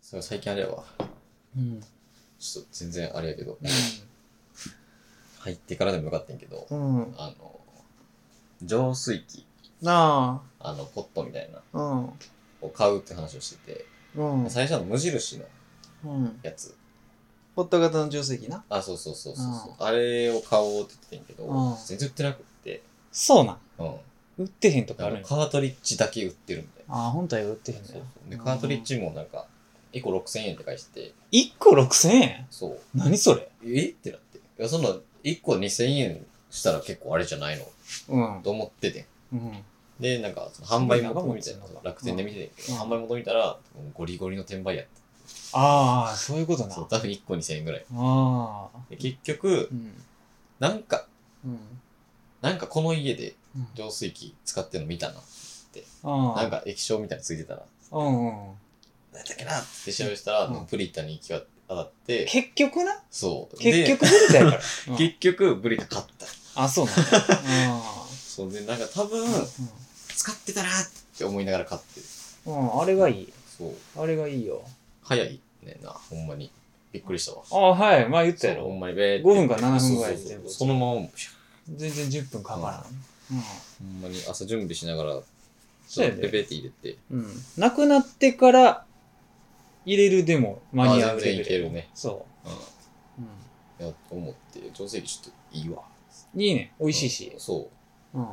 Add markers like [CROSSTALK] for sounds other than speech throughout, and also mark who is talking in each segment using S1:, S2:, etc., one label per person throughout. S1: そう最近あれやわ。
S2: うん。
S1: ちょっと全然あれやけど、入ってからでもよかったんやけど、
S2: うん。
S1: あの、浄水器、
S2: な
S1: あの、ポットみたいな、
S2: あ。うん。
S1: を買うって話をしてて、
S2: うん。
S1: 最初はあの無印の
S2: うん。
S1: やつ。
S2: ポット型の浄水器な。
S1: あ、そうそうそうそうそう。あれを買おうって言ってんけ
S2: うん
S1: ど、全然売ってなくって、
S2: そうなん。
S1: うん。
S2: 売ってへんとか
S1: あ
S2: あるん
S1: の
S2: や。
S1: カートリッジだけ売ってるみたいな。
S2: ああ、本体は売ってへ
S1: そ
S2: ん
S1: う
S2: だ
S1: そ
S2: よ。
S1: うで、カートリッジもなんか、1個6000円って返して、
S2: 1個6000円
S1: そう。
S2: 何それ
S1: えってなって。いや、そんな、1個2000円したら結構あれじゃないの
S2: うん。
S1: と思っててん。
S2: うん。
S1: で、なんか、その販売元みたいな
S2: すごい長持ちなの、か
S1: 楽天で見ててんけど、
S2: うん
S1: 販売元見たら、ゴリゴリの転売やっ
S2: ああ、そういうこと
S1: た。
S2: な。
S1: そう、多分1個2000円ぐらい。
S2: ああ。
S1: で結局
S2: う、ん。
S1: なんか、
S2: うん。
S1: なんかこの家で
S2: うん
S1: 浄水器使ってるの見たな。
S2: ああ。
S1: なん、か液晶みたいなのついてたな。
S2: うんうん。
S1: なんだっけなって調べしたら、
S2: うん
S1: ブリタに行き当たって、
S2: 結局な
S1: そう。で
S2: 結、局売れた
S1: [LAUGHS]
S2: やから。うん
S1: 結局、ブリタ買った。
S2: あ、そうなんだ。あ
S1: そうで、なんか多分、
S2: あ
S1: 使ってたなって思いながら買ってる。
S2: うん。うん、あれがいい。
S1: そう。
S2: あれがいいよ。
S1: 早いねんな、ほんまに。びっくりしたわ。
S2: ああ、はい。前言ったや
S1: そうほん
S2: ろ。
S1: まにべーって
S2: 5分か7分ぐらいで
S1: そうそう
S2: 全
S1: そ
S2: 部
S1: うそのまま、シュッ
S2: 全然10分かからん。うん。
S1: ほんまに朝準備しながら、
S2: そうやで
S1: ペペって入れて。
S2: うん。なくなってから入れるでも間に合うレベ
S1: あ全
S2: ル
S1: 然いけるね
S2: そ
S1: うん
S2: う。
S1: いや、と思って、調整器ちょっといいわ。
S2: うん。いいね。美味しいし
S1: うん。そう。
S2: うん。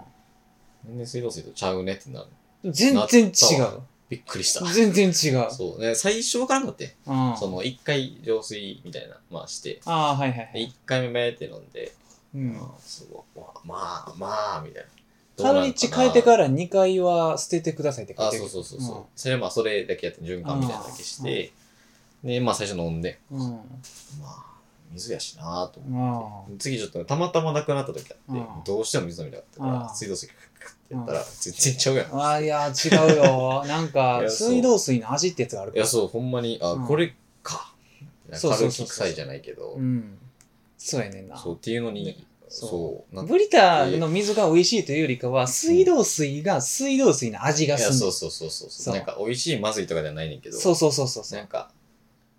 S1: 全然水道水とちゃうねってなる。
S2: 全然違
S1: なった
S2: う。
S1: びっくりした。
S2: 全然違う。
S1: そうね、最初わからんかって。
S2: うん。
S1: その、一回浄水みたいな、まあして、
S2: ああ、はいはいは
S1: で
S2: い。
S1: 一回目めって飲んで、
S2: うん。
S1: あすごい、まあ、まあ、みたいな。どうなん
S2: サ
S1: かな
S2: ルリッチ変えてから2回は捨ててくださいって書い
S1: あ、
S2: て
S1: そう
S2: る。
S1: そうそうそう。それまあそれだけやって循環みたいなのだけして、で、まあ最初飲んで、
S2: うん。うん。
S1: まあ、水やしなぁと思って。
S2: あ
S1: 次ちょっとねたまたまなくなった時あって
S2: う、ん
S1: どうしても水飲みたかったか
S2: う
S1: ら、
S2: ん
S1: 水道水クククってやったら、全然ちゃうやん。い
S2: あ、いや、違うよ。なんか
S1: い、やそう
S2: 水道水の味ってやつがあるから。
S1: や、そう、ほんまに、あ
S2: うん、
S1: これか。
S2: そうそうそう
S1: 軽
S2: そう
S1: き臭いじゃないけど
S2: う、ん。そうやねんな。
S1: そうっていうの
S2: ね
S1: に、
S2: そう
S1: そう、なん
S2: ブリタの水が美味しいというよりかは、水道水が水道水の味
S1: い
S2: が
S1: や、
S2: する。
S1: そ
S2: そう
S1: そうそうそう
S2: そ
S1: そうう。なんか、美味しい、まずいとかじゃないねんけど、
S2: うそうそうそう。
S1: なんか、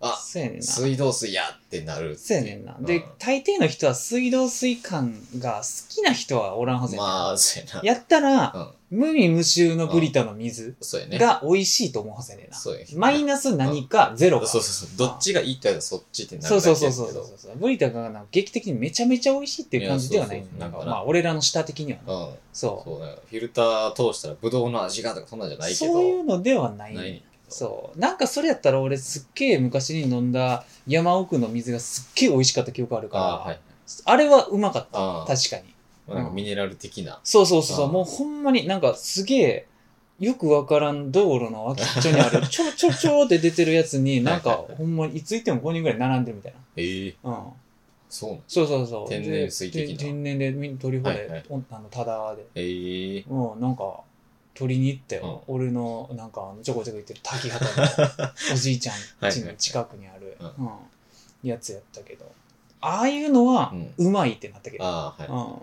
S1: あ、
S2: そうやねんな。
S1: 水道水やってなるってい。
S2: そうやねんな。
S1: うん
S2: で、大抵の人は水道水感が好きな人はおらんはずやねんな
S1: まあ、そうやな。
S2: やったら、
S1: うん、
S2: 無味無臭のブリタの水
S1: そうやね。
S2: が美味しいと思うはずやねんな。
S1: そうやね
S2: マイナス何かゼロか。
S1: そうそうそう。どっちがいいって言ったらそっちってな
S2: そ
S1: る
S2: う
S1: だけ
S2: そ
S1: や
S2: う
S1: け
S2: そう
S1: ど。
S2: そうそうそうブリタがなんか劇的にめちゃめちゃ美味しいっていう感じではない
S1: いやそうそう
S2: なんか
S1: だから
S2: まあ俺らの舌的にはな
S1: うん。
S2: そ
S1: そうね。フィルター通したらブドウの味がとかそんなんじゃ
S2: う
S1: ないけど。
S2: そういうのではない
S1: ないねんけど。
S2: そうなんかそれやったら俺すっげえ昔に飲んだ山奥の水がすっげえ美味しかった記憶あるから
S1: ああ、はい。
S2: あれはうまかった
S1: ああ。
S2: 確かに
S1: まあなんかミネラル的な。
S2: そうそうそうそう
S1: あー
S2: もうほんまになんかすげえよくわからん道路の脇っちょに
S1: [LAUGHS]
S2: あるちょろちょろちょろって出てるやつになんか
S1: はいはいは
S2: ほんまにいつ行っても5人ぐらい並んでるみたい
S1: ええ
S2: なうん
S1: そうなん
S2: そうそうそう。
S1: 天然水的な
S2: で天然でみん取り放題、
S1: はいはい
S2: おあのタダで。
S1: ええ
S2: うん、なんか、取りに行って、
S1: うん
S2: 俺の、なんか、ちょこちょこ行ってる滝
S1: [LAUGHS]
S2: 畑のおじいちゃん家の近くにある、
S1: はいはい
S2: うん、やつやったけど、ああいうのは
S1: う、ん。
S2: うまいってなったけど、
S1: ああ、はい。
S2: う
S1: ま
S2: ん。
S1: あ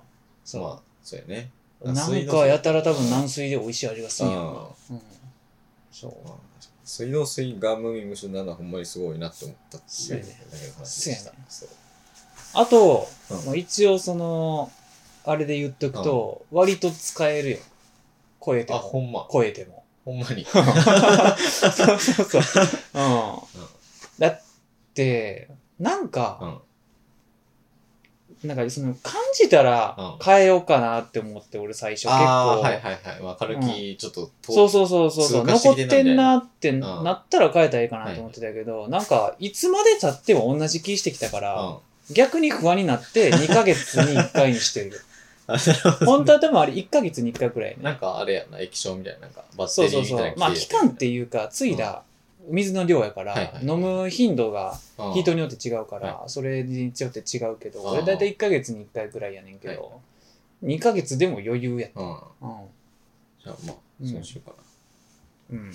S2: そ、
S1: そうやね。
S2: う。な
S1: 水
S2: ん
S1: 道水
S2: か、やたら多分軟水で美味しい味がするんやろ
S1: あ
S2: な。うん。そう。
S1: まあ水道水が無味無臭なのはほんまにすごいなって思ったって
S2: そう
S1: い
S2: や
S1: う
S2: ね
S1: だけの話でした。そう
S2: あと、
S1: うん
S2: まあ、一応その、あれで言っとくと、割と使えるよ。超えて
S1: あ、
S2: も。
S1: ほんま。
S2: 超えても。
S1: ほんまに。
S2: そうそうそう。うん。だって、なん
S1: う
S2: か、
S1: ん。
S2: なんかその感じたら
S1: うん
S2: 変えようかなって思って、俺最初結構。
S1: ああー、はいはいはい。まあ、軽き、ちょっと遠、
S2: そうそうそうそうそう。
S1: 通過して
S2: 残っ
S1: きてんな
S2: て
S1: たい
S2: んなって
S1: なうん
S2: なったら変えたらいいかなと思ってたけど、なんか、いつまで経っても同じ気してきたから、
S1: うん。
S2: 逆に不安になって2ヶ月に1回にしてるよ。
S1: [LAUGHS] あなるほど
S2: 本当はでもあれ1ヶ月に1回くらいね。
S1: なんかあれやな、液晶みたいな、なんかバッ
S2: そう
S1: テリ
S2: そ
S1: ー
S2: う
S1: みたい
S2: そ
S1: な
S2: う
S1: の。着て
S2: まあ期間っていうか、ついだ水の量やから、
S1: はいはい
S2: 飲む頻度が
S1: うん
S2: 人によって違うから、
S1: は
S2: それによって違うけど、
S1: うん
S2: 俺大体1ヶ月に1回くらいやねんけど、2ヶ月でも余裕やった。
S1: うん。
S2: うん。
S1: じゃあま
S2: うん
S1: あ、そうしようかな。
S2: うん。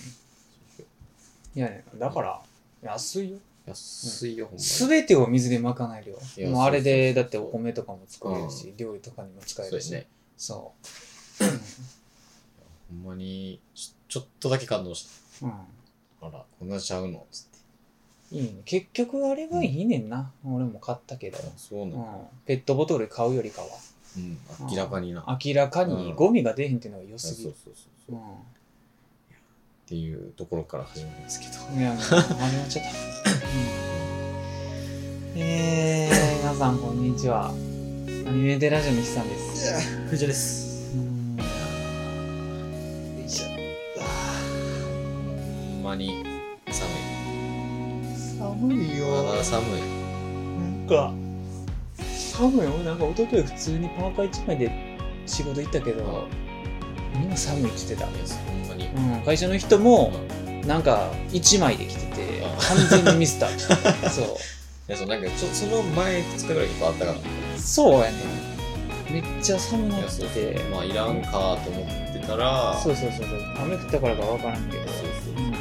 S2: いやね、だから、安いよ。
S1: 安いよ、ほん
S2: す
S1: ま
S2: べてを水で賄えるよ
S1: い。や
S2: もうあれで、
S1: そ
S2: だ
S1: う
S2: っ
S1: そうそう
S2: てお米とかも作れるし、料理とかにも使
S1: に。そ
S2: え
S1: う
S2: る
S1: です
S2: し。
S1: ね。
S2: そ
S1: ほんまに、ちょちょっとだけ感動し
S2: う。うん。
S1: た。あら、こんなちゃうのつって。
S2: いいね。結局あれがいいねんな。俺も買ったけど。
S1: そう
S2: う
S1: なんの、。
S2: ペットボトル買うよりかは。
S1: うん、明らかにな。あ
S2: 明らか
S1: う
S2: に
S1: ん
S2: ゴミが出へんっていうのが良
S1: そう
S2: すぎ
S1: そう
S2: る。
S1: そうそうう。っていうところから始まるんですけど。
S2: ん。いや、もう始まっちゃった。うんえー、皆さんこんにちは。アニメーテラジオの日さんです。
S1: 藤田です。
S2: うん
S1: よいしょ。ほんまに寒い。
S2: 寒い
S1: まだ寒い。
S2: なんか寒い俺なんか一昨日普通にパーカー1枚で仕事行ったけどみんな寒いって言って
S1: い
S2: た、
S1: やほんまに。
S2: うん、会社の人もなんか1枚で来てて
S1: あ
S2: 完全にミスターって言ってたそう
S1: いや、そう、なんか、ちょその前2日ぐらい結構あったかな。
S2: そうやねめっちゃ寒
S1: い
S2: な
S1: や、
S2: って
S1: そう
S2: て
S1: まあ、いらんかと思ってたら、
S2: そううそうそうそう雨降ったからかわからんけど
S1: そうそう
S2: うんま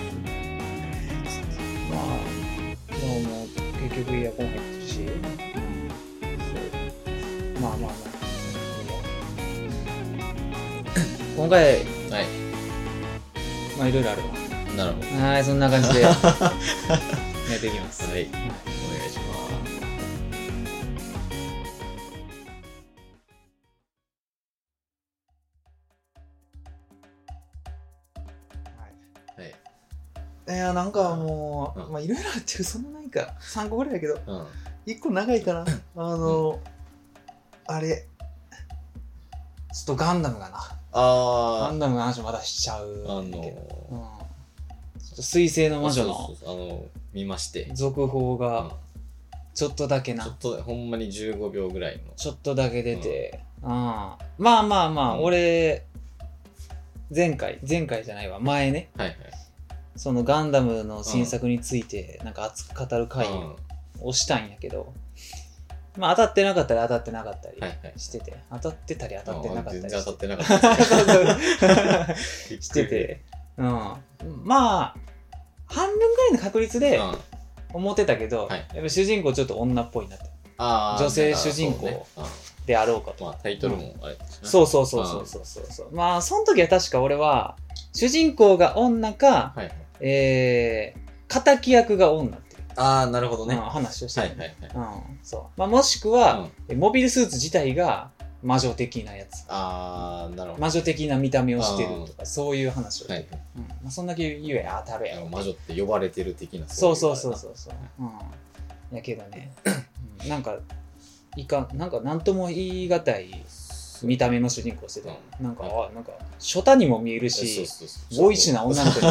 S2: あでももう結局エアコン入ってるし、そうまあまあまあ今回
S1: はい。
S2: まあいろいろある
S1: なるほど。
S2: わはいそんな感じ [LAUGHS] でやっていきます
S1: はい。お願いします。はい。
S2: いやなんかもう、
S1: うん
S2: まあいろいろあるっていうそんなないか3個ぐらいだけど
S1: うん。
S2: 1個長いかなあの、あれちょっとガンダムがなガ
S1: あ
S2: ンダムの話まだしちゃう
S1: ー、あの
S2: んだけど、う
S1: ー、
S2: ん、ちょっと水星の魔女
S1: そ
S2: の
S1: うそうそうあの、見まして。
S2: 続報
S1: うん
S2: がちょっとだけ
S1: ちょ
S2: な
S1: っと、ほんまに15秒ぐらいの。
S2: ちょっとだけ出て、うん、まあまあまあ、
S1: うん
S2: 俺前回前回じゃないわ前ね
S1: はいはい。
S2: そのガンダムの新作についてなんか熱く語る回
S1: うん
S2: をしたんやけど、まあ当たってなかったり当たってなかったり
S1: はいはい
S2: してて、当たってたり当たってなかった
S1: 全
S2: り
S1: 然
S2: し
S1: 当た
S2: て
S1: ってなかった
S2: [LAUGHS]
S1: し
S2: して。て、うん、まあ半分ぐらいの確率
S1: うん
S2: で思ってたけど、
S1: はい
S2: やっぱ主人公ちょっと女っぽいなって
S1: あー
S2: 女性主人公
S1: なんかそうね
S2: であろうかと
S1: うんまあ、タイトルもあれだしな
S2: そうそうそうそうそうそうそうまあその時は確か俺は主人公が女か、
S1: はいはい。
S2: えー、敵役が女っていう、
S1: ああ、なるほどね。
S2: うん
S1: は
S2: 話をし
S1: い
S2: て
S1: は
S2: た
S1: い
S2: ね、
S1: はい。
S2: うんそうまあ、もしくは、えモビルスーツ自体が魔女的なやつ
S1: ああ、なるほど。
S2: 魔女的な見た目をしてるとかそういう話をして、
S1: はい。
S2: うんまあ、そんだけ言え当たるや
S1: あの
S2: ろ
S1: 魔女って呼ばれてる的な。
S2: そうそうそう
S1: う
S2: そうそう、うん、やけどねうんなんかいかんなんか何とも言い難い見た目の主人公してたよ、なんか、あなんか初太にも見える
S1: いう感じ。そう
S2: し
S1: そうそうそう。
S2: ボイシーな
S1: [LAUGHS]
S2: 女の子に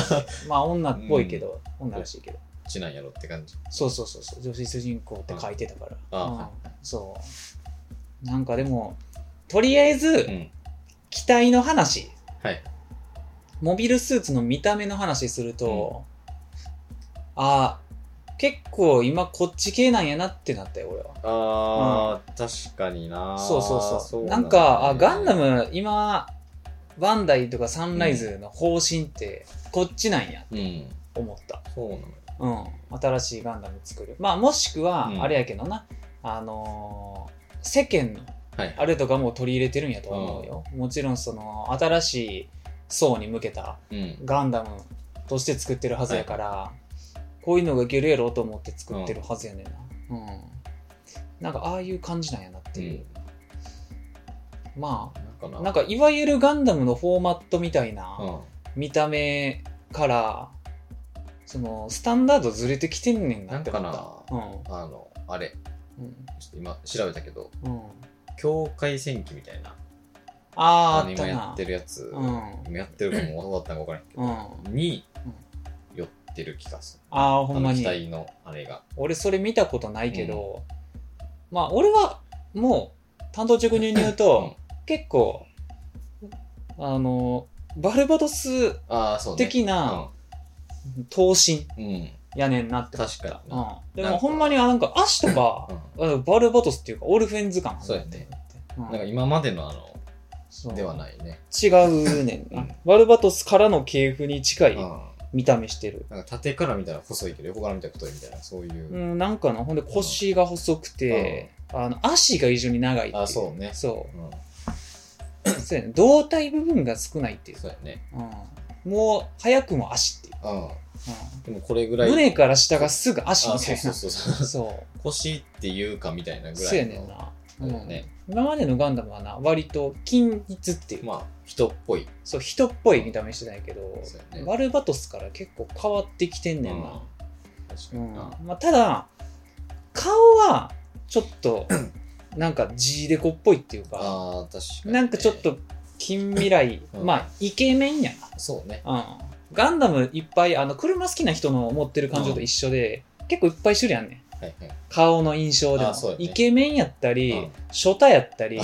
S2: まあ女っぽいけど、女らしいけど
S1: どっちなんやろって感じ。
S2: そうそうそうそう女子主人公って書いてたから、
S1: あ
S2: うん
S1: はい
S2: そうなんかでもとりあえず
S1: うん。
S2: 機体の話
S1: はい。
S2: モビルスーツの見た目の話すると、あー結構今こっち系なんやなってなったよ俺は
S1: ああ、確かにな。
S2: そうそうそうな
S1: だね
S2: んかあガンダ。ム今バンダイとかサンライズの方針ってこっちなんや
S1: うん。
S2: 思った、
S1: そうなのよ。
S2: うん、新しいガンダム作るまあもしくは
S1: うん
S2: あれやけどな、あのー世間の
S1: はい。
S2: あれとかも取り入れてるんやと思うよ、もちろんその新しい層に向けた
S1: うん。
S2: ガンダムとして作ってるはずやから、こういうのがいけるやろと思って作ってるはずやねんなうん、なんかああいう感じなんやなっていう、まあ
S1: なんかな。
S2: なんかいわゆるガンダムのフォーマットみたいな
S1: うん。
S2: 見た目からそのスタンダードずれてきてんねんなって思った
S1: あの、あれ、
S2: うんうん
S1: ちょっと今調べたけど、
S2: うん
S1: 境界戦記みたいな、
S2: あーあっ
S1: 今
S2: た
S1: や
S2: な
S1: ってるやつ、
S2: うん
S1: 今やってるかも終わったのか分からんけど、に寄ってる気がする。
S2: ああほんま
S1: あの機
S2: に
S1: 体のあれが。
S2: 俺それ見たことないけど、まあ俺はもう単刀直入に言うと、結構あのバルバドス
S1: ああ、そうね。
S2: 的な闘神
S1: うん。うん。
S2: やねんなって思った
S1: 確かに
S2: う
S1: な。
S2: ん、で
S1: なん
S2: も
S1: か
S2: ほんまにあなんか足とか
S1: うん
S2: あのバルバドスっていうかオルフェンズ感
S1: そうやね
S2: うん
S1: なんか今までのあの、
S2: そう
S1: ではないね。
S2: 違うねんな、バルバドスからの系譜に近
S1: うん
S2: い。見た目してる、
S1: なんか縦から見たら細いけど、横から見たら太いみたいな、そういうう。
S2: ん、なんかなほんで腰が細くて、あの足が異常に長いっていう
S1: あそうね
S2: そう
S1: うん。
S2: そうやね、胴体部分が少ないっていう
S1: そうやね。
S2: うん、もう早くも足っていう、
S1: あ
S2: う
S1: でもこれぐ
S2: ん
S1: らい。
S2: 胸から下がすぐ足
S1: あ
S2: みた
S1: そう
S2: い
S1: そ
S2: な
S1: うそうそう。
S2: そう
S1: 腰っていうかみたいなぐらいの。
S2: そうやねんな、う
S1: そうだ
S2: ん
S1: ね
S2: 今までのガンダムはな割と筋肉っていう、
S1: まあ、人っぽい。
S2: そう人っぽい見た目してないけど、
S1: そうやね
S2: バルバトスから結構変わってきてんねんな、
S1: 確か
S2: うん
S1: にな。
S2: まあ、ただ顔はちょっ
S1: [CLEARS THROAT]
S2: となんか G デコっぽいっていうか
S1: ああ、確かにね。
S2: なんかちょっと近未来、
S1: うん
S2: まあイケメンや
S1: そうね。
S2: な、うん、ガンダムいっぱいあの車好きな人の持ってる感情と一緒で、結構いっぱい種類あんねん
S1: はいはい。
S2: 顔の印象でも、
S1: あそうやね
S2: イケメンやったり、
S1: うん
S2: 初太やっ
S1: [LAUGHS]
S2: たり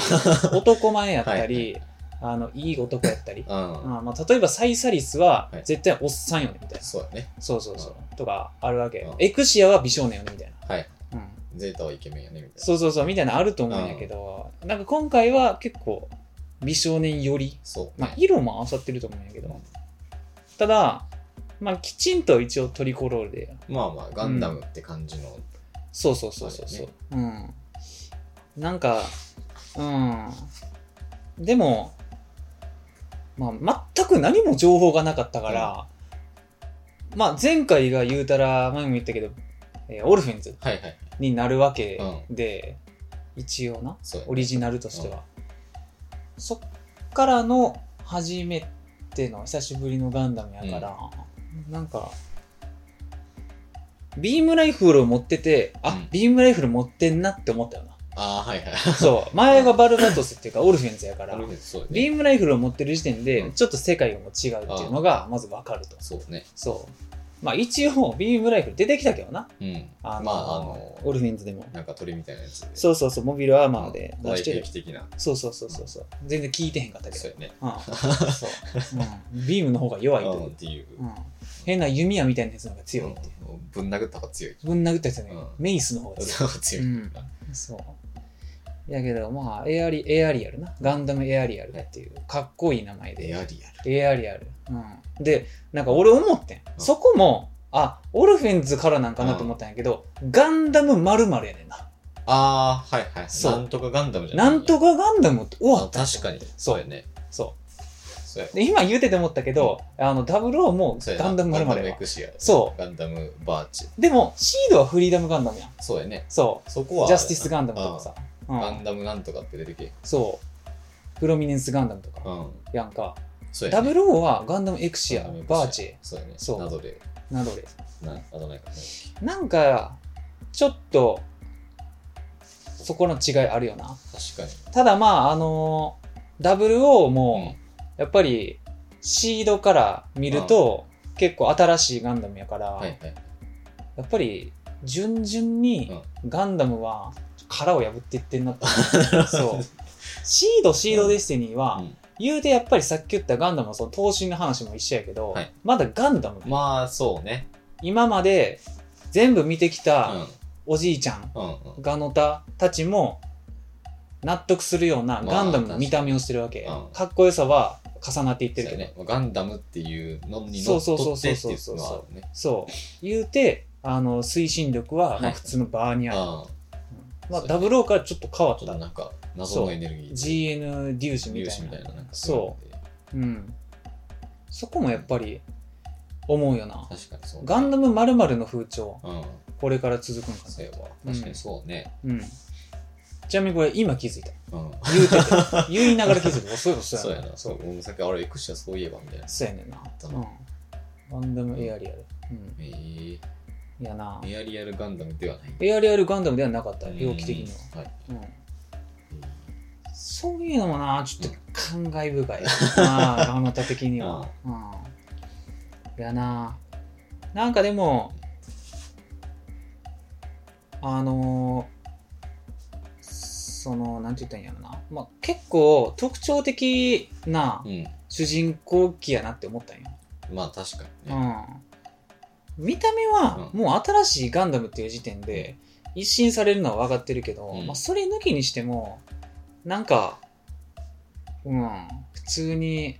S2: 男前やっ
S1: は
S2: た
S1: いはい
S2: りあのいい男やったり、
S1: うん。
S2: あまあ、例えばサイサリスは
S1: はい
S2: 絶対おっさんよねみたいな
S1: そうやね。
S2: そうそうそう、とかあるわけ、
S1: うん
S2: エクシアは美少年よねみたい
S1: はい。
S2: な、うん、
S1: ゼータはイケメンやね、みたいな。
S2: そうそうそうみたいなのあると思うんやけど、なんか今回は結構美少年より、
S1: そう
S2: まあ
S1: ね。、
S2: 色も合わさってると思うんやけどただ、まあ、きちんと一応トリコロールで
S1: まあまあ、ガンダムって感じの。
S2: そうそうそうそうそう、うんなんかうんでも、まあ、全く何も情報がなかったから、まあ前回が言うたら前も言ったけど、えーオルフェンズ
S1: はいはい。
S2: になるわけで、一応な
S1: そうやね
S2: オリジナルとしては、そっからの初めての久しぶりのガンダムやから、なんかビームライフルを持ってて
S1: う
S2: あ、
S1: ん
S2: ビームライフル持ってんなって思った
S1: [LAUGHS]
S2: よな
S1: ああ、はいはい。
S2: そう前がバルバトスっていうかオルフェンズやから
S1: なるほどそう
S2: ビ
S1: ね。
S2: ームライフルを持ってる時点
S1: う
S2: で
S1: ん
S2: ちょっと世界がもう違うっていうのがまず分かると
S1: そうね。
S2: そうまあ一応ビームライフル出てきたけどな
S1: うん。まあ、
S2: あ
S1: あ
S2: の、オ
S1: の、
S2: ルフェンズでも
S1: なんか鳥みたいなやつで。
S2: そうそうそうモビルアーマーで
S1: うん
S2: 出してる
S1: 外壁的な。
S2: そうそうそうそうそう全然聞いてへんかったけど
S1: そうやね。
S2: うんそううんビームの方が弱いと
S1: う
S2: い
S1: んっ
S2: う、
S1: ていう。
S2: うん、変な弓矢みたいなやつの方が強いってい
S1: う
S2: う
S1: んぶん殴った方が
S2: [LAUGHS]
S1: 強い。
S2: ぶん殴ったやつね、
S1: うん
S2: メイスの方が強
S1: そう強い。
S2: うんいそうやけどまあエアリエアリアルなガンダムエアリアルっていうかっこいい名前
S1: エ
S2: で
S1: アリアル。
S2: エアリアル、うん、でなんか俺思ってん、
S1: うん
S2: そこもあオルフェンズからなんかなと思ったんやけど、ガンダム〇〇やねんな
S1: ああ、はいはい。
S2: そう
S1: なんとかガンダムじゃない
S2: なんとかガンダムって終わ
S1: あ
S2: った
S1: 確かに。
S2: そう
S1: そうやね。
S2: そう
S1: そうや。
S2: で今言うてて思ったけど、あのダブルオーも
S1: そうやな
S2: ガンダムまるま
S1: ガンダム
S2: るや
S1: エクシア。。
S2: そう
S1: ガンダムバーチ。
S2: でもシードはフリーダムガンダムやん
S1: そうやね。
S2: そ
S1: そこ
S2: う
S1: は。
S2: ジャスティスガンダムとかさ、う
S1: うんん。ガンダムなんとかって出てけ。
S2: そうプロミネンスガンダムと
S1: う
S2: か
S1: ん。
S2: やんか、
S1: そうや
S2: ダ
S1: ね。
S2: ブルオーはガンダムエクシア
S1: ガンダムエク
S2: バーチ。
S1: そうやね。
S2: そう
S1: などで。
S2: ェなどで
S1: な、などないかね。
S2: なんかちょっとそこの違いあるよな
S1: 確かに。
S2: ただまああのダブルオーも
S1: う
S2: やっぱりシードから見ると結構新しいガンダムやから、
S1: んはいはい。
S2: やっぱり順々にガンダムは殻を破っていってん
S1: [LAUGHS]
S2: なって思うそうシードシードデスティニーは、
S1: うん
S2: 言うてやっぱりさっき言ったガンダムのその闘神の話も一緒やけど、
S1: はい
S2: まだガンダム、
S1: まあ、そうね。
S2: 今まで全部見てき
S1: う
S2: た
S1: ん。
S2: おじいちゃん、
S1: うんうん。
S2: ガノタたちも納得するようなガンダムの見た目をしてるわけ、
S1: まあ確かにうん
S2: かっこよさは重なっていって
S1: そう
S2: るけ
S1: や
S2: ど
S1: ね。ガンダムっていうのに
S2: そ
S1: 乗
S2: う
S1: っ
S2: そうそ
S1: 取
S2: う
S1: って
S2: そう
S1: って
S2: そう
S1: い
S2: そうう
S1: のはあるね。
S2: そう言うてあの推進力は、ま
S1: は
S2: あ、
S1: い
S2: 普通のバーニ
S1: うん。
S2: ャ
S1: ち
S2: ン、
S1: ょ
S2: まあ、
S1: そう
S2: ダブルオーからちょっと変わっ
S1: ったとなんか、謎のエネルギー。
S2: GN 粒子み
S1: 粒子
S2: た
S1: み
S2: いな
S1: たいな。なんか
S2: そ
S1: いので
S2: う、うん、そこもやっぱり思うよ
S1: 確
S2: な
S1: かにそうね。
S2: ガンダム〇〇の風潮
S1: うん。
S2: これから続くんか
S1: そういえば。
S2: うん
S1: 確かにそうね。
S2: な、うん、ちなみにこれ今気づいた
S1: うん。
S2: 言
S1: [LAUGHS]
S2: うてて言いながら気づいたそういえば
S1: そ
S2: そ
S1: う
S2: うや
S1: や
S2: な
S1: な。そう。俺もさっきあれ、エクシアそういえばみたいな。
S2: そうやねんな、
S1: だ
S2: うん、ガンダムエアリアル、う
S1: えー
S2: ん、やな
S1: エアリアルガンダムではない。
S2: エアリアルガンダムではなかった病気的には、
S1: うん。はい。
S2: うん、そういうのもなちょっと感慨
S1: [LAUGHS]
S2: 深い、あああなた的には、うん、やななんかでもあのーそのなんて言ったらいいんやろな、まあ、結構特徴的な
S1: うん。
S2: 主人公機やなって思ったんよ、
S1: まあ確かに
S2: う
S1: ね。
S2: ん、見た目は
S1: う
S2: もう新しいガンダムっていう時点で一新されるのは分かってるけど、
S1: うん
S2: まあ、それ抜きにしてもなんかうん普通に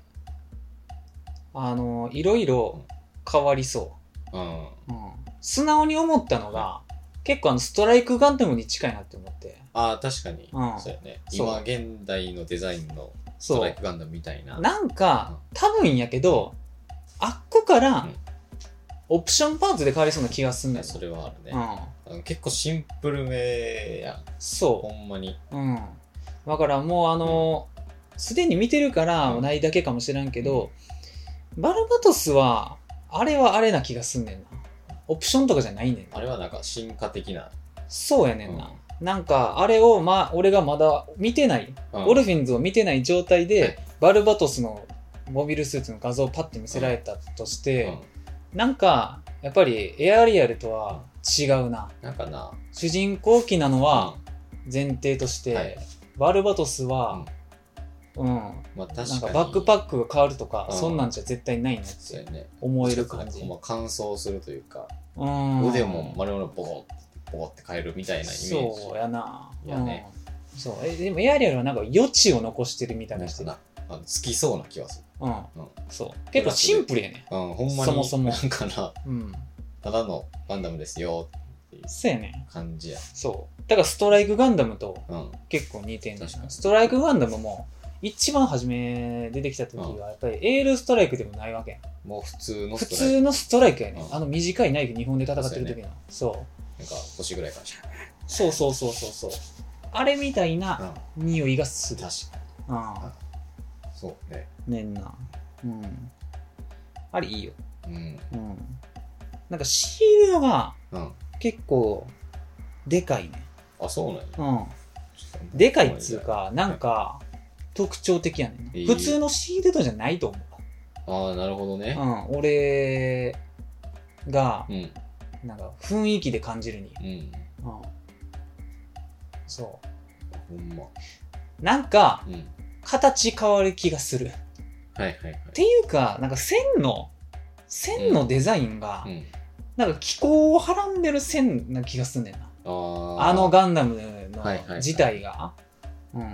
S2: あのいろいろ変わりそ
S1: うん。
S2: う、うん、素直に思ったのが結構あのストライクガンダムに近いなって思って
S1: ああ、確かに。
S2: うん
S1: そうやね。
S2: そう
S1: 今現代のデザインのスト
S2: そ
S1: ライ
S2: う
S1: クガンダムみたいな。
S2: なんか多分やけどから、
S1: うん
S2: オプションパーツで変わりそうな気がすんだよ、
S1: それはある
S2: う
S1: ね、
S2: ん、
S1: あの結構シンプルめやんほ
S2: そ
S1: んまに
S2: う、うん、だからもうあのすでに見てるから
S1: うん
S2: ないだけかもしれんけど、バルバトスはあれはあれな気がすんねんなオプションとかじゃないねんな
S1: あれはなんか進化的な、
S2: そうやねんな、なんかあれを、ま、俺がまだ見てない
S1: うん
S2: オルフィンズを見てない状態で、
S1: はい
S2: バルバトスのモビルスーツの画像をパッて見せられたとし
S1: う
S2: て、
S1: ん
S2: なんかやっぱりエアリアルとは違うな
S1: なんかな
S2: 主人公機なのは前提として、
S1: はい
S2: バルバトスは、うん
S1: まあ確かに
S2: なんかバックパ
S1: ック
S2: ックが変わるとか、
S1: うん
S2: そんなんじゃ絶対ないなっ
S1: そう
S2: て
S1: やね
S2: 思える感じ、
S1: まあ乾燥するというか、
S2: うん、
S1: 腕も丸々ボコッボコって変えるみたいなイメージ
S2: そうやな、
S1: いやね
S2: うんそうえでもエアリアルはなんか余地を残してるみたい
S1: な
S2: なんして
S1: か
S2: る
S1: なあのつきそうな気はす
S2: うん
S1: うん
S2: そう結構シンプルやね
S1: る、うん、ほんまに
S2: そもそも
S1: なんかな
S2: うん
S1: ただのガンダムですよっていう
S2: そうやね
S1: 感じや
S2: そうだからストライクガンダムと
S1: うん
S2: 結構似てんねん
S1: 確か
S2: な
S1: に
S2: ストライクガンダムも一番初め出てきた時はやっぱりエールストライクでもないわけやん
S1: もう普通の
S2: 普
S1: ストライ
S2: 通のストライクやね、
S1: うん
S2: あの短いナイフ2本で戦ってる時のそう,、
S1: クなんか腰ぐらいからしか
S2: そうそうそうそうそうあれみたいな
S1: うん
S2: 匂いがする
S1: 確か
S2: あ
S1: にそうね
S2: あねんなうんあれいいよ
S1: うん
S2: うんなんかシールドが
S1: うん
S2: 結構でかいね
S1: あそうなんや
S2: うんでかいっつうか、なんか、特徴的やねんな。
S1: えー
S2: 普通のシールドじゃないと思
S1: ああなるほどね
S2: う。うん、俺が、
S1: うん
S2: なんか、雰囲気で感じるに。
S1: うん
S2: うん。そ
S1: ほんま
S2: う。なんか、
S1: うん
S2: 形変わる気がする。っ
S1: はいはいはい
S2: ていうか、なんか線の、線のデザインが、
S1: うん
S2: なんか気候をはらんでる線な気がすんねんな。
S1: あー
S2: あのガンダム
S1: はいはいは
S2: の
S1: い
S2: 自体が。うん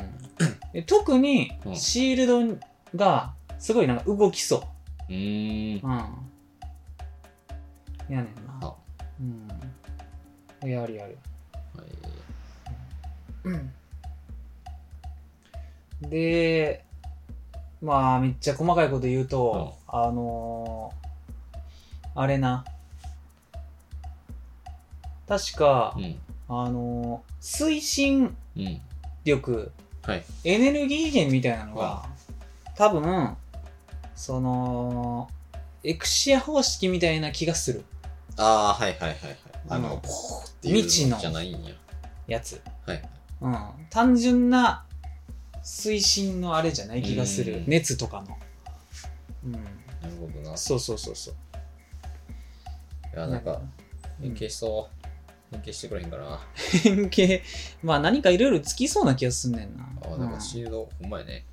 S2: で特に
S1: うん
S2: シールドがすごいなんか動きそう
S1: ーん
S2: う。うん。やねん
S1: あ
S2: な。うん。やるやる。
S1: はい
S2: うん。で、まあ、めっちゃ細かいこと言うと、あのーあれな。確か、
S1: うん
S2: あのー推進
S1: うん
S2: 力、
S1: はい
S2: エネルギー源みたいなのが、多分そのエクシア方式みたいな気がする
S1: ああはいはいはいはいあ
S2: う
S1: の
S2: ん
S1: ポーっていう
S2: 未知の
S1: じゃないんや
S2: やつ、
S1: はい
S2: うん、単純な推進のあれじゃない気がす
S1: う
S2: る
S1: ん
S2: 熱とかの、うん、
S1: なるほどない
S2: そうそうそうそう
S1: やなんか
S2: うん
S1: 変形しそう変形してくれへんかな
S2: [LAUGHS] 変形まあ何かいろいろつきそうな気がすんねんな
S1: あーなんかシールドほんまやね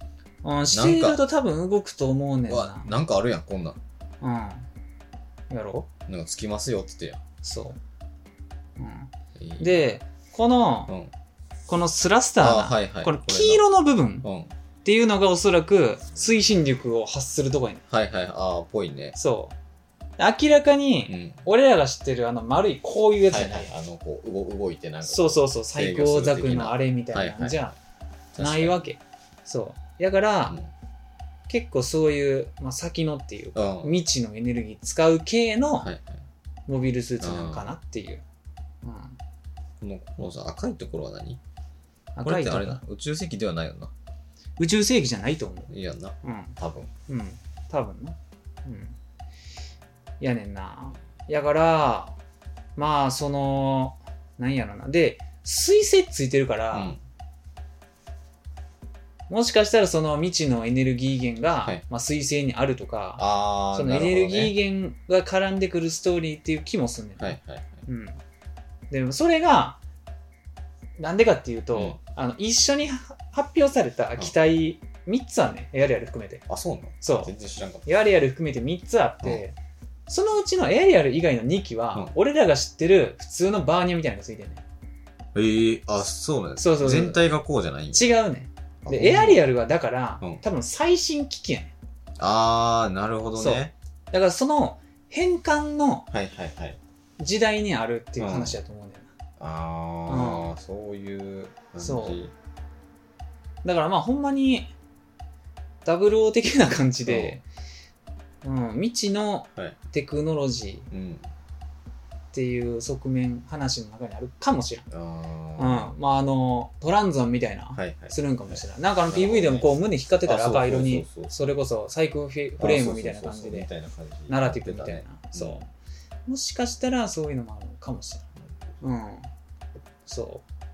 S2: うんうん、シールド多分動くと思うねん
S1: うわ
S2: な
S1: なんかあるやんこんなん
S2: うんやろ
S1: なんかつきますよって言っ
S2: そう、う
S1: てやん
S2: ん、でこの、
S1: うん
S2: このスラスターな
S1: あーはいはい
S2: この黄色の部分
S1: これなうん
S2: っていうのがおそらく推進力を発するとこやねん
S1: はいはいああぽいね
S2: そう明らか
S1: う
S2: に
S1: ん
S2: 俺らが知ってるあの丸いこういうやつ
S1: は
S2: じゃ
S1: い
S2: な、
S1: はいいあのこう動動いてなんか
S2: そうそうそう最高ザクのあれみたいなんじゃないわ
S1: け
S2: けそうだから、結構そういう、まあ、先のっていうか
S1: うん
S2: 未知のエネルギー使う系の
S1: はいはい
S2: モビルスーツなのかなっていう、うん、
S1: このこのさ赤いところは何こ
S2: 赤
S1: れっ
S2: い
S1: て
S2: と
S1: あ
S2: こ
S1: れな宇宙石ではないよな
S2: 宇宙世紀じゃないと思
S1: いいやんな
S2: ううん
S1: 多分
S2: うん、多分な。うん。やねんな。やから、まあ、その、なんやろな。で、水星ついてるか
S1: う
S2: ら
S1: ん、
S2: もしかしたらその未知のエネルギー源が、
S1: はい
S2: まあ、水星にあるとか、
S1: ああ
S2: そのエネルギー源が絡んでくるストーリーっていう気もすんねん。
S1: はいはいはい
S2: うん。でも、それが、なんでかっていうと、
S1: うん
S2: あの一緒に発表された機体3つはね、エアリアル含めて。
S1: あそうなの
S2: そう
S1: 全然知らんかっ
S2: エアリアル含めて3つあって、そのうちのエアリアル以外の2機は、
S1: うん
S2: 俺らが知ってる普通のバーニャみたいなのがついてるね
S1: たええあそうなの
S2: そうそうそう
S1: 全体がこうじゃないんや
S2: 違うねでエアリアルはだから、
S1: うん
S2: 多分最新機器やね
S1: ああなるほどね
S2: だからその変換の
S1: はいはいはい
S2: 時代にあるっていう話だと思うんだよな、
S1: ああ、そういう感じ
S2: そうだからまあほんまに00的な感じで、うん、未知の
S1: はい
S2: テクノロジー
S1: うん。
S2: っていう側面話の中にあるかもしれ
S1: あ
S2: ん、うん
S1: あ。
S2: まああのトランザンみたいな、
S1: はいはい。
S2: するんかもしれない、なんかあの
S1: なるほど
S2: PV
S1: ね
S2: でもこう胸引っ掛けたら赤色
S1: あそう
S2: に
S1: そうそうそう
S2: それこそサイクルフィフレームみたいな感じでナラティブみたいなそう、もしかしたらそういうのもあるのかもしれないうん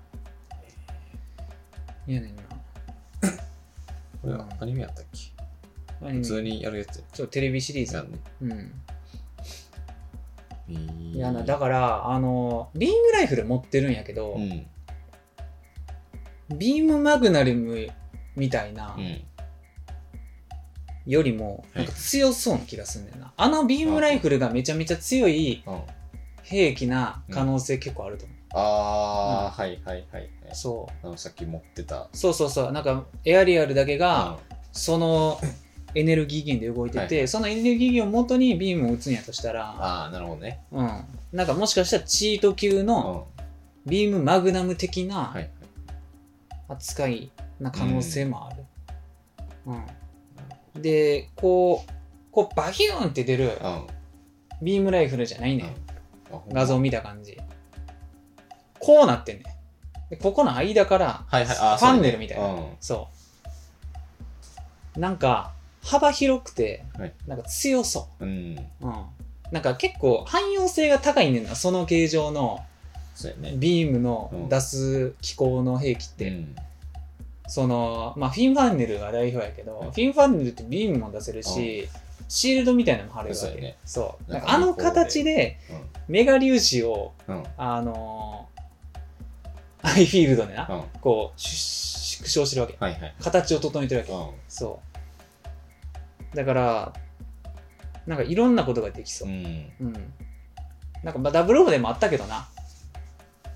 S2: そういやねんな
S1: これはアニメやったっけ普通にやるやつ
S2: そうテレビシリー
S1: や
S2: ズ
S1: んね。
S2: うん
S1: い
S2: いやなだからあのリングライフル持ってるんやけど、
S1: うん。
S2: ビームマグナリムみたいな
S1: うん。
S2: よりもなんか強そうな気がすんねんな、あのビームライフルがめちゃめちゃ強い
S1: あ
S2: 兵器な可能性結構あると思う、
S1: あー、はいはいはいはい。
S2: そ
S1: あの、さっき持ってた。
S2: うそうそうそうなんかエアリアルだけ
S1: あ
S2: がそのエネルギー源で動いてて、
S1: はい
S2: そのエネルギー源を元にビームを撃つんやとしたら、
S1: あー、なるほどね。
S2: うん、なんかもしかしたらチート級
S1: うん。
S2: の
S1: は
S2: ビームマグナム的
S1: いは。
S2: ない扱いな可能性もある、うんでこうこうバヒューンって出る
S1: うん。
S2: ビームライフルじゃないね、
S1: うんあほん
S2: ん、
S1: ま
S2: 画像見た感じこうなってんねんでここの間からフ
S1: はいはいあー
S2: ァンネルみたいな、
S1: うん
S2: そう。なんか、幅広くて、
S1: はい
S2: なんか強そ
S1: うん。
S2: う。うん。なんか結構汎用性が高いねんな、その形状の
S1: そうやね。
S2: ビーム
S1: う
S2: の
S1: ん
S2: 出す機構の兵器って、
S1: うん
S2: その、まあフィンファンネルが代表やけど、
S1: はい
S2: フィンファンネルってビームも出せるし、シールドみたいなのも貼れるわ
S1: そう
S2: け。
S1: やね
S2: そう。な
S1: なんん
S2: か
S1: か
S2: あの形でメガ粒子を、
S1: うん。うん。
S2: あのーアイフィールドでな、
S1: うん。
S2: こう、縮縮小してるわけ。
S1: はいはい。
S2: 形を整えてるわけ
S1: う。ん。
S2: そう。だから、なんかいろんなことができそうう。
S1: ん。
S2: うん。なんか、まあ、ダブルオーでもあったけどな。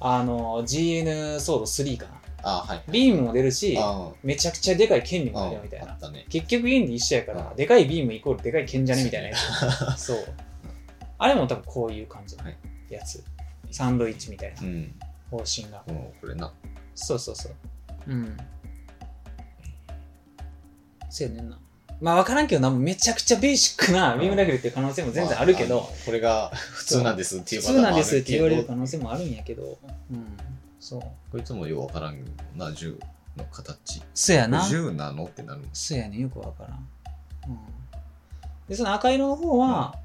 S2: あの、GN ソード3かな。
S1: あー、はい。
S2: ビームも出るし、
S1: あ
S2: めちゃくちゃでかい剣に
S1: ー
S2: も
S1: う
S2: 出
S1: ん。
S2: るみたい
S1: あ
S2: な
S1: っ。たね。
S2: 結局、インディ一緒やから、
S1: うん
S2: でかいビームイコールでかい剣じゃねみたい
S1: [LAUGHS]
S2: なやつ。そう。あれも多分こういう感じの
S1: はい
S2: やつ。サンドイッチみたいな
S1: うん。
S2: 方針が。
S1: うんこれな。
S2: そうそうそう。うん。そうやねんな。まあ分からんけどな、めちゃくちゃベーシックなビームライフルっていう可能性も全然あるけど、
S1: まああのこれが普通なんですってい
S2: 普
S1: うパ
S2: 通
S1: ターン
S2: な
S1: もあ
S2: んで
S1: る
S2: すって
S1: け
S2: 言
S1: ど
S2: われる可能性もあるんやけど、うん。そう。
S1: こいつもようわからんよな銃の形
S2: そうやな。
S1: 銃なのってなるもん
S2: そうやねんよく分からん。うん。で、その赤色の方は、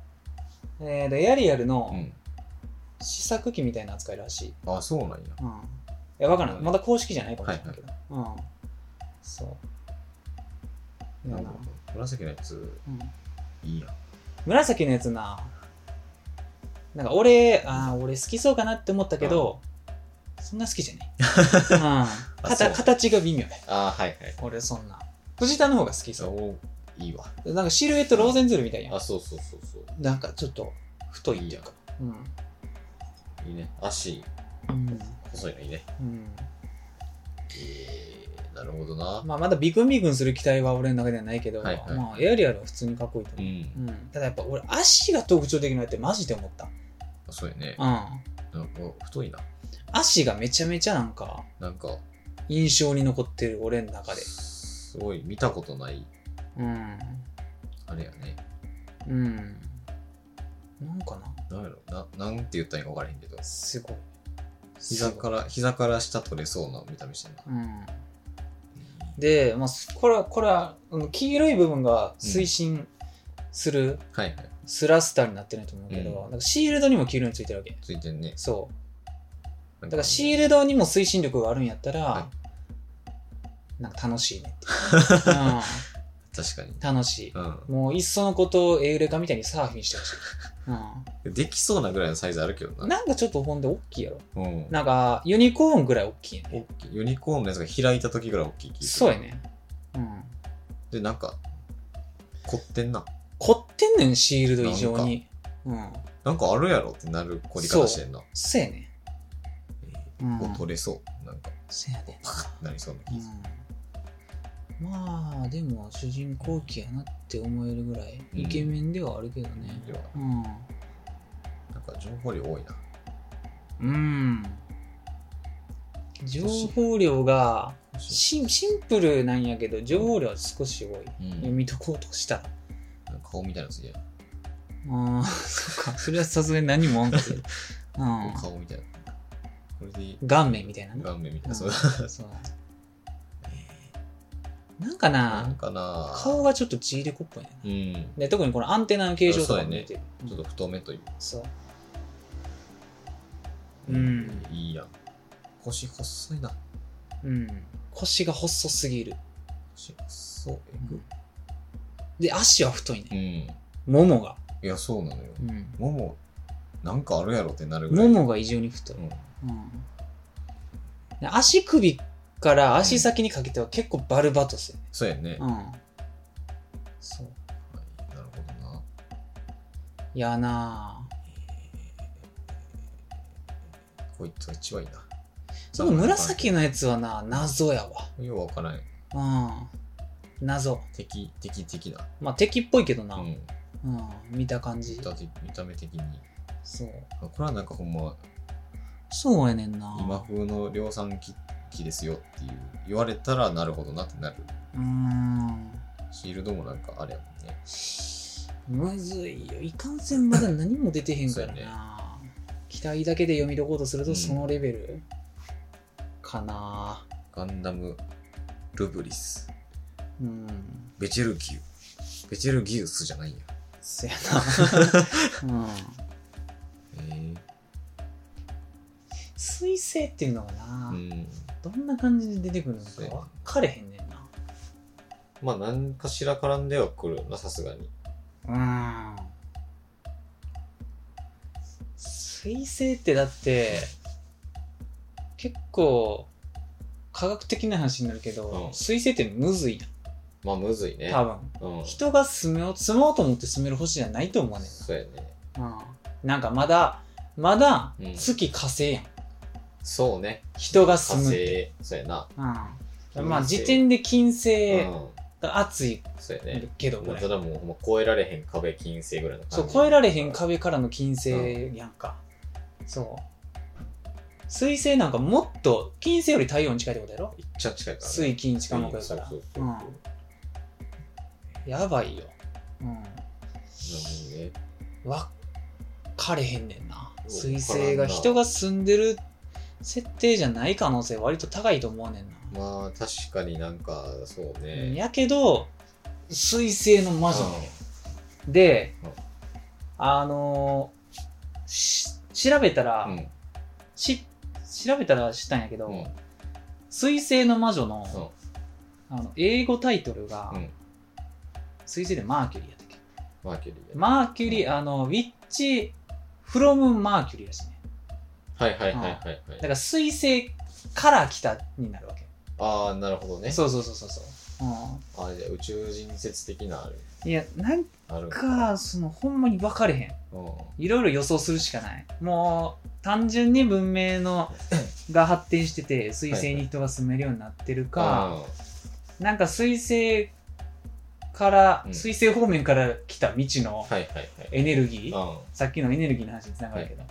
S2: えーと、エアリアル
S1: う
S2: の
S1: ん
S2: 試作機みたいな扱いらしい。
S1: あそうなんや
S2: うん。いや、分からん。まだ公式じゃないかもしれないけど。うん。そう。い
S1: なる
S2: やな
S1: ほ。ど紫のやつ
S2: うん。
S1: いいやん
S2: 紫のやつななんか俺あー俺好きそうかなって思ったけど、そんな好きじゃ
S1: [LAUGHS]
S2: ない、うん、
S1: そ
S2: かた
S1: う
S2: 形が微妙ね
S1: あはいはい
S2: 俺そんな藤田の方が好きそ
S1: そういいわ
S2: うなんかシルエットローゼンズルみたいや
S1: あそうそうそうそ
S2: んなんかちょっと太いっていうか
S1: ういいね足
S2: うん、
S1: 細いのいいね
S2: うん
S1: えー、なるほどな
S2: まあ、まだビクンビクンする機体は俺の中ではないけど、
S1: はいはい
S2: まあ、エアリアルは普通にかっこいいと
S1: う
S2: 思う、
S1: ん
S2: うんただやっぱ俺足が特徴的なってマジで思った、
S1: そうやね
S2: うん、
S1: なんかお太いな
S2: 足がめちゃめちゃなんか
S1: なんか
S2: 印象に残ってる俺の中で、
S1: すごい見たことない
S2: うん、
S1: あれやね
S2: うん。なんかな
S1: なんやろななんて言ったらいいか分からへんけど
S2: すごい。
S1: 膝から膝から下取れそうな見た目してんな
S2: ら。うん。で、まあ、すこれは、これは、うん黄色い部分が推進する
S1: はいはい
S2: スラスターになってると思うけど、
S1: うん
S2: なんかシールドにも黄色についてるわけ。
S1: ついてんね
S2: そう。
S1: だ
S2: だからシー
S1: ル
S2: ルドにも推進力があるんやったら、
S1: は
S2: なんか楽しいねって、う
S1: 確かに
S2: ん。楽しい。
S1: う
S2: もういっそのことエウレカみたいにサーフィンしてほしい。
S1: んできそうなぐらいのサイズあるけど
S2: うん、
S1: な
S2: なんかちょっとほんで大きいやろ。
S1: うん
S2: なんかユニコーンぐらい大きいね。
S1: 大きいユニコーンのやつが開いた時ぐらい大きい気がする
S2: そうやね。うん。
S1: でなんか凝ってんな
S2: 凝ってんねん、シールド異常に。うん。
S1: なんかあるやろってなる凝り方してんな
S2: せやねん。うん
S1: こう取れそうなんか
S2: せやで。
S1: パカッてなりそうな気がす
S2: うん。まあ、でも、主人公機やなって思えるぐらい、
S1: うん
S2: イケメンではあるけど
S1: る、
S2: ね。
S1: では
S2: うん。
S1: なんか情報量多いな
S2: うん。情報量がシン、シンプルなんやけど、情報量は少し多い。
S1: うん
S2: 読みとこうとしたら。
S1: なんか顔みたいなやつ嫌や。
S2: うん、そっか。それはさすがに何も音
S1: [LAUGHS]
S2: 楽。うん。
S1: 顔みたいな。これでいい
S2: 顔面みたいなね。
S1: 顔面みたいな。そううん
S2: そうなんか
S1: なん
S2: な、
S1: かな
S2: 顔がちょっとチーレコっぽいね。
S1: うん。
S2: で特にこのアンテナの形状とかも
S1: そうやね
S2: 似てる。
S1: ちょっと太めという。
S2: そう。うん
S1: いいやん。腰細いな。
S2: うん。腰が細すぎる。
S1: 腰細い。
S2: で、足は太いね
S1: う。ん。い
S2: ももが。
S1: や、そうなのよ。
S2: うん。
S1: もも、なんかあるやろってなるぐらい。
S2: ももが異常に太い。
S1: うん。
S2: うん。で足首から足先にかけては結構バルバトスやね。
S1: そうやね。
S2: う
S1: はい
S2: ん。そう。
S1: なるほどな。
S2: いやなぁ。
S1: こいつが一番いいな。
S2: その紫のやつはな、謎やわ。
S1: ようわからない。
S2: うん。謎。
S1: 敵、敵的な。
S2: まあ、敵っぽいけどな。
S1: う
S2: うん。
S1: ん。
S2: 見た感じ
S1: 見。た見た目的に。
S2: そう。
S1: あこれはなんかほんま、
S2: そうやねんな。
S1: 今風の量産機機ですよっていう言われたらなるほどなってなる
S2: うーん。
S1: シールドもなんかあれやもんね
S2: むずいよ。いかんせんまだ何も出てへんからな。
S1: そうやね
S2: 期待だけで読み解こうとする
S1: う
S2: と
S1: ん
S2: そのレベル、かな
S1: ガンダムルブリス
S2: うん。
S1: ベチェルギウベチェルギウスじゃないんや
S2: そや
S1: [LAUGHS]
S2: な。うん。
S1: へえ
S2: 水星っていうのがな、
S1: うん
S2: どんな感じで出てくるのか分かれへんねんな。
S1: まあ何かしら絡んではくるよなさすがに
S2: うん。水星ってだって、結構、科学的な話になるけど、
S1: うん
S2: 水星ってむずいな、
S1: まあむずいね
S2: 多分。
S1: うん
S2: 人が住めよう、住もうと思って住める星じゃないと思うねん
S1: そうやね
S2: な。うん。なんかまだ、まだ
S1: うん、
S2: 月火星やん。
S1: そうね
S2: 人が
S1: 火
S2: 住むって。
S1: 星そうやな
S2: う
S1: 星
S2: ん。まあ、時点で金
S1: う
S2: 星
S1: ん
S2: が熱い
S1: そうやね
S2: けどぐ
S1: もう
S2: らい
S1: た。だもうほんま超えられへん壁金星ぐらいの感じ
S2: そう、越えられへん壁からの金星やんか。そう。水星なんかもっと、金星より太陽に近いってことやろ
S1: いっちゃ近いからね
S2: 水金近目やか
S1: そう
S2: ら。
S1: そ。うそううん
S2: やばいよ。うん。
S1: なるほどね
S2: 分かれへんねんな。
S1: うん
S2: 水星が人が住んでる設定じゃない可能性割と高いと思うねんな。
S1: まあ確かになんかそうね。
S2: やけど、水星の魔女なのよで
S1: うん、
S2: あのーし調べたら、
S1: うん。
S2: し調べたら知ったんやけど、
S1: うん。
S2: 水星の魔女の,、
S1: そ
S2: あの英語タイトルが、
S1: う。うん。
S2: 水星でマーキュリーやったっけ
S1: マーキュリーだね。
S2: マーキュリー、
S1: うん
S2: あのウィッチフロムマーキュリーらしいね
S1: はいはいはいはい
S2: だ
S1: は
S2: か
S1: い。
S2: ら水星から来たになるわけ
S1: ああ、なるほどね。
S2: そうそうそうそうそう、
S1: あーじゃあ宇宙人説的なある。
S2: うん、いやなん
S1: あるん
S2: かそのほんまに分かれへん
S1: うん。
S2: いろいろ予想するしかないもう単純に文明のが発展してて水星に人が住めるようになってるか、なんか水星から、
S1: うん
S2: 水星方面から来た未知
S1: うん
S2: の
S1: はいはいはい。
S2: エネルギー、
S1: う
S2: さっきのエネルギーの話につながるけど、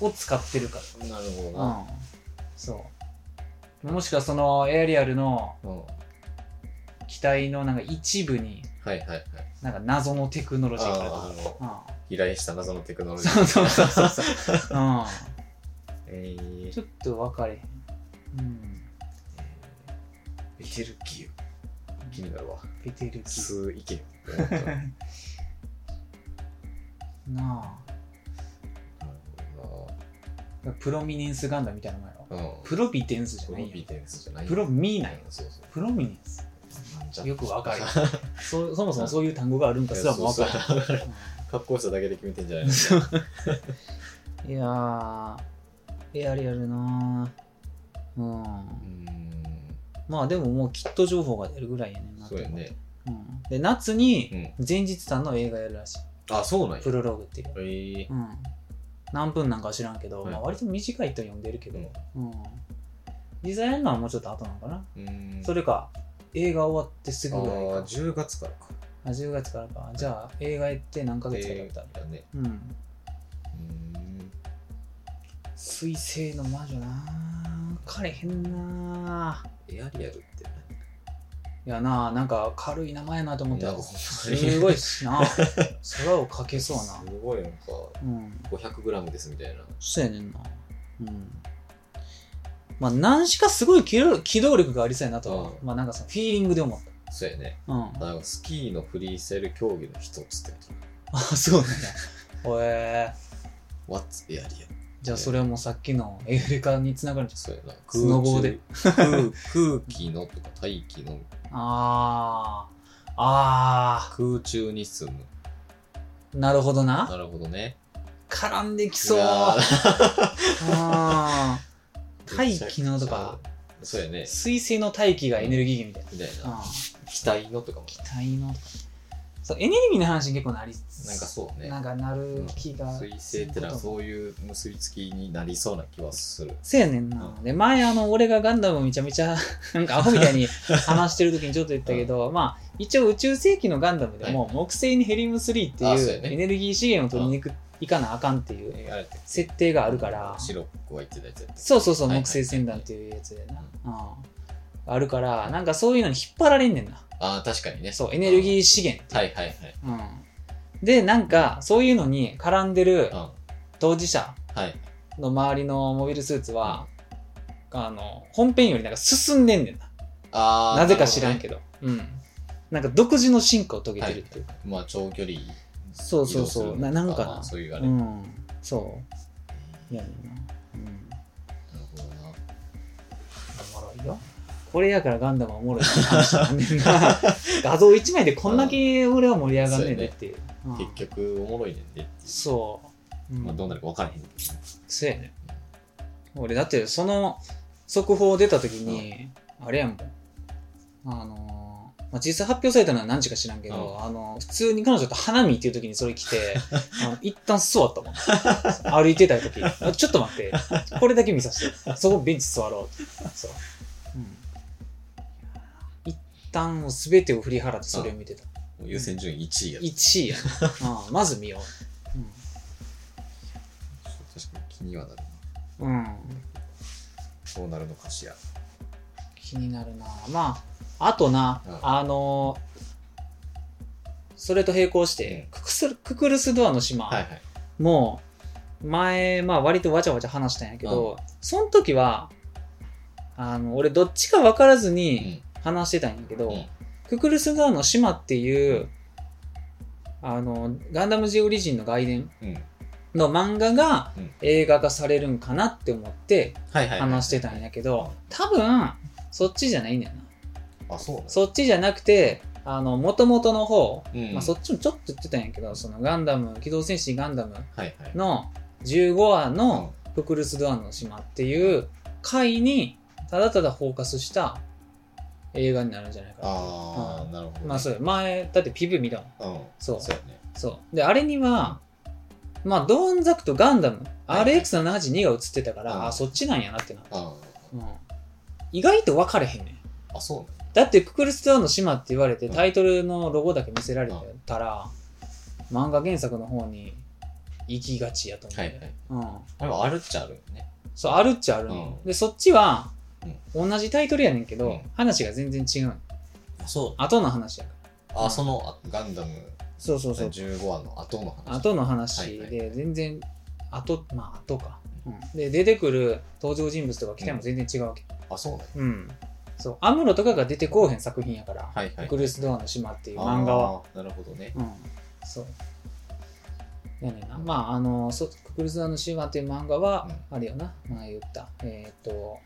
S2: うん、を使ってるか
S1: ん。なるほど
S2: ら、
S1: な。
S2: うん、そうもしくはそのエアリアルの
S1: うん。は
S2: 機体のなんか一部に
S1: いはいはい。
S2: なんか謎のテクノロジーが
S1: ああ、あの、
S2: ある
S1: 依頼した謎のテクノ
S2: う
S1: ロ
S2: ん、
S1: ジー。
S2: そうそうそうそう
S1: う。
S2: そう、うん、
S1: えー
S2: ちょっと分かれへん、うん、
S1: ベテルギウ。気になるわ。
S2: ベテルギ
S1: 数いけよ。なる
S2: な
S1: ほ
S2: あプロミネンスガンダムみたいな名前やろ
S1: どな。うん。
S2: プロビデンスじゃ
S1: プ
S2: な
S1: ロ
S2: い
S1: ビ
S2: や
S1: デンスじゃない
S2: ん
S1: よ
S2: プロミーなんや
S1: そうそう。
S2: プロミネンス
S1: なんじゃ
S2: よくわかる
S1: か
S2: そそもそもそういう単語があるんかすらもわかる
S1: っこよさだけで決めてんじゃないの
S2: いやーエアリアルなーうんまあでももうきっと情報が出るぐらいやねんなと
S1: そう
S2: 思っ
S1: や
S2: て
S1: ね。
S2: うん、で夏
S1: う
S2: に
S1: ん。
S2: 前日さんの映画やるらしい
S1: あ、そうなんや
S2: プ。ロローグっていう、
S1: えー
S2: うん、何分なんかは知らんけど、
S1: はい
S2: まあ、割と短いと読んでるけ
S1: う
S2: ど、
S1: ん
S2: うん、実際やるのはもうちょっと後なのかな、
S1: うん。
S2: それか映画終わってす
S1: あ
S2: ぐぐらい
S1: ー
S2: か
S1: 10月からか。
S2: あ10月からかじゃあ映画行って何ヶ月か経ったら、
S1: だね。
S2: うん
S1: うん。
S2: 水星の魔女なあ分かれへんなあ
S1: エアリアルって何
S2: やななんか軽い名前やなと思っ
S1: い
S2: た
S1: や
S2: ら
S1: ほんます
S2: ごい
S1: [LAUGHS]
S2: しな空をかけそうな
S1: すごいなんか
S2: うん
S1: 500g ですみたいな
S2: そうやねんなうんまあ何しかすごい機動機動力がありそうやなとは、
S1: うん
S2: まあなんかそのフィーリングで思っ
S1: そうやね
S2: たうん
S1: なんかスキーのフリーセル競技の一つってこと
S2: あそうなんだへえ
S1: What's a r e
S2: じゃあそれはもうさっきのエフレカにつながるんじ
S1: そうやな空
S2: スノボーで
S1: 中空空気のとか大気の
S2: ゃんあーあ
S1: 空中に住む
S2: ーなるほどな
S1: なるほどね
S2: 絡んできそう
S1: や
S2: あ
S1: ー
S2: あー大気のとか
S1: そうやね
S2: 水星の大気がエネルギー源みたいな
S1: みたいな
S2: あ
S1: 気体のとかも
S2: ー体のそうエネルギーの話に結構なり
S1: なんかそうね
S2: なんかなる気が
S1: 水星ってのはそういう結びつきになりそうな気はする
S2: そうやねんな。で、前、あの、俺がガンダムめちゃめちゃ、 [LAUGHS] なんかアホみたいに話してる時にちょっと言った
S1: [LAUGHS]
S2: けど、まあ、一応宇宙世紀のガンダムでも、木星にヘリウム3って
S1: あそう
S2: い
S1: や
S2: う
S1: ね
S2: エネルギー資源を取りに行く、行かなあかんっていう
S1: えあれって
S2: 設定があるから、
S1: シロップが言ってたやつやった
S2: そうそうそう、
S1: はい
S2: 木星船団っていうやつでな。うんあるから、なんかそういうのに引っ張られんねんな。
S1: ああ確かにね
S2: そう、エネルギー資源。
S1: ーはいはいはい
S2: うん。で、なんか、そういうのに絡んでる
S1: うん
S2: 当事者
S1: はい
S2: の周りのモビルスーツは、あの、本編よりなんか進んでんねんな。
S1: あー
S2: なぜか知らんけどうん。なんか独自の進化を遂げてるっていうか、
S1: なるほどねまあ長距離移動
S2: そうそう
S1: す
S2: そ
S1: る
S2: う
S1: の
S2: ななんか
S1: ま
S2: な
S1: あそういうあ
S2: う
S1: れなる
S2: んそういやねんなうん
S1: ほどな
S2: おもろいよこれやからガンダムはおもろいって話なんねんな
S1: [LAUGHS]
S2: 画像一枚でこんだけ俺は盛り上がんねんでっていううん
S1: 結局おもろいねんでっていう
S2: そう、うん
S1: まあどうなるか分からへんけど
S2: そうやね俺だってその速報出た時に、あれやもんあのーまあ、実際発表されたのは何時か知らんけど、あの普通に彼女と花見っていう時にそれ着 [LAUGHS] てあの一旦座ったもん歩いてた時あちょっと待ってこれだけ見させてそこベンチ座ろうそう、うん、一旦もう全てを振り払ってそれを見てた
S1: もう優先順位1位やった
S2: 1位やね、 [LAUGHS] うん、まず見よう、うん
S1: 確かに気にはなるな
S2: うん、
S1: どうなるのかしら
S2: 気になるなまああとな、
S1: うん
S2: あのそれと並行して、ククスククルスドアの島
S1: はいはい
S2: もう前、まあ、割とわちゃわちゃ話したんやけど、その時はあの俺どっちか分からずに話してたんやけど、
S1: うん
S2: ククルスドアの島っていうあのガンダムジオリジンの外伝
S1: うんうん
S2: の漫画が
S1: うん
S2: 映画化されるんかなって思って
S1: はいはい
S2: 話してたんやけど、多分そっちじゃないねんな
S1: あそうなの
S2: そっちじゃなくて、あの、元々の方、
S1: うん
S2: まあそっちもちょっと言ってたんやけど、そのガンダム、機動戦士ガンダム
S1: はいはい
S2: の15話の
S1: う
S2: フクルス・ドアンの島っていう回に、ただただフォーカスした映画になるんじゃないかな。
S1: あ
S2: う
S1: あなるほどね
S2: まあそうよ。前、だって PV 見たもん。
S1: うん
S2: そう
S1: そうやね
S2: そう。で、あれには、まあドーンザクとガンダム、
S1: はい
S2: RX782 が映ってたから、
S1: うん
S2: あ、そっちなんやなってな。
S1: あ
S2: うん。意外と分かれへんねん。
S1: ーあそうなの
S2: だってククルス・ドアの島って言われて
S1: うん
S2: タイトルのロゴだけ見せられたら、漫画原作の方に行きがちやと思う、
S1: はいはい
S2: うん、
S1: でもあるっちゃあるよね
S2: そうあるっちゃあるね、
S1: うん
S2: でそっちは同じタイトルやねんけど、
S1: うん
S2: 話が全然違う
S1: あそう
S2: 後の話やから
S1: あそのあガンダム
S2: そうそうそう
S1: 15話の後の話
S2: 後の話
S1: はい
S2: で全然後まあ後か、うんで出てくる登場人物とか期待も全然違うわけ
S1: あそうなの
S2: うん、そうアムロとかが出てこうへん作品やから、
S1: はいはい
S2: ククルス・ドアの島っていう漫画
S1: あ
S2: は
S1: ーなるほどね
S2: うん、そう。やねんな。まあ、あの、そククルス・アのシーマっていう漫画は、あれよな、前言った。えーっ、と、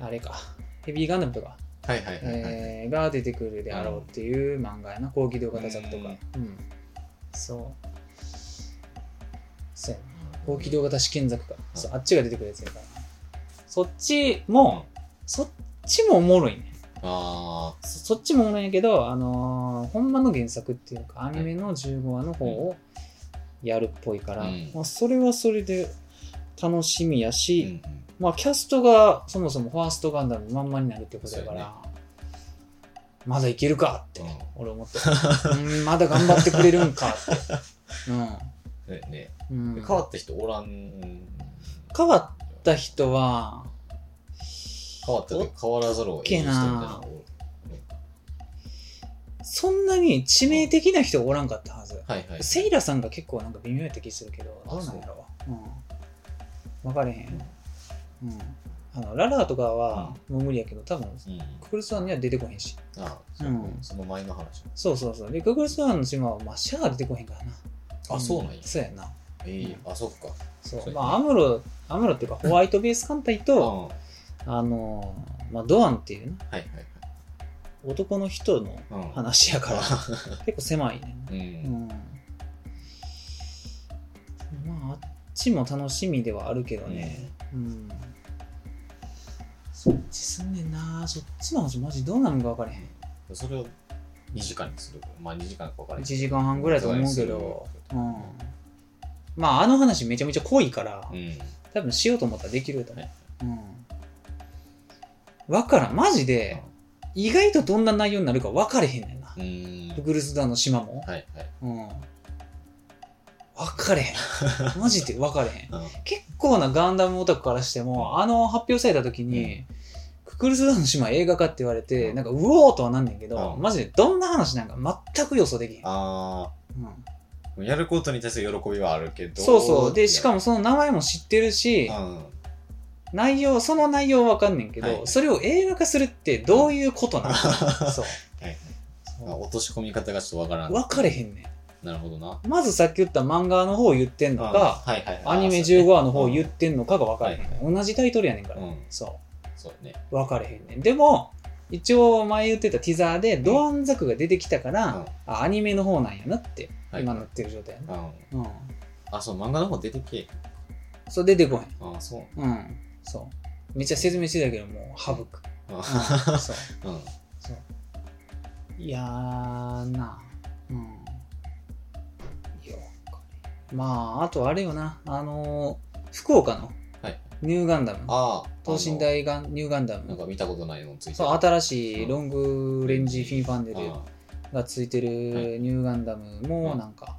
S2: あれか、ヘビーガンダムとか、
S1: はいはいはいはい
S2: えーが出てくるであろうっていう漫画やな、高機動型作とか。うん。そう。そうやな。高機動型試験作か。そう、あっちが出てくるやつやからな。そっちも、そっちもおもろいね。
S1: あ
S2: そそっちもおもろいんやけど、あのー、ほんまの原作っていうかアニメの15話の方をやるっぽいから、
S1: うん
S2: まあ、それはそれで楽しみや
S1: あ、
S2: し、
S1: うんうん
S2: まあ、キャストがそもそもファーストガンダムまんまになるってことだから、
S1: そうやね
S2: まだいけるかって、
S1: うん
S2: 俺思って、うん、まだ頑張ってくれるんか
S1: [LAUGHS]
S2: って、
S1: ねね
S2: うんう
S1: 変
S2: ん、
S1: わった人おらん
S2: 変わった人は
S1: 変わったというか変わらざるを得ない人みたいなのおる
S2: そんなに致命的な人はおらんかったはず、
S1: はいはい。
S2: セイラさんが結構なんか微妙やった気するけどどうなんやろう、うん、分かれへん、うん、あのララーとかはもう無理やけど多分
S1: うん。
S2: ククルスワンには出てこへんし
S1: あそう
S2: うん
S1: その前の話。
S2: そうそうそうでククルスワンの島は、まあ、シャアは出てこへんからな
S1: あ、そうなんや。
S2: そうやな
S1: ええ、あ、そっか。そう
S2: そう
S1: やね
S2: まあアムロアムロっていうかホワイトベース艦隊と、
S1: は
S2: あのーまあ、ドアンっていうね
S1: いはい
S2: 男の人の
S1: はい。うん。
S2: 話やから結構狭いね
S1: [LAUGHS] う。
S2: うんんまああっちも楽しみではあるけどねうんそっちすんねんなそっちの話マジどうなるのか分からへん
S1: それを2時間にする。まあ2時間か分からへん。
S2: 1時間半ぐらいだと思うけどうんまああの話めちゃめちゃ濃いから
S1: うん。
S2: 多分しようと思ったらできると
S1: は
S2: 思
S1: い。
S2: ううん分からんマジで意外とどんな内容になるか分かれへんねんな
S1: うん。
S2: ルグルスダの島も
S1: はいはい。
S2: うん分かれへ
S1: [LAUGHS]
S2: んマジで分かれへん
S1: うん
S2: 結構なガンダムオタクからしても、あの発表された時に、ククルスダンの島映画化って言われて、
S1: うん
S2: なんかうおーとはなんねんけど、
S1: うん
S2: マジでどんな話なんか全く予想できへん。
S1: あ
S2: う
S1: あ、
S2: ん
S1: やることに対する喜びはあるけど。
S2: そうそう。で、しか
S1: も、
S2: もその名前も知ってるし、
S1: う
S2: 内容、その内容はわかんねんけど、
S1: はい
S2: それを映画化するってどういうこと
S1: [LAUGHS]
S2: なの、そう。
S1: はい
S2: そ
S1: ん。あ
S2: う
S1: 落とし込み方がちょっとわからん。
S2: 分かれへんね
S1: なるほどな。
S2: ん。まずさっき言った漫画の方言ってんのか、
S1: はいはいはい。
S2: アニメ
S1: あそう
S2: 15話の方言ってんのかが分かれへん。
S1: はい
S2: 同じタイトルやねんから。
S1: ねうん。
S2: そう。
S1: そうね。
S2: 分かれへんねんでも一応前言ってたティザーでドアンザクが出てきたから、
S1: うん
S2: あアニメの方なんやなって
S1: はい
S2: 今なってる状態やな、
S1: うん。
S2: うん
S1: あ、そう、漫画の方出てけえへん。
S2: そう出てこ
S1: ああ、そう。
S2: へんうんそうめっちゃ説明してたけどもう省く、
S1: あ
S2: うんそう
S1: ーうん。
S2: いやーなうんいやまああとあれよなあのー福岡の
S1: はい
S2: ニューガンダム、
S1: ああ。
S2: 等身大ガンニューガンダ
S1: あの。なん
S2: ム
S1: か見たことないのついてる
S2: そう新しい
S1: うん
S2: ロングレンジフィンファンデル、
S1: あ
S2: がついて
S1: はい
S2: るニューガンダムも
S1: うん
S2: なんか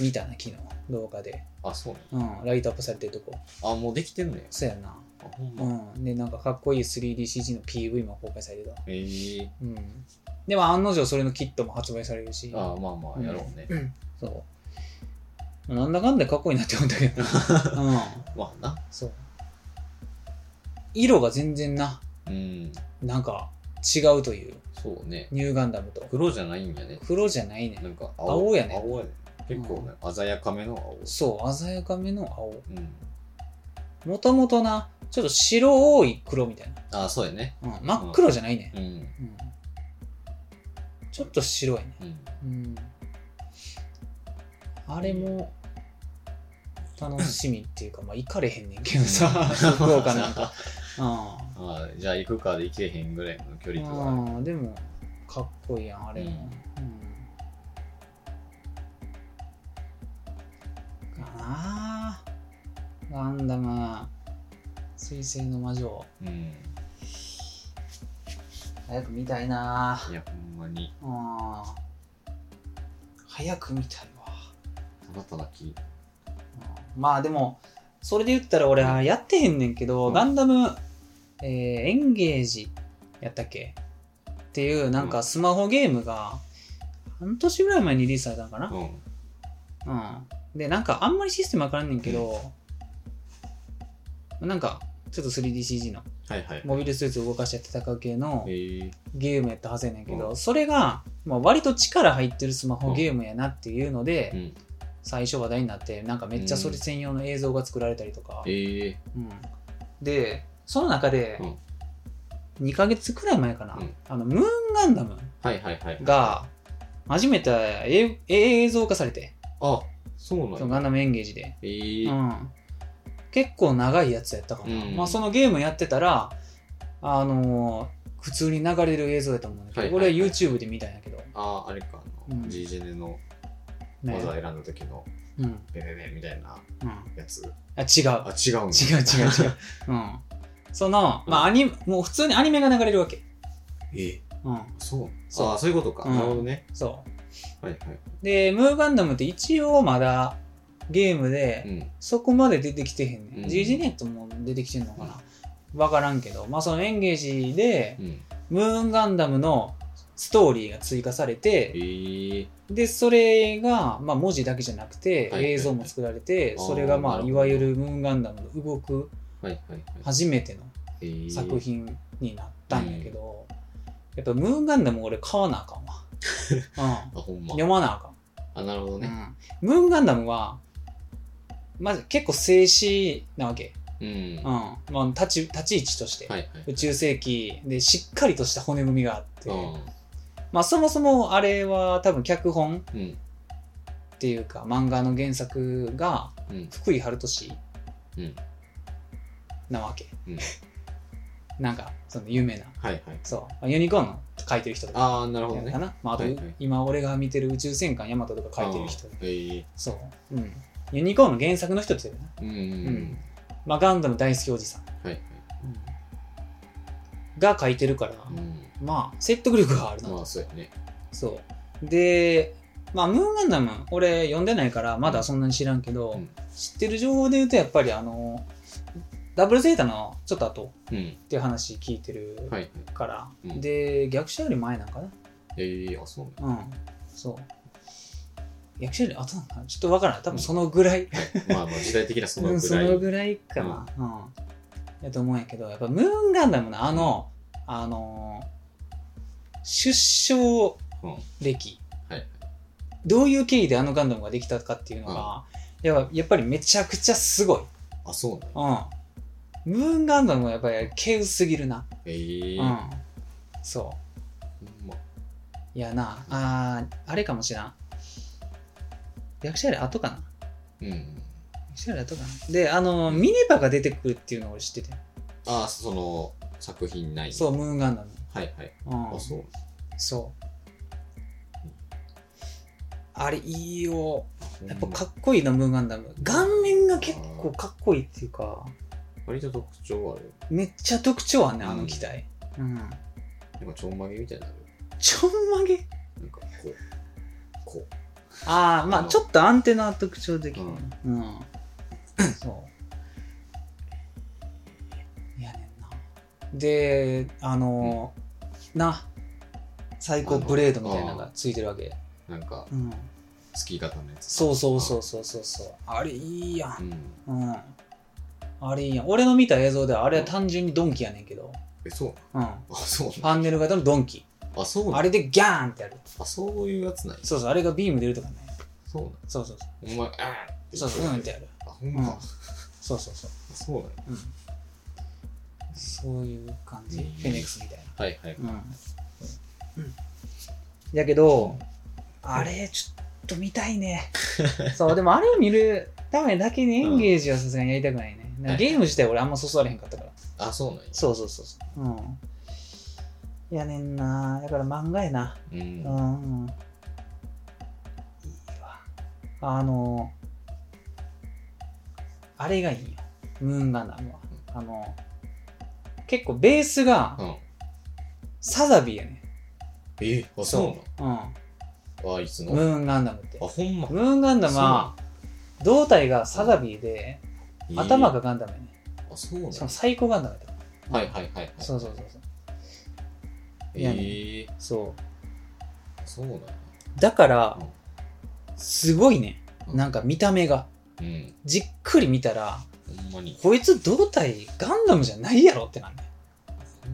S2: 見たな昨日動画で、
S1: あ、そうね。
S2: うん、ライトアップされてるとこ
S1: あ、もうできてんね
S2: そうやな、
S1: あ、ほんま。
S2: うん、でなんかかっこいい 3DCG の PV も公開されてた、
S1: ええ
S2: うん、でも案の定それのキットも発売されるし
S1: ああ、まあまあ、やろうね。
S2: そうなんだかんだかっこいいなって思ったけ
S1: [LAUGHS]
S2: ど、うん、
S1: まあな。
S2: そう色が全然な
S1: うん。
S2: なんか違うという
S1: そうね。
S2: ニューガンダムと
S1: 黒じゃないんやね。
S2: 黒じゃないね
S1: なんか
S2: 青やね
S1: 青やね。結構ね、鮮やかめの青。
S2: そう鮮やかめの青
S1: うん。
S2: もともとな、ちょっと白多い黒みたい
S1: ああ、そうやね。
S2: な。うん、真っ黒じゃないね、
S1: うん。
S2: うんちょっと白いね。
S1: うん。
S2: うん、あれも楽しみっていうか、まあ、行かれへんねんけど [LAUGHS] さ、福岡なんか。う
S1: [LAUGHS] ああ、じゃあ行くかで行けへんぐらいの距離とか。
S2: んうん。でも、かっこいいやん、あれも。うんかなぁ。ガンダム、水星の魔女。
S1: うん。
S2: 早く見たいない
S1: や、ほんまに、
S2: ぁうん早く見たいわ、
S1: ただただき。
S2: うんまあでもそれで言ったら俺はやってへんねんけど、
S1: うん
S2: ガンダム、えーエンゲージやったっけっていうなん
S1: う
S2: か
S1: ん
S2: スマホゲームが半年ぐらい前にリリースされたのか
S1: う
S2: な、
S1: ん。
S2: うん、でなんかあんまりシステムわからんねんけど、なんかちょっと 3DCG の
S1: はいはい。
S2: モビルスーツを動かして戦う系の
S1: ええ
S2: ゲームやったはずやねんけど、
S1: う
S2: それが、まあ、割と力入ってるスマホゲームやなっていうので、
S1: うん。
S2: 最初話題になってなんかめっちゃそれ専用の映像が作られたりとか、
S1: ええ
S2: うんでその中で
S1: うん
S2: 2ヶ月くらい前かな、
S1: うん
S2: あのムーンガンダム
S1: はいはいはい。
S2: が初めてえ映像化されて、
S1: あ、そうな
S2: その
S1: ん
S2: ガ
S1: だ。
S2: ンダムエンゲージで、
S1: ええ
S2: うん、結構長いやつやったかな、
S1: うん
S2: まあ、そのゲームやってたらあのー普通に流れる映像やと思うんだけど、
S1: はいはいはい
S2: これは YouTube で見たんやけど、
S1: ああ、あれか、あ
S2: う
S1: の、
S2: ん
S1: G ジェネの
S2: ね
S1: 技選んだ時の、
S2: うんうん、
S1: ベベベみたいなやつ。
S2: あ違う
S1: あ、違うんだ
S2: 違う違う違う。うん。その、まあ、アニメ、もう普通にアニメが流れるわけ。
S1: [LAUGHS] ええ
S2: うん。
S1: そう。
S2: そう
S1: ああ、そういうことか。
S2: うん
S1: なるほどね。
S2: そ
S1: はいはい。
S2: う。で、ムーガンダムって一応まだゲームで、
S1: うん。
S2: そこまで出てきてへんね
S1: うん
S2: ん。ジージネットも出てきてんのかな。わからんけど、まあ、そのエンゲージで、
S1: うん。
S2: ムーンガンダムのストーリーが追加されて、
S1: ええ
S2: でそれが、まあ、文字だけじゃなく
S1: はい
S2: て
S1: はいはい
S2: 映像も作られて、
S1: あー
S2: それが、ま
S1: な
S2: あ、
S1: るほ
S2: い
S1: ど
S2: わゆるムーンガンダムの動く
S1: はいはいは
S2: 初めての
S1: い。へー
S2: 作。品になったんやけど、やっぱムーンガンダム俺買わなあか
S1: [LAUGHS]
S2: んわ、
S1: あ、ほん
S2: うん、
S1: ま。
S2: 読まなあか
S1: あ、なるほど
S2: ん、
S1: ね。
S2: うん、ムーンガンダムはまず結構静止なわけ、
S1: うん。
S2: うん
S1: は
S2: まあ、立ち立ち位置として、
S1: いはい。
S2: 宇宙世紀でしっかりとした骨組みがあって、
S1: うん。
S2: まあ、そもそもあれは多分脚本
S1: うん。
S2: っていうか漫画の原作が
S1: うん。
S2: 福井春俊
S1: うん
S2: なわけ、
S1: うん
S2: なんかその有名な
S1: はいはい。
S2: そうまあユニコーンの書いてる人とか
S1: ああ、なるほどね
S2: か。な、まあ、あと、
S1: はいはい
S2: 今俺が見てる宇宙戦艦ヤマトとか書いてる人
S1: あーへえ
S2: そう、うん、ユニコーンの原作の人って言うよな、
S1: うんうん。
S2: まあ、ガンダム大好きおじさん、
S1: はいはい。
S2: が書いてるから、
S1: うん。
S2: まあ説得力があるな、
S1: まあ、そうやね。
S2: そうでまあムーンガンダム俺読んでないからまだそんなに知らんけど、
S1: うん
S2: 知ってる情報で言うとやっぱりあのダブルゼータのちょっと後
S1: うん。
S2: っていう話聞いてる
S1: はいはい。
S2: から、
S1: うん
S2: で逆者より前なんかな
S1: ええ、あ、そうなんだ
S2: うんそう逆者より後なんかなちょっとわからない多分そのぐらい、
S1: まあまあ、時代的なその
S2: [LAUGHS] うん、
S1: ぐ
S2: そ
S1: らい。
S2: のぐらいかな、うんやと思うんやけどやっぱムーンガンダムのあの、あのー出生
S1: うん。
S2: 歴、
S1: はい
S2: どういう経緯であのガンダムができたかっていうのが、やっぱやっぱりめちゃくちゃすごい、
S1: あ、そうなんだ。
S2: うん、ムーンガンダムはやっぱり軽薄すぎるな、
S1: ええ。
S2: う
S1: ほん
S2: ん、そう
S1: ま
S2: いやなあーあれかもしらん役者より後かな
S1: うん。
S2: 役者より後かなであのミネバが出てくるっていうのを知ってて
S1: ああ、その作品内に
S2: そうムーンガンダム、
S1: はいはい。
S2: うん、
S1: あ、そう。
S2: そうあれいいよやっぱか
S1: っ
S2: っこいいなムーンガンダム顔面が結構かっこいいっていうか
S1: 割と特徴ある。
S2: めっちゃ特徴あんねあの機体、うん、
S1: なんかちょんまげみたいになる。
S2: ちょんまげ
S1: なんかこう。こう。
S2: ああま
S1: あ
S2: あ
S1: の
S2: ちょっとアンテナは特徴的ね [COUGHS] うん、そういやねんなであのーな最高ブレードみたいなのがついてるわけ、
S1: なんか、
S2: うん、
S1: 月型のやつ。
S2: そうそうそうそうそうそうあれいいやん
S1: うん。
S2: うんあれいいやん俺の見た映像ではあれは単純にドンキやねんけど、
S1: え、そう
S2: う
S1: [LAUGHS]
S2: ん、
S1: あ、そうな
S2: パンネル型のドンキ
S1: のあ、そうなの
S2: あれでギャーンってやる
S1: あ、そういうやつない。
S2: そうそうあれがビーム出るとかね
S1: そうなの
S2: そうそう
S1: お前、あーって
S2: そうそうそううんってやる
S1: あ、ほんま。
S2: うん
S1: あ
S2: そうそうそう、
S1: そうなの
S2: うん、そういう感じ、
S1: うん
S2: フェネックスみたい
S1: はいはい。
S2: なうん、うん、やけどあれちょっと見たい [LAUGHS] ねそうでもあれを見るためだけにエンゲージはさすがにやりたくないねなんかゲーム自体俺あんまそそられへんかったから
S1: あ、そうなんや。
S2: そうそうそうそううんやねんなだから漫画やな
S1: う。
S2: うんん、いいわあのあれがいいよムーンガンダムはあの結構ベースが
S1: うん。
S2: サザビーやね
S1: え、あ、そう
S2: うん
S1: うなのあ、いつ
S2: ム
S1: の
S2: ーンガンダムって
S1: あ、ほんま。
S2: ムーンガンダムは胴体がサザビーで
S1: えー
S2: 頭が。ガンダムやね
S1: あ、そうなの
S2: しかもサイコガンダムやった
S1: はいはいはいはい。
S2: そうそうそうそう
S1: え
S2: やね
S1: ー
S2: そ
S1: そうなの
S2: うだから
S1: うん
S2: すごいね
S1: うん
S2: なんか見た目が
S1: うん。
S2: じっくり見たら
S1: ほんまに。
S2: こいつ胴体ガンダムじゃないやろってなんね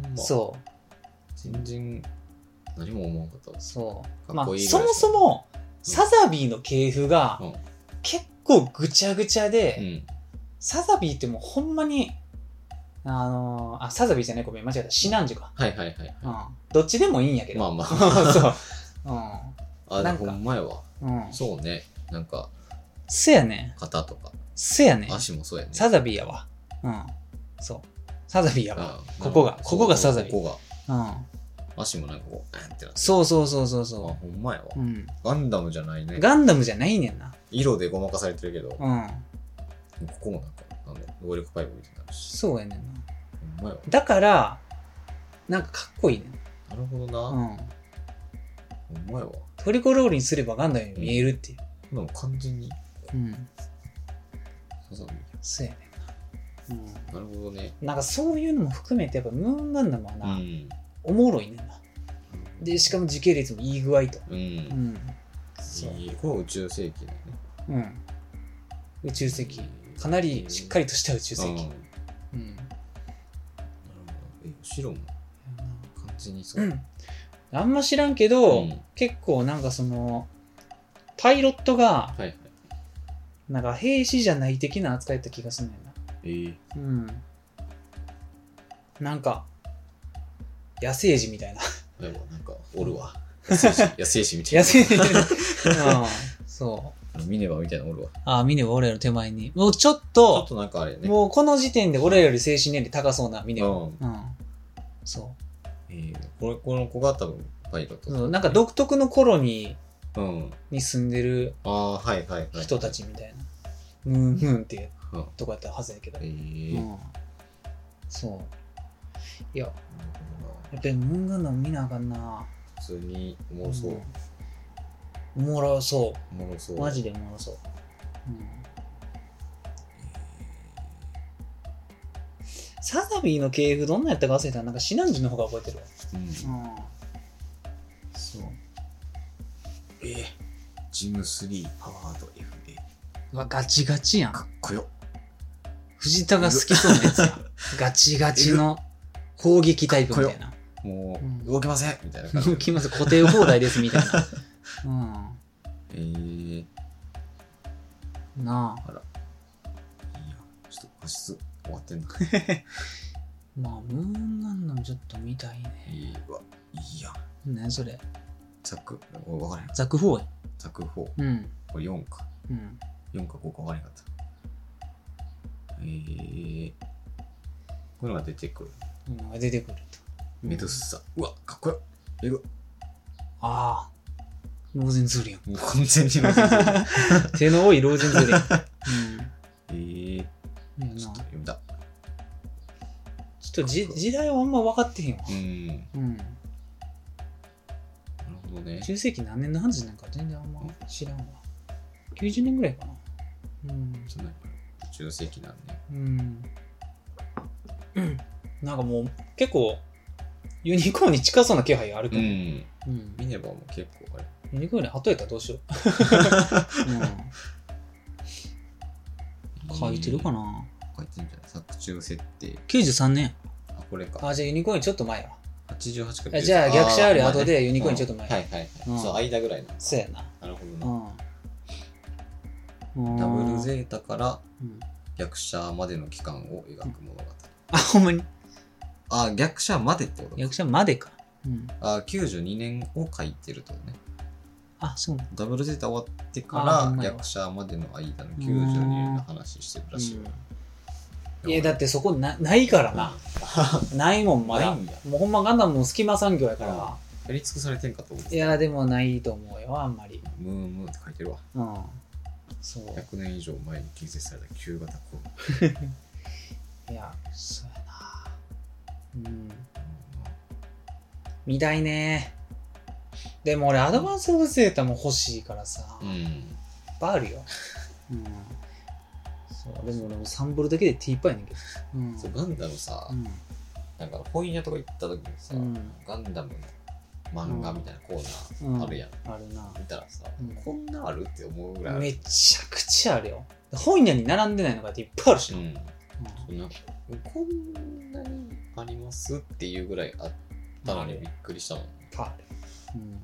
S1: ほんま。
S2: そう
S1: 全然何も思わなかったです。
S2: そう。
S1: か
S2: ま
S1: っ
S2: あ
S1: こいい、ぐ
S2: そ
S1: らい
S2: も
S1: です
S2: そ
S1: ね
S2: も、サザビーの系譜が
S1: うん、
S2: 結構ぐちゃぐちゃで、
S1: うん。
S2: サザビーってもうほんまに、あのーあ、サザビーじゃない、ごめん、間違えた。シナンジュか。
S1: はいはいはい。
S2: うん。どっちでもいいんやけど。
S1: まあま
S2: [LAUGHS] そう
S1: [LAUGHS] あ。。あ、で
S2: なん
S1: も
S2: か
S1: ほんまやわ。
S2: うん。うん。
S1: そうね。なんか、
S2: せやね。
S1: 肩とか、
S2: せやね。
S1: 足もそうやね。
S2: サザビーやわ。うん。そう。サザビーやわ。
S1: あ
S2: ここが
S1: なんか
S2: ここがサザビ
S1: ここ
S2: うん。
S1: が。足もなんかこう、あんってなって。
S2: そうそうそうそう
S1: あ、
S2: そ
S1: ほんまやわ
S2: う。う。ん。
S1: ガンダムじゃないね。
S2: ガンダムじゃないねんな。
S1: 色でごまかされてるけど、こ
S2: うん。
S1: こもなんか、なんだろう能力回復みたいになるし。
S2: そうやねんな。
S1: ほんまやわ。
S2: だから、なんかかっこいいねん。
S1: なるほど
S2: う
S1: な。
S2: ん。
S1: ほんまやわ。
S2: トリコロールにすればガンダムに見えるっていう。
S1: でも完全に、
S2: うん。
S1: サザビー
S2: そうやねんな。
S1: なるほどね。
S2: うん。なんかそういうのも含めて、やっぱムーンガンダムは
S1: う
S2: な、
S1: ん。
S2: おもろいねんな。でしかも時系列もいい具合と、
S1: うん。
S2: うん
S1: す
S2: そう
S1: ごい宇宙世紀だよね。
S2: うん、宇宙石かなりしっかりとした宇宙石、
S1: うんなるほど
S2: うん
S1: え、白も完全にそうう。
S2: んあんま知らんけど、
S1: うん
S2: 結構なんかそのパイロットが
S1: はいはい。
S2: なんか兵士じゃない的な扱いだった気がするんだよ
S1: えー、
S2: なうんなんか野生児みたいな [LAUGHS]
S1: でもなんか、おるわ。野生児野生児みたい
S2: 野
S1: な。
S2: 生児うんそう
S1: ミネバみたいなのおるわ。ち
S2: ああミネは俺らの手前にもうちょっ
S1: ょっ
S2: と
S1: となんかあれやね。
S2: もうこの時点で俺らより精神年齢高そうなミネは
S1: うん。
S2: うんそう
S1: えー、これこの子が多分パイロットだね、
S2: そうなんか独特のコロニ
S1: うん。
S2: ーに住んでる
S1: ああ、はいはいはい。
S2: 人た。ちみたいな、ムーンムーンっていう
S1: うん、
S2: とこやったはずやけど、
S1: えー
S2: うん、そういややっぱりムーンガンダム見なあかんな
S1: 普通におもろそう。
S2: おもろそ
S1: おもろそうう。
S2: マジでおもろそう、うん、サザビーの系譜どんなんやったか忘れたななんかシナンジの方が覚えてるわ、
S1: うん、
S2: うん、そう
S1: えー、ジム3パワード FA。
S2: うわガチガチやん
S1: かっこよ。
S2: 藤田が好きそうなや [LAUGHS] つやガチガチの攻撃タイプみたいな
S1: もう、
S2: うん
S1: 動けませんみたいな感じ。
S2: 動きます固定放題ですみたいな
S1: えー、いい
S2: うんなあ
S1: や。ちょっと画質終わってんな。
S2: まあムーンガンダムちょっと見たいね
S1: いいわ。いいや。
S2: 何それ
S1: ザク、おわからへん。
S2: ザクフォーや
S1: ザク4。
S2: うん
S1: これ4か。
S2: うん
S1: 4か5か分からへんかった。えー、こういうのが出てくる。
S2: うん出てくると
S1: メドゥッサ。うわ、かっこよ。えぐ。
S2: ああローゼンズーリや
S1: もう完全にメドゥッサ。
S2: ん手の多いローゼン
S1: [LAUGHS]
S2: ズーリやん
S1: えー、
S2: うんいやな
S1: ちょっと読んだ。
S2: ちょっとじ時代はあんま分かってへんわ
S1: うん。なる
S2: うん
S1: ほどね。
S2: 中世紀何年何時なんか全然あんま知らんわ90年ぐらいかなうん
S1: そんなに宇宙世紀なんね。
S2: うんなんか [COUGHS] もう結構ユニコーンに近そうな気配あるか
S1: う
S2: も、
S1: ん。
S2: うん
S1: ミネバも結構あれ。
S2: ユニコーンに後やったらどうしよ
S1: [LAUGHS]
S2: う、うん、書いてるか
S1: な
S2: な
S1: 書いてるんじゃない作中設定。
S2: 93年
S1: あ、これか。
S2: あじゃあユニコーンよりちょっと前やわ
S1: 88か
S2: あじゃあ逆者より
S1: あー
S2: 後でユニコーンにちょっと前
S1: はいはいはい。
S2: うん
S1: そう、間ぐらいなんだ
S2: そうやな
S1: なるほどな。
S2: うん
S1: ダブルゼータから
S2: うん
S1: 逆者までの期間を描く物語。
S2: あほんまに
S1: あ、逆者までってこと
S2: 役者までか、うん、
S1: あ、92年を書いてるってことね。
S2: あそうなん
S1: ダブルゼータ終わって
S2: あほ
S1: か
S2: ん
S1: ら
S2: まや
S1: 逆者までの間の92年の話してるらしいわ。
S2: いやだってそこなないからな、ないもんまだ
S1: ないんだ
S2: もうほんまガンダムも隙間産業やから、
S1: やり尽くされてんかと思っ
S2: い
S1: て。
S2: やでもないと思うよあんまり
S1: ムーンムーンって書いてるわ。
S2: うんそう
S1: 100年以上前に建設された旧型コロナ。
S2: いや、そうやな。うん。見たいね。でも俺、アドバンス・オブ・ゼータも欲しいからさ、
S1: う
S2: いっ
S1: ん。
S2: ぱいあるよ。うん。そう、でも俺もサンブルだけでティーパーやねんけど。うん。
S1: そうガンダムさ、
S2: うん
S1: なんか本屋とか行った時にさ、
S2: うん
S1: ガンダムの漫画みたいなコーナーあるやん。
S2: あるな。
S1: 見たらさ、
S2: うん
S1: こんなあるって思うぐらいある。
S2: めちゃくちゃあるよ。本屋に並んでないのがっていっぱいあるし
S1: う
S2: な。
S1: ん。なんかこんなにありますっていうぐらいあったのにびっくりしたもん。
S2: パール。うん。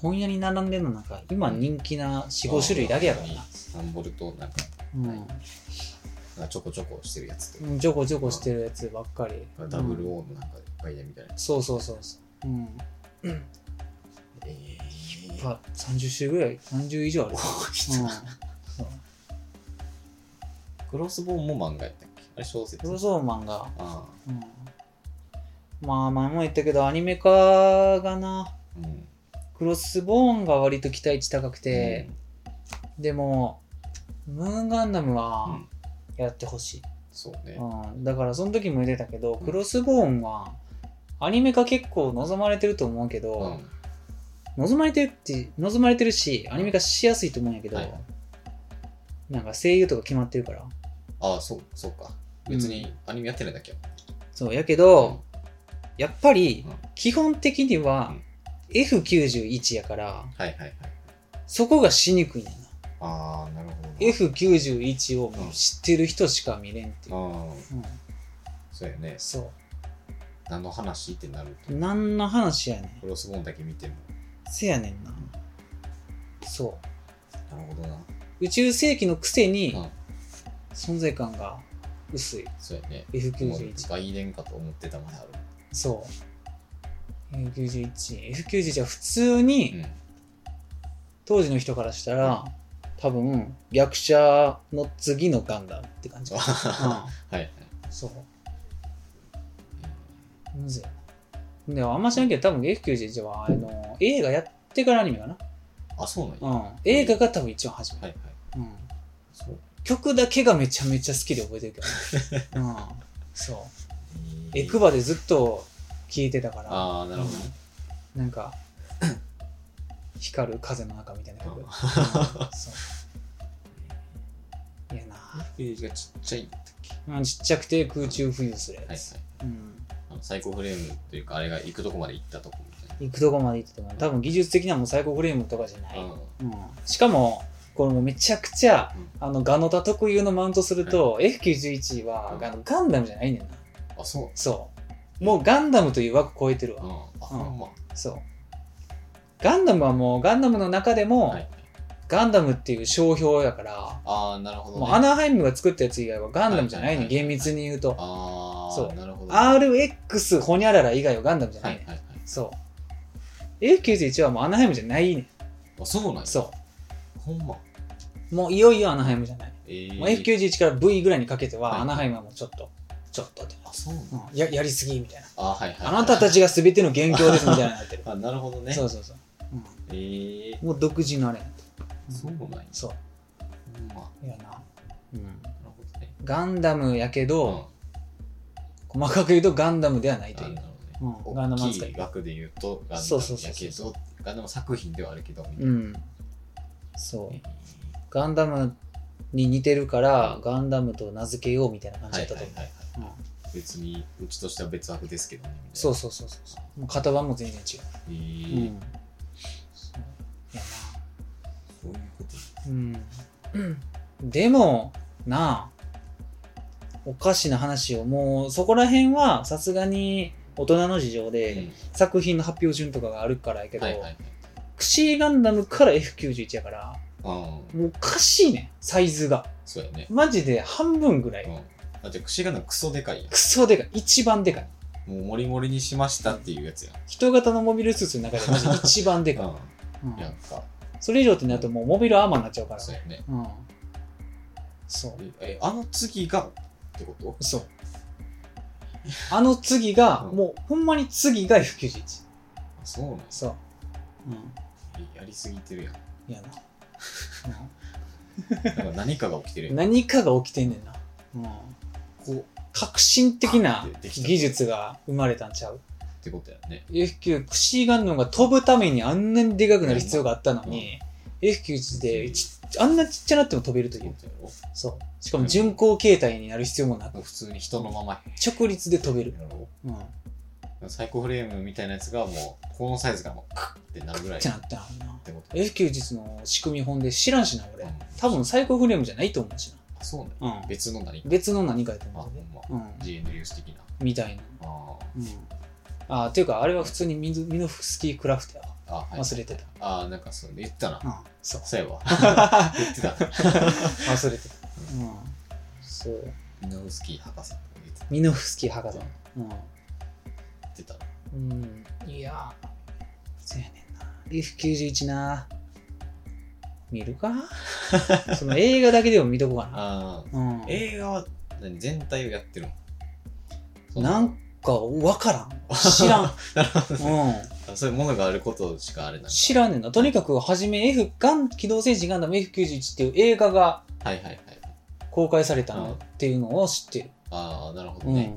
S2: 本屋に並んでるのなんか、今人気な4、5種類だけやからな。
S1: サンボルとなんか、
S2: うん。
S1: なんかちょこちょこしてるやつと
S2: うんちょこちょこしてるやつばっかり。
S1: ダブルオーのなんか外野みたいな。
S2: そうそうそうそう。うん。
S1: えー
S2: まあ、30種ぐらい、30以上ある。うんそう
S1: [LAUGHS] クロスボーンも漫画やったっけあれ小説
S2: クロスオーマンが、
S1: あ
S2: うん、まあ前も言ったけどアニメ化がな
S1: あ、うん。
S2: クロスボーンが割と期待値高くて、でもムーンガンダム
S1: う
S2: は
S1: ん
S2: やってほしい、
S1: そうね
S2: う。んだからその時も言ってたけど
S1: うん
S2: クロスボーンはアニメ化結構望まれてると思うけ
S1: う
S2: ど、
S1: ん。
S2: 望まれてるって望まれてるしアニメ化しやすいと思うんやけど、
S1: はい
S2: なんか声優とか決まってるから
S1: ああ、そう、そうか。別にアニメやってないだけや。
S2: そうやけど、やっぱり
S1: うん
S2: 基本的には
S1: うん
S2: F91 やから
S1: はいはいはい。
S2: そこがしにくいんやな
S1: ああ、なるほどな。
S2: F91 をも
S1: うん
S2: う知ってる人しか見れんっていう、
S1: ああ、
S2: うん
S1: そうやね。
S2: そ
S1: 何の話ってなると
S2: う。何の話やねん
S1: クロスボーンだけ見ても。
S2: せやねんなそ
S1: なるほどな。
S2: う宇宙世紀のくせに
S1: うん
S2: 存在感が薄い
S1: そうやね。もう
S2: F91
S1: 外伝かと思ってたまである。
S2: そう F91F91 は普通に、
S1: うん。
S2: 当時の人からしたら、多分逆者の次のガンダムって感じ、う
S1: [LAUGHS]
S2: ん、
S1: はいはい。
S2: そうむずいなでもあんま知らんけど多分 F91 はあの映画やってからアニメかな、
S1: あ、そうなんや。
S2: う
S1: は
S2: ん、映画が多分一番初め、
S1: いはい。
S2: うん、
S1: そう。
S2: 曲だけがめちゃめちゃ好きで覚えてる
S1: [LAUGHS]
S2: けど、うん、そうエク
S1: バ
S2: バでずっと聴いてたから
S1: ああ、なるほどね。
S2: うんなんか [COUGHS] 光る風の中みたいな
S1: う
S2: 曲、うんんそういやな
S1: ページがちっちゃいんだっけ
S2: うんちっちゃくて空中浮遊するや
S1: はいはい
S2: つ、。うん、
S1: あのサイコフレームというか、あれが行くとこまで行ったとこみたい
S2: 行くとこまで行ってても多分技術的にはもう最高フレームとかじゃない、
S1: な。うん
S2: うんしかもこれもうめちゃくちゃ、
S1: うん
S2: あのガノタ特有のマウントすると、F91 は、
S1: うん
S2: あのガンダムじゃないねんな
S1: あ、そう。
S2: そうもうガンダムという枠超えてるわ、
S1: うん。あ、ほんま。
S2: そうガンダムはもうガンダムの中でも、
S1: はい。
S2: ガンダムっていう商標やから、
S1: ああ、なるほどね。
S2: もうアナハイムが作ったやつ以外はガンダムじゃないね、
S1: はいはいはい
S2: 厳密に言うと。
S1: ああ、
S2: そう
S1: なるほどね。
S2: RX ホニャララ以外はガンダムじゃ
S1: は
S2: ないい
S1: は
S2: ね、
S1: いはい。
S2: そう。F91 はもうアナハイムじゃないね
S1: あ、そうなんや。
S2: そ
S1: ほんま。
S2: う。もういよいよアナハイムじゃない。
S1: えー
S2: もう F91 から V ぐらいにかけて
S1: はい
S2: は、アナハイムはもうちょっと、ちょっとって、
S1: あ、そうなん
S2: う
S1: や
S2: んや、やりすぎみたいな。
S1: あ、はいはい。
S2: あなたたちが全ての元凶ですみたいになってる
S1: [LAUGHS] 。あ、なるほ [LAUGHS] どね。
S2: そうそうそう。うん
S1: えー、
S2: もう独自のあれやと
S1: そうなんや。
S2: そ
S1: うんまあ、
S2: う。いやな。うん
S1: なるほどね。
S2: ガンダムやけ
S1: うん
S2: ど、細かく言うとガンダムではないと
S1: あ
S2: いう
S1: な。る
S2: うん
S1: ほど
S2: ガン
S1: ね。
S2: ダム
S1: 大
S2: 扱
S1: きい
S2: い
S1: 額で言うと、ガンダ
S2: そう
S1: ム
S2: そうそう
S1: や
S2: そ
S1: け
S2: う
S1: ど、ガンダム作品ではあるけど、みたいな
S2: うん。そう
S1: え。
S2: ガンダムに似てるから、ガンダムと名付けようみたいな
S1: ー
S2: 感
S1: は
S2: じ
S1: い
S2: だ
S1: は
S2: っ
S1: い
S2: た
S1: は
S2: と
S1: い
S2: 思う。
S1: はい。別に、うちとしては別枠ですけどね。みたいな
S2: そうそうそうそう。もう型番も全然違
S1: え
S2: う。
S1: ー、
S2: そうや
S1: そういうこと
S2: な。うん。でも、なあ、おかしな話を、もうそこら辺はさすがに大人の事情で、作品の発表順とかがあるからやけ
S1: うん
S2: ど、
S1: はいはいはい。
S2: クシーガンダムから F91 やから、
S1: うん、
S2: もうおかしいねん、サイズが。
S1: そうやね。
S2: マジで半分ぐらい。
S1: うん。だって、串がなんかクソでかいや
S2: クソでかい。一番でかい。
S1: ん。もう、モリモリにしましたっていうやつやん。
S2: 人型のモビルスーツの中でマジで一
S1: [LAUGHS]
S2: 番でかい。
S1: うん。やっぱ、
S2: うんそれ以上ってなるともうモビルアーマーになっちゃうから。
S1: そうやね。
S2: うん。そう。
S1: え、えあの次がってこと
S2: そう。あの次が、
S1: うん
S2: もうほんまに次が F91。
S1: あそうなんや
S2: そう。うん。
S1: やりすぎてるやん。
S2: いやな。
S1: なんか何かが起きてる
S2: う
S1: や
S2: ん
S1: ん。
S2: [LAUGHS] 何かが起きてんねんな。うん。
S1: こうっ
S2: 革新的な
S1: でできた
S2: 技術が生まれたんちゃう
S1: てことやね。
S2: F9 クシーガンダムが飛ぶためにあんなにでかくなる必要があったのに、F91 でちあんなちっちゃなっても飛べると
S1: っ
S2: い
S1: てこ
S2: う
S1: とやろ
S2: そうしかも巡航形態になる必要もなく
S1: もう普通に人のまま
S2: 直立で飛べる、
S1: やろ
S2: うん、っ
S1: サイコフレームみたいなやつがもう、このサイズがもう、クッってなるぐらいって
S2: な
S1: て
S2: ったらな
S1: ことや。
S2: F91 の仕組み本で知らんしな俺
S1: うん
S2: 多分最高フレームじゃないと思うし
S1: あ、そうなんや。
S2: な、うん、
S1: 別の何か。
S2: 別の何かやと
S1: あ、ほ
S2: 思
S1: ん
S2: う、
S1: ま。
S2: うん、
S1: GN 粒子的な。
S2: みたいな、
S1: あ
S2: うん、あーっていうかあれは普通にミズミノフスキークラフトやわ
S1: あ。あ、はい。
S2: 忘れてた、
S1: あー、なんかそう、言ってたな。
S2: うん、 [LAUGHS] そう
S1: そうやわ。言ってた。
S2: 忘れてた、うん、そう
S1: ミノフスキー博士って言ってた。
S2: ミノフスキー博士
S1: 言
S2: うん
S1: ってた。
S2: うん、いや、そうやねんな。F91 な。見る [LAUGHS] かその映画だけでも見とこうか
S1: あ
S2: な。うん
S1: あ。、映画は何全体をやってるのその
S2: なんかわからん。知らん。 [LAUGHS]
S1: なるほどね
S2: う
S1: あそういうものがあることしかあれなん
S2: ん、
S1: か
S2: 知らんねんな。とにかく、はじめ F、ガン、機動戦士ガンダム F91 っていう映画が
S1: はいはいはい。
S2: 公開された
S1: うん
S2: のっていうのを知ってる。
S1: ああ、なるほど
S2: うん。
S1: ね。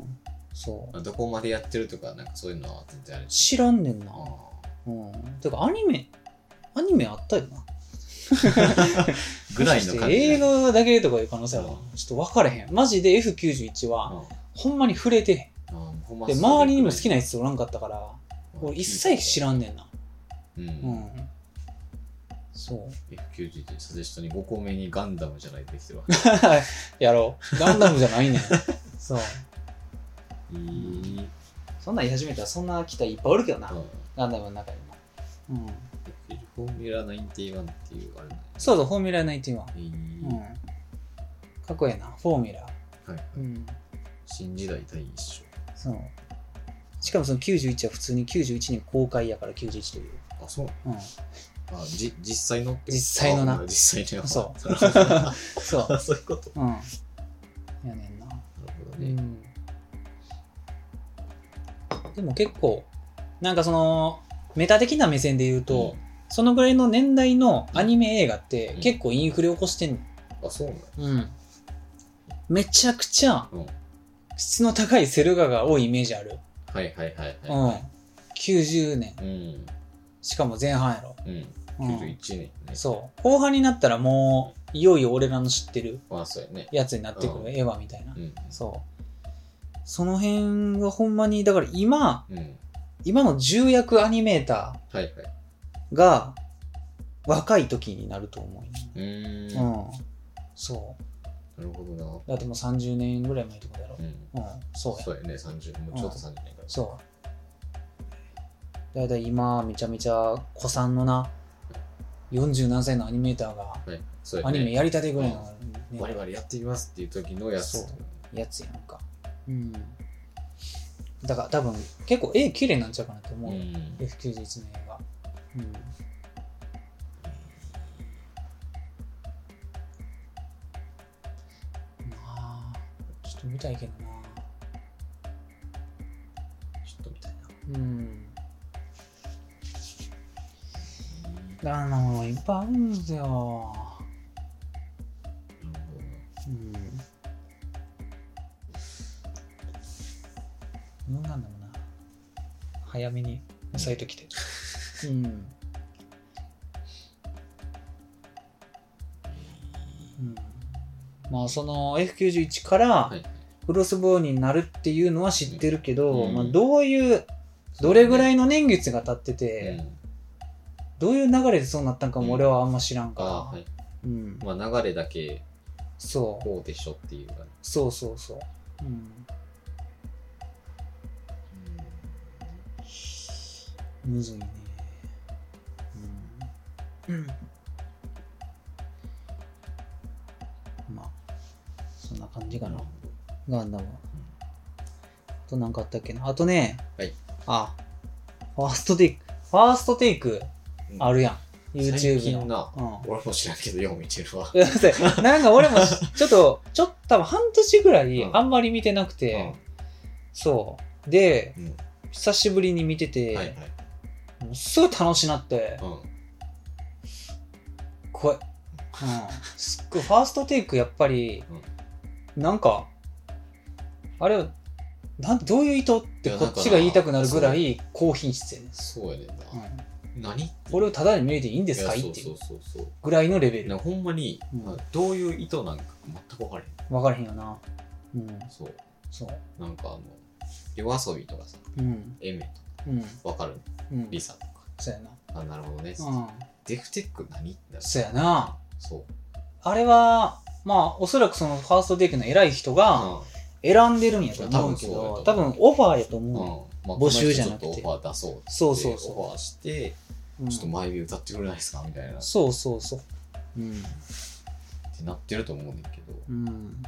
S2: そう。
S1: まあどこまでやってるとか、なんかそういうのは全然あれ
S2: 知らんねんな
S1: あ。
S2: うん。てか、アニメ、アニメあったよな。
S1: ーぐらいの感じ。
S2: 映画だけとかいう可能性あるな
S1: う
S2: ちょっと分からへん。マジで F91 は、
S1: うん
S2: ほんまに触れてへん。
S1: あーもうほんま
S2: で
S1: それぐら
S2: 周
S1: い
S2: りにも好きなやつおらんかったから俺一切知らんねんな
S1: うん、
S2: うんそう
S1: うん、F90 ってサジェストに5個目にガンダムじゃないできては
S2: やろうガンダムじ
S1: [LAUGHS]
S2: ゃないねんそう
S1: いい、
S2: そんなん言い始めたらそんな機体いっぱいおるけどな、
S1: うん、
S2: ガンダムの中にも、うん、
S1: フォーミュラ91っていうあれなんや
S2: そうそうフォーミュラ91は、
S1: えー
S2: うん、かっこええなフォーミュラ
S1: はい、
S2: うん
S1: 新時代第一章
S2: そうしかもその91は普通に91に公開やから91という、
S1: あそうな
S2: うん、
S1: のあじ実際のってこと
S2: 実際のな
S1: あ実際のやつ
S2: そうそう [LAUGHS]
S1: あそういうこと
S2: うん。やねんな。
S1: なるほど
S2: う
S1: ね、
S2: ん。でも結構、なんかその、メタ的な目線で言うと、そのぐらいの年代のアニメ映画って
S1: うん
S2: 結構インフレ起こしてんの。
S1: あそうなの
S2: うん。めちゃくちゃ
S1: うん
S2: 質の高いセルガが多いイメージある。
S1: はいはいはい
S2: うん
S1: は。
S2: 90年。
S1: いうん
S2: しかも前半やろ。
S1: うん
S2: うん
S1: 91。年ね
S2: そう。後半になったらもう、いよいよ俺らの知ってる
S1: まあそうやね
S2: やつになってく
S1: うん
S2: る。エヴァみたいな
S1: う。ん
S2: そう。その辺がほんまに、だから今、
S1: うん
S2: 今の重役アニメータ
S1: はいはい
S2: ーが若い時になると思
S1: うーん
S2: う。う。
S1: なん
S2: そう。
S1: るほどな
S2: だってもう30年ぐらい前ってことだろ
S1: う。ん
S2: うん。そうや。
S1: そうやね30もうちょっと30年から
S2: そう。だいたい今、めちゃめちゃ子さんのな、40何歳のアニメーターが、
S1: はいそう
S2: ア
S1: や
S2: ニメ
S1: ね
S2: やりたてぐらいの、
S1: 我
S2: ね、
S1: 々やってみますっていう時のやつ
S2: そうやつやんか。うん。だから多分、結構絵綺麗なんちゃうかなと思う。
S1: ん
S2: F91 の映画、うん、まあちょっと見たいけどな
S1: ちょっとみたいな
S2: うんあのいっぱいあるんですよ、
S1: なるほどな
S2: うん、何なんだろうな早めに押さえときてうんうんまあその F91 から
S1: はい
S2: クロスボウになるっていうのは知ってるけど、
S1: うん
S2: まあ、どういうどれぐら
S1: い
S2: いの年月が経ってて、どういう流れでそうなったんかも俺はあんま知らんから、
S1: あはい
S2: うん
S1: まあ流れだけ
S2: そう
S1: こうでしょっていうかね
S2: そうそうそう、うん、むずいねうん、まあそんな感じかな、ガンダムはあと何かあったっけなあとね、
S1: はい
S2: あファーストテイクファーストテイク
S1: うん
S2: あるやん、
S1: 最
S2: YouTube
S1: 近
S2: の
S1: な
S2: うん [LAUGHS]
S1: 俺も知らんけどよう見てるわ
S2: いやだってなんか俺もしちょっとちょっと多分半年ぐらい
S1: うん
S2: あんまり見てなくて、そうで
S1: うんうん
S2: 久しぶりに見てて、
S1: はいはい
S2: もうすごい楽しなって、
S1: うん
S2: 怖い、うん、すっごいファーストテイクやっぱり、なんかあれはなんどういう意図って
S1: いや
S2: こっちが言いたくなるぐらい高品質やねん
S1: そうやねんな
S2: うん
S1: 何
S2: これをただに見れていいんですかい
S1: いや
S2: ってい
S1: そううそうそうそう
S2: ぐらいのレベル
S1: なほんまに
S2: うん
S1: まあどういう意図なんか全く分からへん
S2: 分からへんよなうん
S1: そう
S2: そう
S1: なんかあの夜遊びとかさ
S2: うん
S1: エメ
S2: うん
S1: とか分かる
S2: うん
S1: リサとか
S2: そうやな
S1: あなるほどね
S2: うん
S1: デフテック何ってなる
S2: そうやな
S1: そう
S2: あれはまあおそらくそのファーストデイクの偉い人が
S1: う
S2: 選んでるんやと思うけど
S1: 多分そうやと
S2: 多
S1: 思
S2: 分オファーやと
S1: んうん
S2: 思う、
S1: まあ
S2: 募集じゃなくて
S1: この人ちょっとオファー出そうって
S2: そうそうそう
S1: オファーして
S2: うん
S1: ちょっと前で歌ってくれないですかみたいなっ
S2: そうそうそううん、
S1: てなってると思うねんだけど
S2: うん、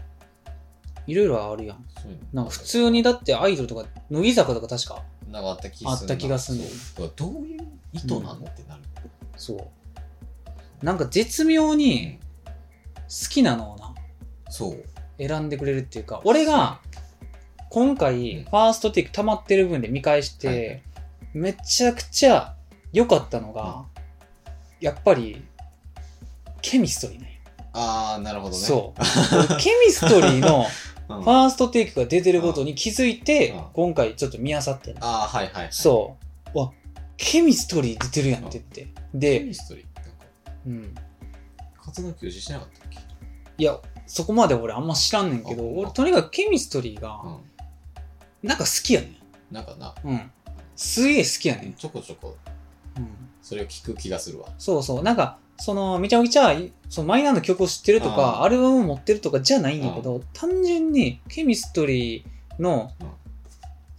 S2: いろいろあるやん
S1: そういうの
S2: なんか普通にだってアイドルとか乃木坂とか確か
S1: なんかあった気
S2: あった気がすんねん
S1: そうどういう意図なのってなる
S2: そうなんか絶妙に好きなのをな
S1: そう
S2: 選んでくれるっていうか俺が今
S1: う
S2: 回
S1: ん
S2: ファーストテイク溜まってる分で見返して、
S1: はいはい
S2: めちゃくちゃ良かったのが、やっぱりケミストリーなんよ、
S1: ああなるほどね
S2: そう [LAUGHS] 俺ケミストリーの
S1: うん、
S2: フ
S1: あ
S2: ァーストテイクが出てることに気づいて、
S1: うん
S2: 今回ちょっと見あさってんの
S1: あーはいはい、はい、
S2: そうわケミストリー出てるやんって言って
S1: ケ
S2: で、
S1: ミストリーなんか
S2: うん、
S1: 活動休止してなかったっけ
S2: いやそこまで俺あんま知らんねんけど
S1: あ
S2: 俺とにかくケミストリーが
S1: うん
S2: なんか好きやね
S1: なんかな、
S2: ん。うん。すげえ好きやねん。
S1: ちょこちょこ
S2: うん。
S1: それを聞く気がするわ。
S2: そうそう。なんか、その、めちゃめちゃ、そのマイナーの曲を知ってると
S1: う
S2: か、
S1: ん
S2: アルバムを持ってるとかじゃないんやけど、単純に、ケミストリーの
S1: うん、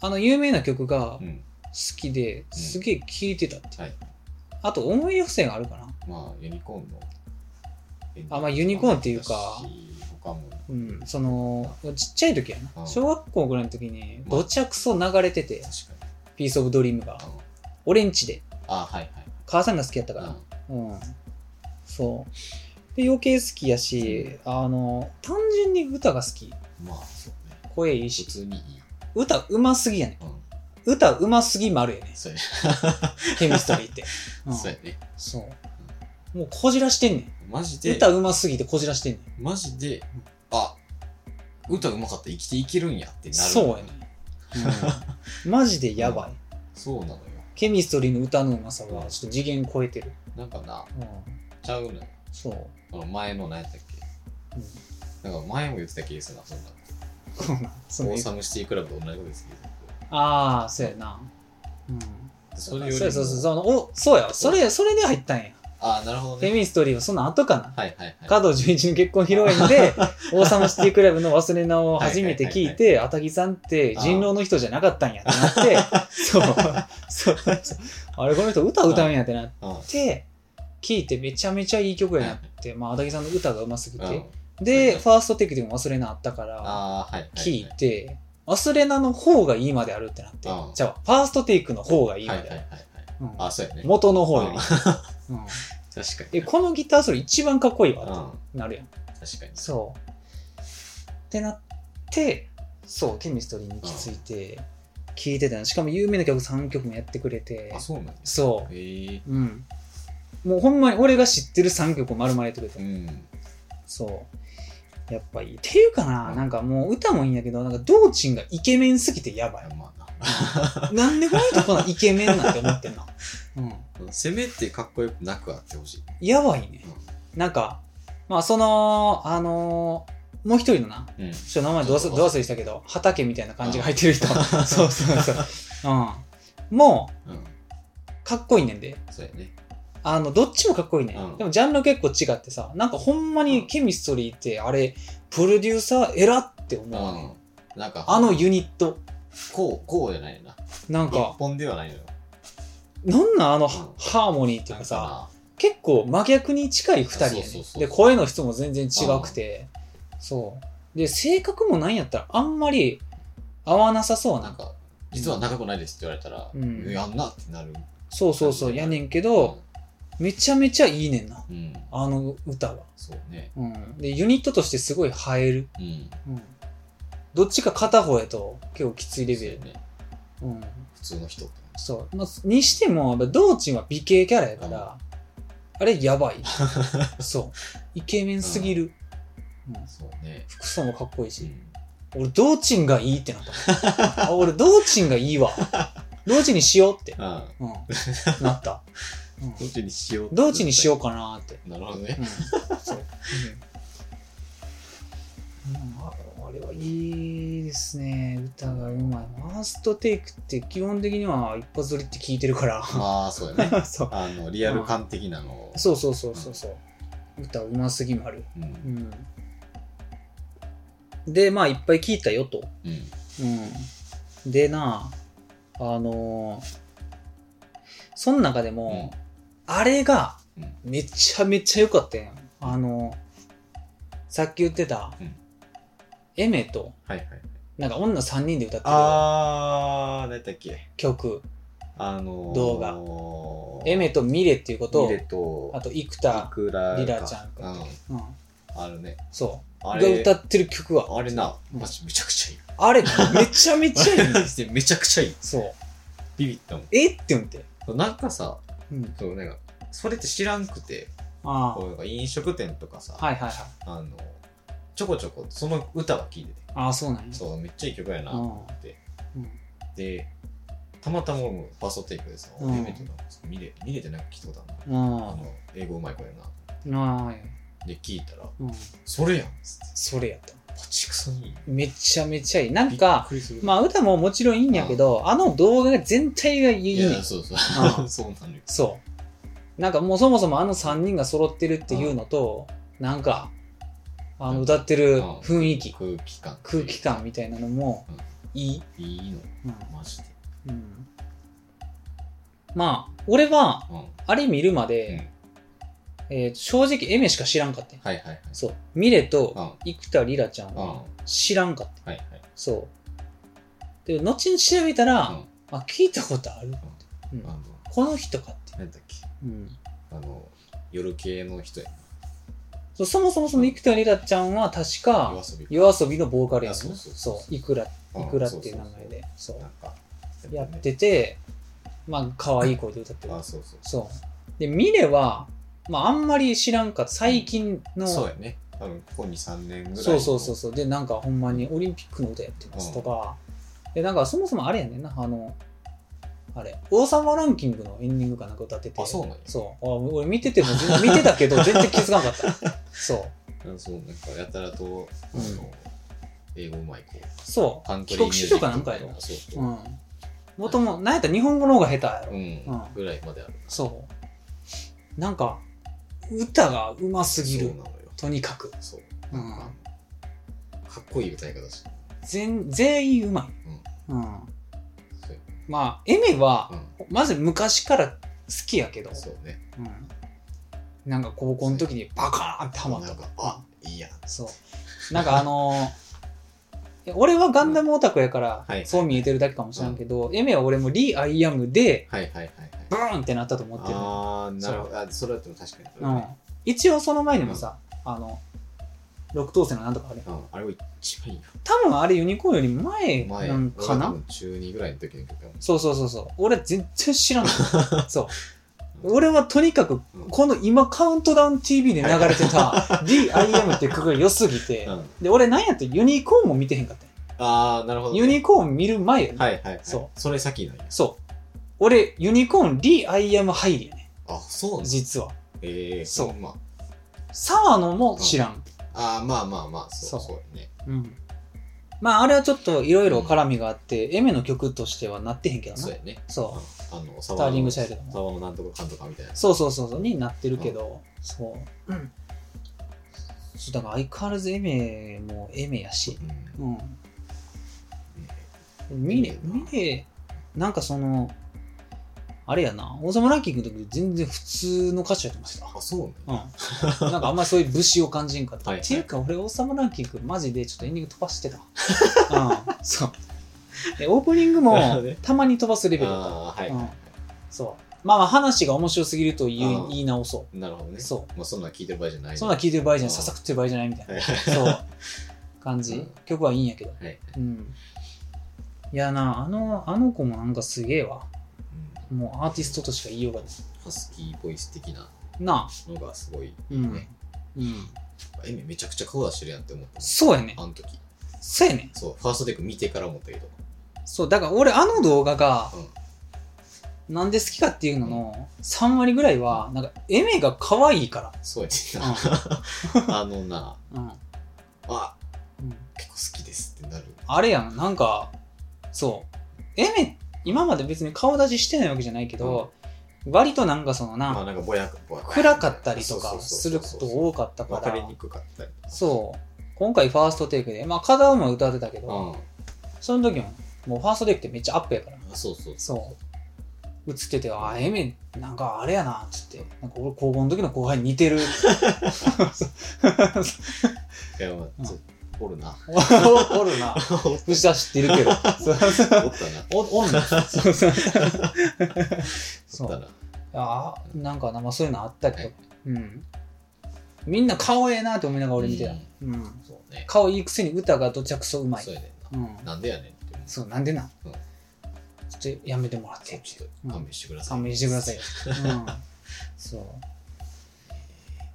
S2: あの、有名な曲が
S1: うん。
S2: 好きで、
S1: うん
S2: すげえ聴いてたって。
S1: はい
S2: あと、思い出補正があるかな。
S1: まあ、ユニコーンの。
S2: あまあユニコーンっていうか
S1: 他も。
S2: うん。その、ちっちゃい時や
S1: う
S2: な。
S1: ん
S2: 小学校ぐらいの時に、
S1: まあ
S2: どちゃくそ流れてて、
S1: 確かに。
S2: ピースオブドリームが
S1: あ。の
S2: 俺んちで、
S1: あ、はい
S2: 母さんが好きやったか
S1: はい。
S2: ら
S1: うん。
S2: うん、そうで余計好きやし、あの単純に歌が好き
S1: まあ、そうね。
S2: 声いい
S1: 普
S2: し
S1: 通にいい。
S2: 歌うますぎやね
S1: うん。
S2: 歌うますぎもあるよね
S1: そうや
S2: ケミストリ
S1: [LAUGHS]
S2: ーって、う
S1: ね。
S2: ん
S1: そうやね。
S2: そうもうこじらしてんね
S1: マジ
S2: ん
S1: で、
S2: 歌うますぎてこじらしてんねん
S1: マジで、あ、歌うまかった生きていけるんやってなる。
S2: そうやね。
S1: [LAUGHS]
S2: ん、うん、マジでやばい、
S1: そうなのよ。
S2: ケミストリーの歌のうまさはちょっと次元超えてる、
S1: なんかな、
S2: うん、
S1: ちゃうのよ。
S2: そう、
S1: この前の何やったっ
S2: うん
S1: けなんか前も言ってた気がするな、そんな。
S2: こんなん [LAUGHS] そ
S1: オ
S2: の
S1: ーサムシティクラブと同じことですけど。
S2: ああそうやなうん
S1: それよりも
S2: そうそうそうそのおそうやそれそれで入ったんや
S1: あなるほど
S2: フェ
S1: ね。
S2: ミストリーはその後かな。
S1: はいはいはい。
S2: 加藤純一の結婚披露宴で、王様シティクラブの忘れ名を初めて聞いて、あたぎさんって人狼の人じゃなかったんやってな [LAUGHS] って、そう、そう、そうあれこの人歌歌うんやってなっ
S1: うん
S2: て、聞いてめちゃめちゃいい曲やなって、まあ、あたぎさんの歌がうますぎ
S1: うん
S2: て、で、ファーストテイクでも忘れ名あったから、
S1: あーはい。
S2: 聞いて、忘れ名の方がいいまであるってなって
S1: うん、
S2: じゃあ、ファーストテイクの方がいい
S1: は
S2: ま
S1: いは
S2: で
S1: いは
S2: あ
S1: いは
S2: る。
S1: い。
S2: うん
S1: あ、そうやね。
S2: 元の方より
S1: うん。
S2: うん
S1: 確かに。
S2: え、このギターソロ一番かっこいい
S1: うん。
S2: わ
S1: 確
S2: ってなるやん。
S1: かに。
S2: そう。ってなって、そう、ケミストリーに行き着いて、聴いてたの。しかも有名な曲3曲もやってくれて
S1: あ、、そうなんです。
S2: そ
S1: へえ。
S2: う。うん。もうほんまに俺が知ってる3曲を丸々やってくれ
S1: う
S2: て、
S1: ん。
S2: そう。やっぱいい。っていうかな、
S1: うん
S2: なんかもう歌もいいんやけど、なんか道珍がイケメンすぎてやばい。
S1: まあ
S2: なんでこの人こんなイケメンなんて思 [LAUGHS] ってんな。うん。
S1: な。せめてかっこよくなくあってほしい。
S2: やばいね。なんか、まあその、あのーもう一人のな、
S1: うん。
S2: ちょっと名前どう
S1: ち
S2: す
S1: ょっ
S2: ど
S1: と
S2: う忘れしたけど、畑みたいな感じが入ってる人。
S1: うん
S2: [LAUGHS] そうそうそう。 [LAUGHS] うん。も
S1: うん。
S2: う、かっこいいねんで。
S1: そうやね。
S2: あの、どっちもかっこいいね、
S1: うん
S2: ん。でも、ジャンル結構違ってさ、なんかほんま
S1: うん
S2: にケミストリーって、あれ、プロデューサー偉って思
S1: う
S2: うね、ん。
S1: ん。なんか、
S2: あの、ユニット。
S1: こう、こうじゃないな。
S2: なん
S1: 一
S2: か、
S1: 本ではないのよ。
S2: なんなんあの、
S1: ん
S2: ハーモニーっていうか
S1: なん
S2: さ、
S1: か
S2: 結構真逆に近い二人やね
S1: そうそうそうそう
S2: で、声の質も全然違くて、そう。で、性格もなんやったら、あんまり合わなさそう
S1: な、
S2: な
S1: なんか、実は長くないですって言われたら、
S2: うん
S1: やんなってなる。
S2: そうそうそう、やねんけど、めちゃめちゃいいねんな、
S1: うん。うん。
S2: あの歌は。
S1: そうね。
S2: うん、で、ユニットとしてすごい映える。
S1: うん。
S2: うん、どっちか片方やと結構きついレ
S1: そう
S2: ベ
S1: や
S2: ル。
S1: ね。
S2: うん、
S1: 普通の人って感
S2: そう。まあ、にしても、やっぱ道珍は美形キャラやから、あれやば [LAUGHS] い。そう。イケメンすぎる。うん
S1: じ。そうね。
S2: 服装もかっこいいうし。
S1: ん。
S2: 俺、道珍がいいってなった。あ俺、道珍がいいわ。道珍にしようって。
S1: うん。
S2: うん。なった。うん
S1: どっちにしよう
S2: 道珍にしよ
S1: う
S2: うかなって。
S1: なるほどね。
S2: そう。あれはいいですね。歌がうまい。ファーストテイクって基本的には一発撮りって聞いてるから。
S1: まあ、 [LAUGHS] そうやね。
S2: そう
S1: あの、リアル感的なのを。
S2: そうそうそうそうそう。歌うますぎもある。
S1: う。
S2: うんん。で、まあいっぱい聞いたよと。
S1: うん。
S2: うん。でな、あのーその中でも、あれが
S1: うん
S2: めちゃめちゃ良かったやん。あのさっき言ってた、
S1: うん
S2: エメと、
S1: はいはいはい。
S2: なんか女3人で歌ってる
S1: あー、何やったっけ
S2: 曲。
S1: あのー、
S2: 動
S1: 画
S2: エメとミレっていうこと
S1: ミ、レと、
S2: あと生
S1: い
S2: 田、
S1: くら
S2: リラちゃん
S1: か。うん。
S2: うん、
S1: あるね。
S2: そう、
S1: あ
S2: が
S1: れ、
S2: 歌ってる曲は、
S1: あれな、
S2: うん
S1: マジめちゃくちゃいい。
S2: あれめちゃめちゃいい。
S1: マジで [LAUGHS] めちゃくちゃいい。
S2: そう。
S1: ビビったも
S2: えって思って。
S1: ん。なんかさ、
S2: うん。
S1: そう、なんか、それって知らんくて、
S2: あ
S1: こうなんか飲食店とかさ、
S2: あ。はいはいはい。
S1: あの、ちょこちょこ、その歌は聴いてて、
S2: ああ、そうなんや。
S1: そう、めっちゃいい曲やなと思って、
S2: うん
S1: で、たまたま俺もファーストテイクでさ、
S2: うん
S1: エメとなんかさ見れ、見れてなんか聞いたことあるな。あ
S2: あ
S1: の、英語うまい子やな。
S2: あ。ああ。
S1: で、聞いたら、
S2: うん。
S1: それやんっつって。
S2: それやった。
S1: パチクソにいい。
S2: めちゃめちゃいい。なん
S1: びっ
S2: か、
S1: くりする、
S2: まあ歌ももちろんいいんやけど、あの動画が全体がい
S1: い
S2: い
S1: や
S2: ね
S1: い
S2: ん
S1: や、そうそうう。 [LAUGHS] そうなのよ。
S2: そう。なんかもうそもそもあの3人が揃ってるっていうのと、なんか、あの歌ってる雰囲気、
S1: うん空気感。
S2: 空気感みたいなのもいい。
S1: いいの、
S2: うん
S1: マジで。
S2: うんまあ、俺は、
S1: うん。うん。
S2: あれ見るま
S1: はい
S2: で、えー正直エメしか知らんかったんや
S1: はいはい。
S2: そう。ミレ
S1: うん。
S2: と
S1: うん。
S2: 生田リラちゃんは
S1: は
S2: 知らんかった。
S1: いはい。
S2: そう。で、後に調べたら、
S1: うん
S2: あ、聞いたことある。うん
S1: あの、
S2: この人かって。
S1: なんだっけ。
S2: うん
S1: あの、夜系の人や。
S2: そうそもそもその生田リラちゃんは確か
S1: 夜、遊び。
S2: 夜遊びのボーカルやん
S1: あそうそうそう
S2: そう。いくら、
S1: うん
S2: いくらっていう名前。
S1: そ
S2: で、そう
S1: そうそうなんか、
S2: やってて、まあ、可愛い声で歌って
S1: る
S2: る
S1: ね。。あ、そうそう。
S2: そう。で、ミレは、まあ、あんまり知らんかった。最近の、
S1: そうやね。多分ここに3年ぐらいの。
S2: そうそうそうそう。で、なんかほんまにオリンピックの歌やってますとか、で、なんかそもそもあれやねんな、あの、あれ、王様ランキングのエンディングかなんか歌ってて。
S1: あそうなんや
S2: そう。あ俺見てても全、見てた
S1: [LAUGHS]
S2: けど全然気づかなかった。そう。
S1: うん。そう、なんか、やたらと、あ
S2: うん
S1: の、英語うまい子。
S2: そ
S1: カント
S2: う。帰
S1: リー
S2: 国
S1: ミュージ
S2: 子
S1: ック
S2: 女かなんかやろ
S1: みたい。そうそうう。
S2: ん。もとも、なんやったら日本語の方が下手やろ。
S1: うん。ぐらいまである。
S2: そう。なんか、歌がうますぎ
S1: そう
S2: る
S1: な。のよ。
S2: とにかく。
S1: そう。
S2: う
S1: なん
S2: ん
S1: か、かっこいい歌い方し。
S2: 全、全員うまい。うん。
S1: そう
S2: まあ、エメは、
S1: うん。
S2: まず昔から好きやけど、
S1: そうね。
S2: うん、なんか高校の時にバカーンってハマった
S1: なんか、あいいやん。
S2: そうなんかあのーいや俺はガンダムオタクやから、
S1: はい
S2: そう見えてるだけかもしれんけど、エメは俺もリー・アイ・アムで
S1: はいはいはいはい。
S2: ブーンってなったと思ってるの、
S1: ああ、なるほど。あそれだっても確かに。
S2: うん、一応その前にもさ、あの六等星のなんとかあれ
S1: うんあれは一番いいよ。
S2: 多分あれユニコーンより前
S1: 前、
S2: なんか
S1: 俺
S2: な
S1: が多分中2ぐらいの時の曲だもん。
S2: そうそうそうそう俺全然知ら
S1: [LAUGHS]
S2: ないそ
S1: う
S2: う
S1: ん
S2: 俺はとにかく
S1: うん
S2: この今カウントダウン TV で流れてた DIM っていう曲が良すぎて
S1: うん
S2: で俺なんやってユニコーンも見てへんかったんや
S1: ああ、なるほどね。
S2: ユニコーン見る前やね
S1: はいはいはい。
S2: そ
S1: それ先なんや。
S2: そう俺ユニコーン DIM 入りやね
S1: あ、そうなん
S2: 実は
S1: ええ、
S2: そう
S1: ま
S2: 沢野も知らん、
S1: あ、あーまあまあまあ、そう
S2: そ
S1: そうやね。
S2: うんまああれはちょっといろいろ絡みがあって、エメの曲としてはなってへんけどな
S1: そ
S2: そうう
S1: やね。
S2: そ
S1: うんあの、
S2: ス
S1: サ
S2: ターリングシャイルドも
S1: 沢のなんとかかんとかみたいな
S2: う。そうそうそうになってるけど、そう、うん、そうだから相変わらずエメもエメやし
S1: うん
S2: うん
S1: ね
S2: ミレ、
S1: うん
S2: ミレ、なんかその、あれやな、王様ランキングの時全然普通の歌手やってました。
S1: あ、そうなんや
S2: うん。なんかあんまりそういう武士を感じんかった。
S1: はいはい
S2: っていうか、俺王様ランキングマジでちょっとエンディング飛ばしてた。うん。そう。で、オープニング
S1: なるほ
S2: も
S1: どね
S2: たまに飛ばすレベルだった。
S1: ああー、はいはいは
S2: そう。まあまあ話が面白すぎると言い
S1: うん
S2: 言い直そ
S1: い。なるほどね。
S2: う。そ
S1: まあ、そんなん聞いてる場合じゃな
S2: う。
S1: い。
S2: そんなん聞いてる場合じゃない、
S1: うん
S2: ささくってる場合じゃないみたい
S1: はい
S2: な。そう。感
S1: う
S2: じ
S1: ん。
S2: 曲はいいんやけど。
S1: はい。
S2: うん。いやな、あの、あの子もなんかすげえわ。
S1: うん
S2: もうアーティストとしか言いようがない。
S1: ハスキーボイス的な
S2: なあ。
S1: のがすごい、
S2: うん。うん。
S1: エミめちゃくちゃ顔出してるやんって思った
S2: そうやね。
S1: あの時
S2: そうやね。
S1: そうファーストテイク見てから思ったけど
S2: そう、だから俺あの動画が
S1: うん、
S2: なんで好きかっていうのの3割ぐらいは、なんか、エメが可愛いか
S1: そうやね
S2: ら。
S1: んな [LAUGHS] あのな
S2: うん。うん。
S1: あ
S2: うん
S1: 結構好きですってなる
S2: あれやん、なんか、そう。エメ、今まで別に顔出ししてないわけじゃないけど、割となんかその
S1: まあ
S2: な、
S1: なんかぼやくぼやく
S2: 暗かったりとか
S1: そう
S2: す
S1: そう
S2: る
S1: そう
S2: こ
S1: そう
S2: と多かったか
S1: 分からりに、くかったり
S2: そう。今回ファーストテイクで、まあ、片思い歌ってたけど、
S1: うん
S2: その時も、もうファーストデックってめっちゃアップやから。
S1: あそうそう
S2: そう。映ってて、あ、エメ、なんかあれやな、つって。なんか俺、高校の時の後輩に似て
S1: [LAUGHS]
S2: る。
S1: いやま
S2: うん
S1: あそうおるな
S2: おおるな。藤田知ってるけど。そうそ
S1: お
S2: う
S1: ったな
S2: お、おんな。そうそう。
S1: お
S2: そ
S1: った
S2: う。
S1: な
S2: あなんかな、まあそういうのあったりと
S1: は
S2: か。うん。みんな顔ええなって思いながら俺見てた
S1: うん。
S2: うん。
S1: そうね
S2: 顔いいくせに歌がどちゃくそうまい
S1: そう。やね
S2: うんん。
S1: ななんでやねんって思う
S2: そう、なんでな。
S1: うん
S2: ちょっとやめてもらって。
S1: ちょっと勘弁してください
S2: 勘弁してくださ
S1: [LAUGHS]
S2: いよ。うん、そう。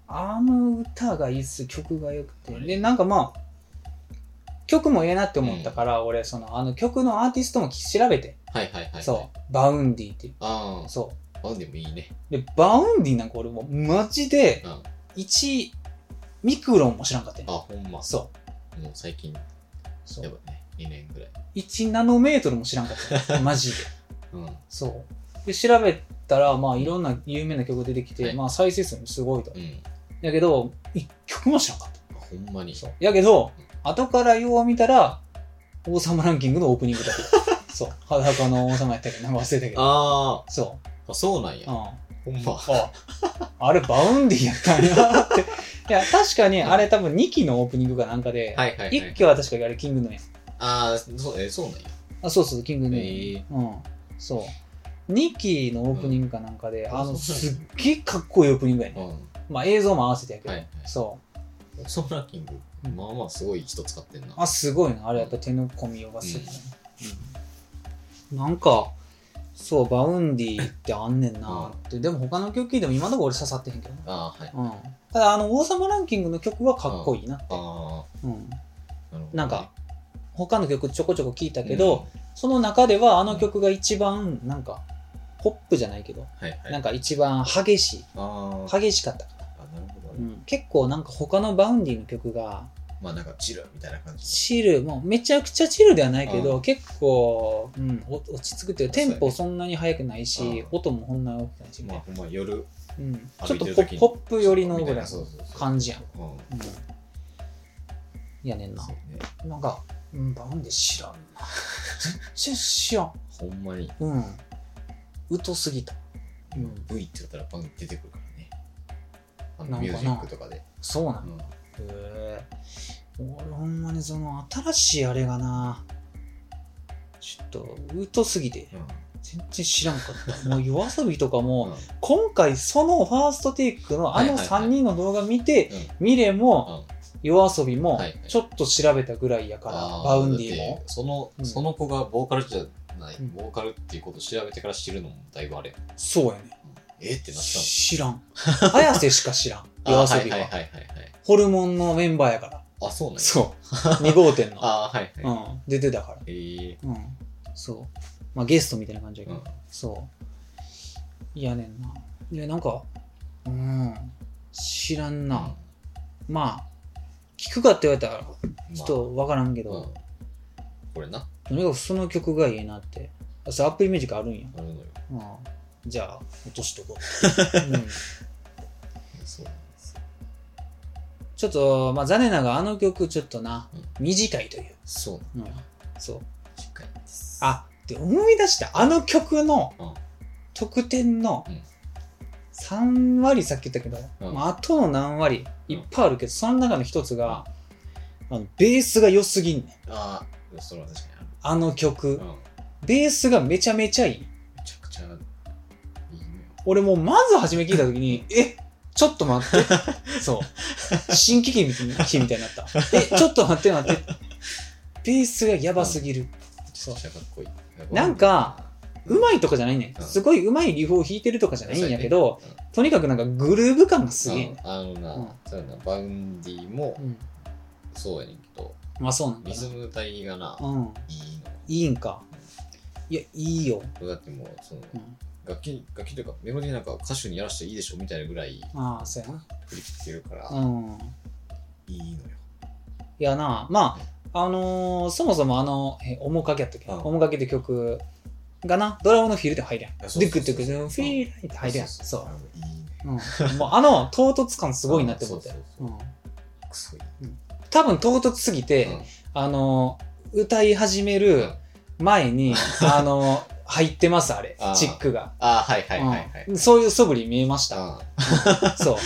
S2: あの歌がいいっす、曲が良くて。で、なんかまあ、曲もええなって思ったから、俺、その、あの曲のアーティストも調べて、
S1: はいはいはいはい
S2: そう、バウンディっていう。
S1: あ
S2: そ
S1: ああでもいいね
S2: う。で、バウンディなんか俺もうマジで
S1: うんあ
S2: 1ミクロンも知らんかったよ
S1: ほんま
S2: そ
S1: もう最近、や
S2: そう
S1: ばいね。2年ぐらい。
S2: 1ナノメートルも知らん
S1: [LAUGHS]
S2: かった。マジで。
S1: うん。うん。
S2: そう。で、調べたら、まあ、いろんな有名な曲が出てきて、
S1: はい
S2: まあ、再生数もすごいと。やけど、一曲も知らんかった。
S1: ほんまに。
S2: そう。やけど、後からよう見たら、王様ランキングのオープニングだ
S1: [LAUGHS]
S2: った。そう。裸の王様やったっけど、なんか忘れたけど。
S1: あ
S2: そ
S1: ーあ、そうなん
S2: う。
S1: や
S2: う。ん。
S1: ほんま。
S2: あ、あれ、バウンディやったんやって。いや、確かに、あれ多分2期のオープニングかなんかで、
S1: はいはい、は
S2: 一1
S1: い。
S2: 期は確かにあれ、キングヌーや。
S1: ああ、そう、えー、そうなんや。
S2: あ、そうそう、キングヌー。
S1: え
S2: うん、そう。2期のオープニングかなんかで、
S1: うん
S2: あ
S1: あ
S2: の、
S1: そう
S2: すっげえかっこいいオープニングや
S1: ー、
S2: ね。
S1: うん。
S2: まあ映像も合わせてやけど、
S1: はいはい
S2: そう。
S1: ソーランキング、まあまあすごい人使ってんな。
S2: あ、すごいな。あれやっぱ手の込みようがすごいね。うんなんか、そう、バウンディってあんねんなって。でも他の曲聴いても今のところ俺刺さってへんけどな。
S1: あーはい。
S2: うん、ただあの王様ランキングの曲はかっこいいなって、
S1: あ
S2: うん、
S1: あ、なるほどね、
S2: なんか他の曲ちょこちょこ聴いたけど、その中ではあの曲が一番なんかポップじゃないけど
S1: うん、はいはい。
S2: なんか一番激しい
S1: あー
S2: 激しかったかな、
S1: あ、なるほど、ね
S2: うん、結構なんか他のバウンディの曲が
S1: まあなんかチルみたいな感じ。
S2: チルもうめちゃくちゃチルではないけ
S1: う
S2: ど結構、うん、お落ち着くっていうかテンポそんなに速くないし
S1: うん
S2: 音もそんなに大きくないし、
S1: まあほんま夜。
S2: うん、
S1: 歩
S2: ちょ
S1: いて
S2: っとポ
S1: る
S2: ポ
S1: 時
S2: ッ
S1: に
S2: プ寄りのぐらい
S1: そう
S2: の
S1: そうそう
S2: 感じやん、
S1: うん。
S2: うん、やねんな
S1: そうね。
S2: なんか、うん、バウンディ知らんな全然知らん
S1: ほんまに。
S2: うん疎すぎた、うん、
S1: V って言ったらバン出てくるからね。あの
S2: なんかな
S1: ミュージックとかで。
S2: そうなの
S1: うん。
S2: へえ俺ほんまにその新しいあれがなちょっと疎すぎて全然知らんかったもう夜遊びとか
S1: うん。
S2: も
S1: うん
S2: 今回そのファーストテイクのあ
S1: は
S2: の
S1: いはいはい
S2: 3人の動画見て
S1: うん
S2: ミレも
S1: うん
S2: 夜遊びも
S1: はいはい
S2: ちょっと調べたぐらいやから
S1: あー
S2: バウンディも
S1: だってその、
S2: うん
S1: その子がボーカルじゃない、
S2: うん
S1: ボーカルっていうことを調べてから知るのもだいぶあれ。
S2: そうや
S1: う
S2: ね
S1: んえってなったの。
S2: 知らん綾瀬しか知らん夜
S1: [LAUGHS] あ
S2: 遊び
S1: はいはい
S2: は
S1: はいはいはい。
S2: ホルモンのメンバーやから
S1: あ、そうなんや
S2: そう2号店の、
S1: あーはいはい。
S2: うん、出てたから
S1: えー
S2: うん、そう。まあゲストみたいな感じやけ
S1: う
S2: ど、
S1: ん
S2: そう。いやねんな。で、なんか、うん、知らんな。まあ、聞くかって言われたら、
S1: うん
S2: ちょっとわからんけど、
S1: まあうんこれな、
S2: とにかくその曲がいいなって。あ、それアップルミュージックあるんや。
S1: あるのよ。
S2: うん。じゃあ、落としと
S1: [LAUGHS]
S2: こう。うん
S1: そうなんですよ。
S2: ちょっと、まあ残念ながらあの曲ちょっとな、
S1: う
S2: 短いという。
S1: そうなん
S2: うん。そう。
S1: です近いです。
S2: あで思い出したあの曲の
S1: うん
S2: 得点の
S1: うん
S2: 3割さっき言ったけど、
S1: うん
S2: まあ、あとの何割
S1: うん
S2: いっぱいあるけど、その中の一つが、あのベースが良すぎんねん
S1: あー、それは確かに
S2: あの曲、
S1: ある。うん。め
S2: ベースがめちゃめちゃいい
S1: ちゃくちゃいいのよ。
S2: 俺もうまず初め聞いた時
S1: [LAUGHS]
S2: にえちょっと待ってそう新喜劇みたいになったえちょっと待って待ってベースがやばすぎる、
S1: めちゃくちゃかっこいい。
S2: なんか、うまいとかじゃないね
S1: うん
S2: ん。すごいうまいリフを弾いてるとかじゃないんやけど、
S1: そうやね、
S2: とにかくなんかグルーヴ感がす
S1: う
S2: げ
S1: ん
S2: えね。
S1: あのな、
S2: うん
S1: そうやな、バウンディも
S2: うん。
S1: そうやねんけど、
S2: まあそうなんだ
S1: リ
S2: な。
S1: ズム体がな、
S2: うん。
S1: いいのよ。
S2: いいんか。いや、いいよ。
S1: だってもう、その、
S2: うん。
S1: 楽器、楽器というか、メロディーなんか歌手にやらせていいでしょみたいなぐらい
S2: ああ、そうやな。
S1: 振り切ってるから、
S2: うん。
S1: いいのよ。
S2: いやな、まあ、あのーそもそもあの、え、面影やったっけ、
S1: うん
S2: 面影って曲がな、ドラムのフィールで入るやん。ド
S1: そうそう
S2: ゥ
S1: そ
S2: ク
S1: う
S2: ドゥクドゥン、フィーライって入るやん。
S1: そうそ
S2: そ
S1: う
S2: う。
S1: あのいいね。
S2: うん。 [LAUGHS] もうあの唐突感すごいなって思って
S1: あそう。
S2: う。
S1: そうそうんくそいい。
S2: 多分唐突すぎて、あのー歌い始める
S1: [LAUGHS]
S2: 前に、あのー入ってます、あれ
S1: あ。ー
S2: チックが。
S1: あはいはいはいはい。
S2: うんそういう素振り見え
S1: [LAUGHS]
S2: ました。
S1: あ
S2: そう。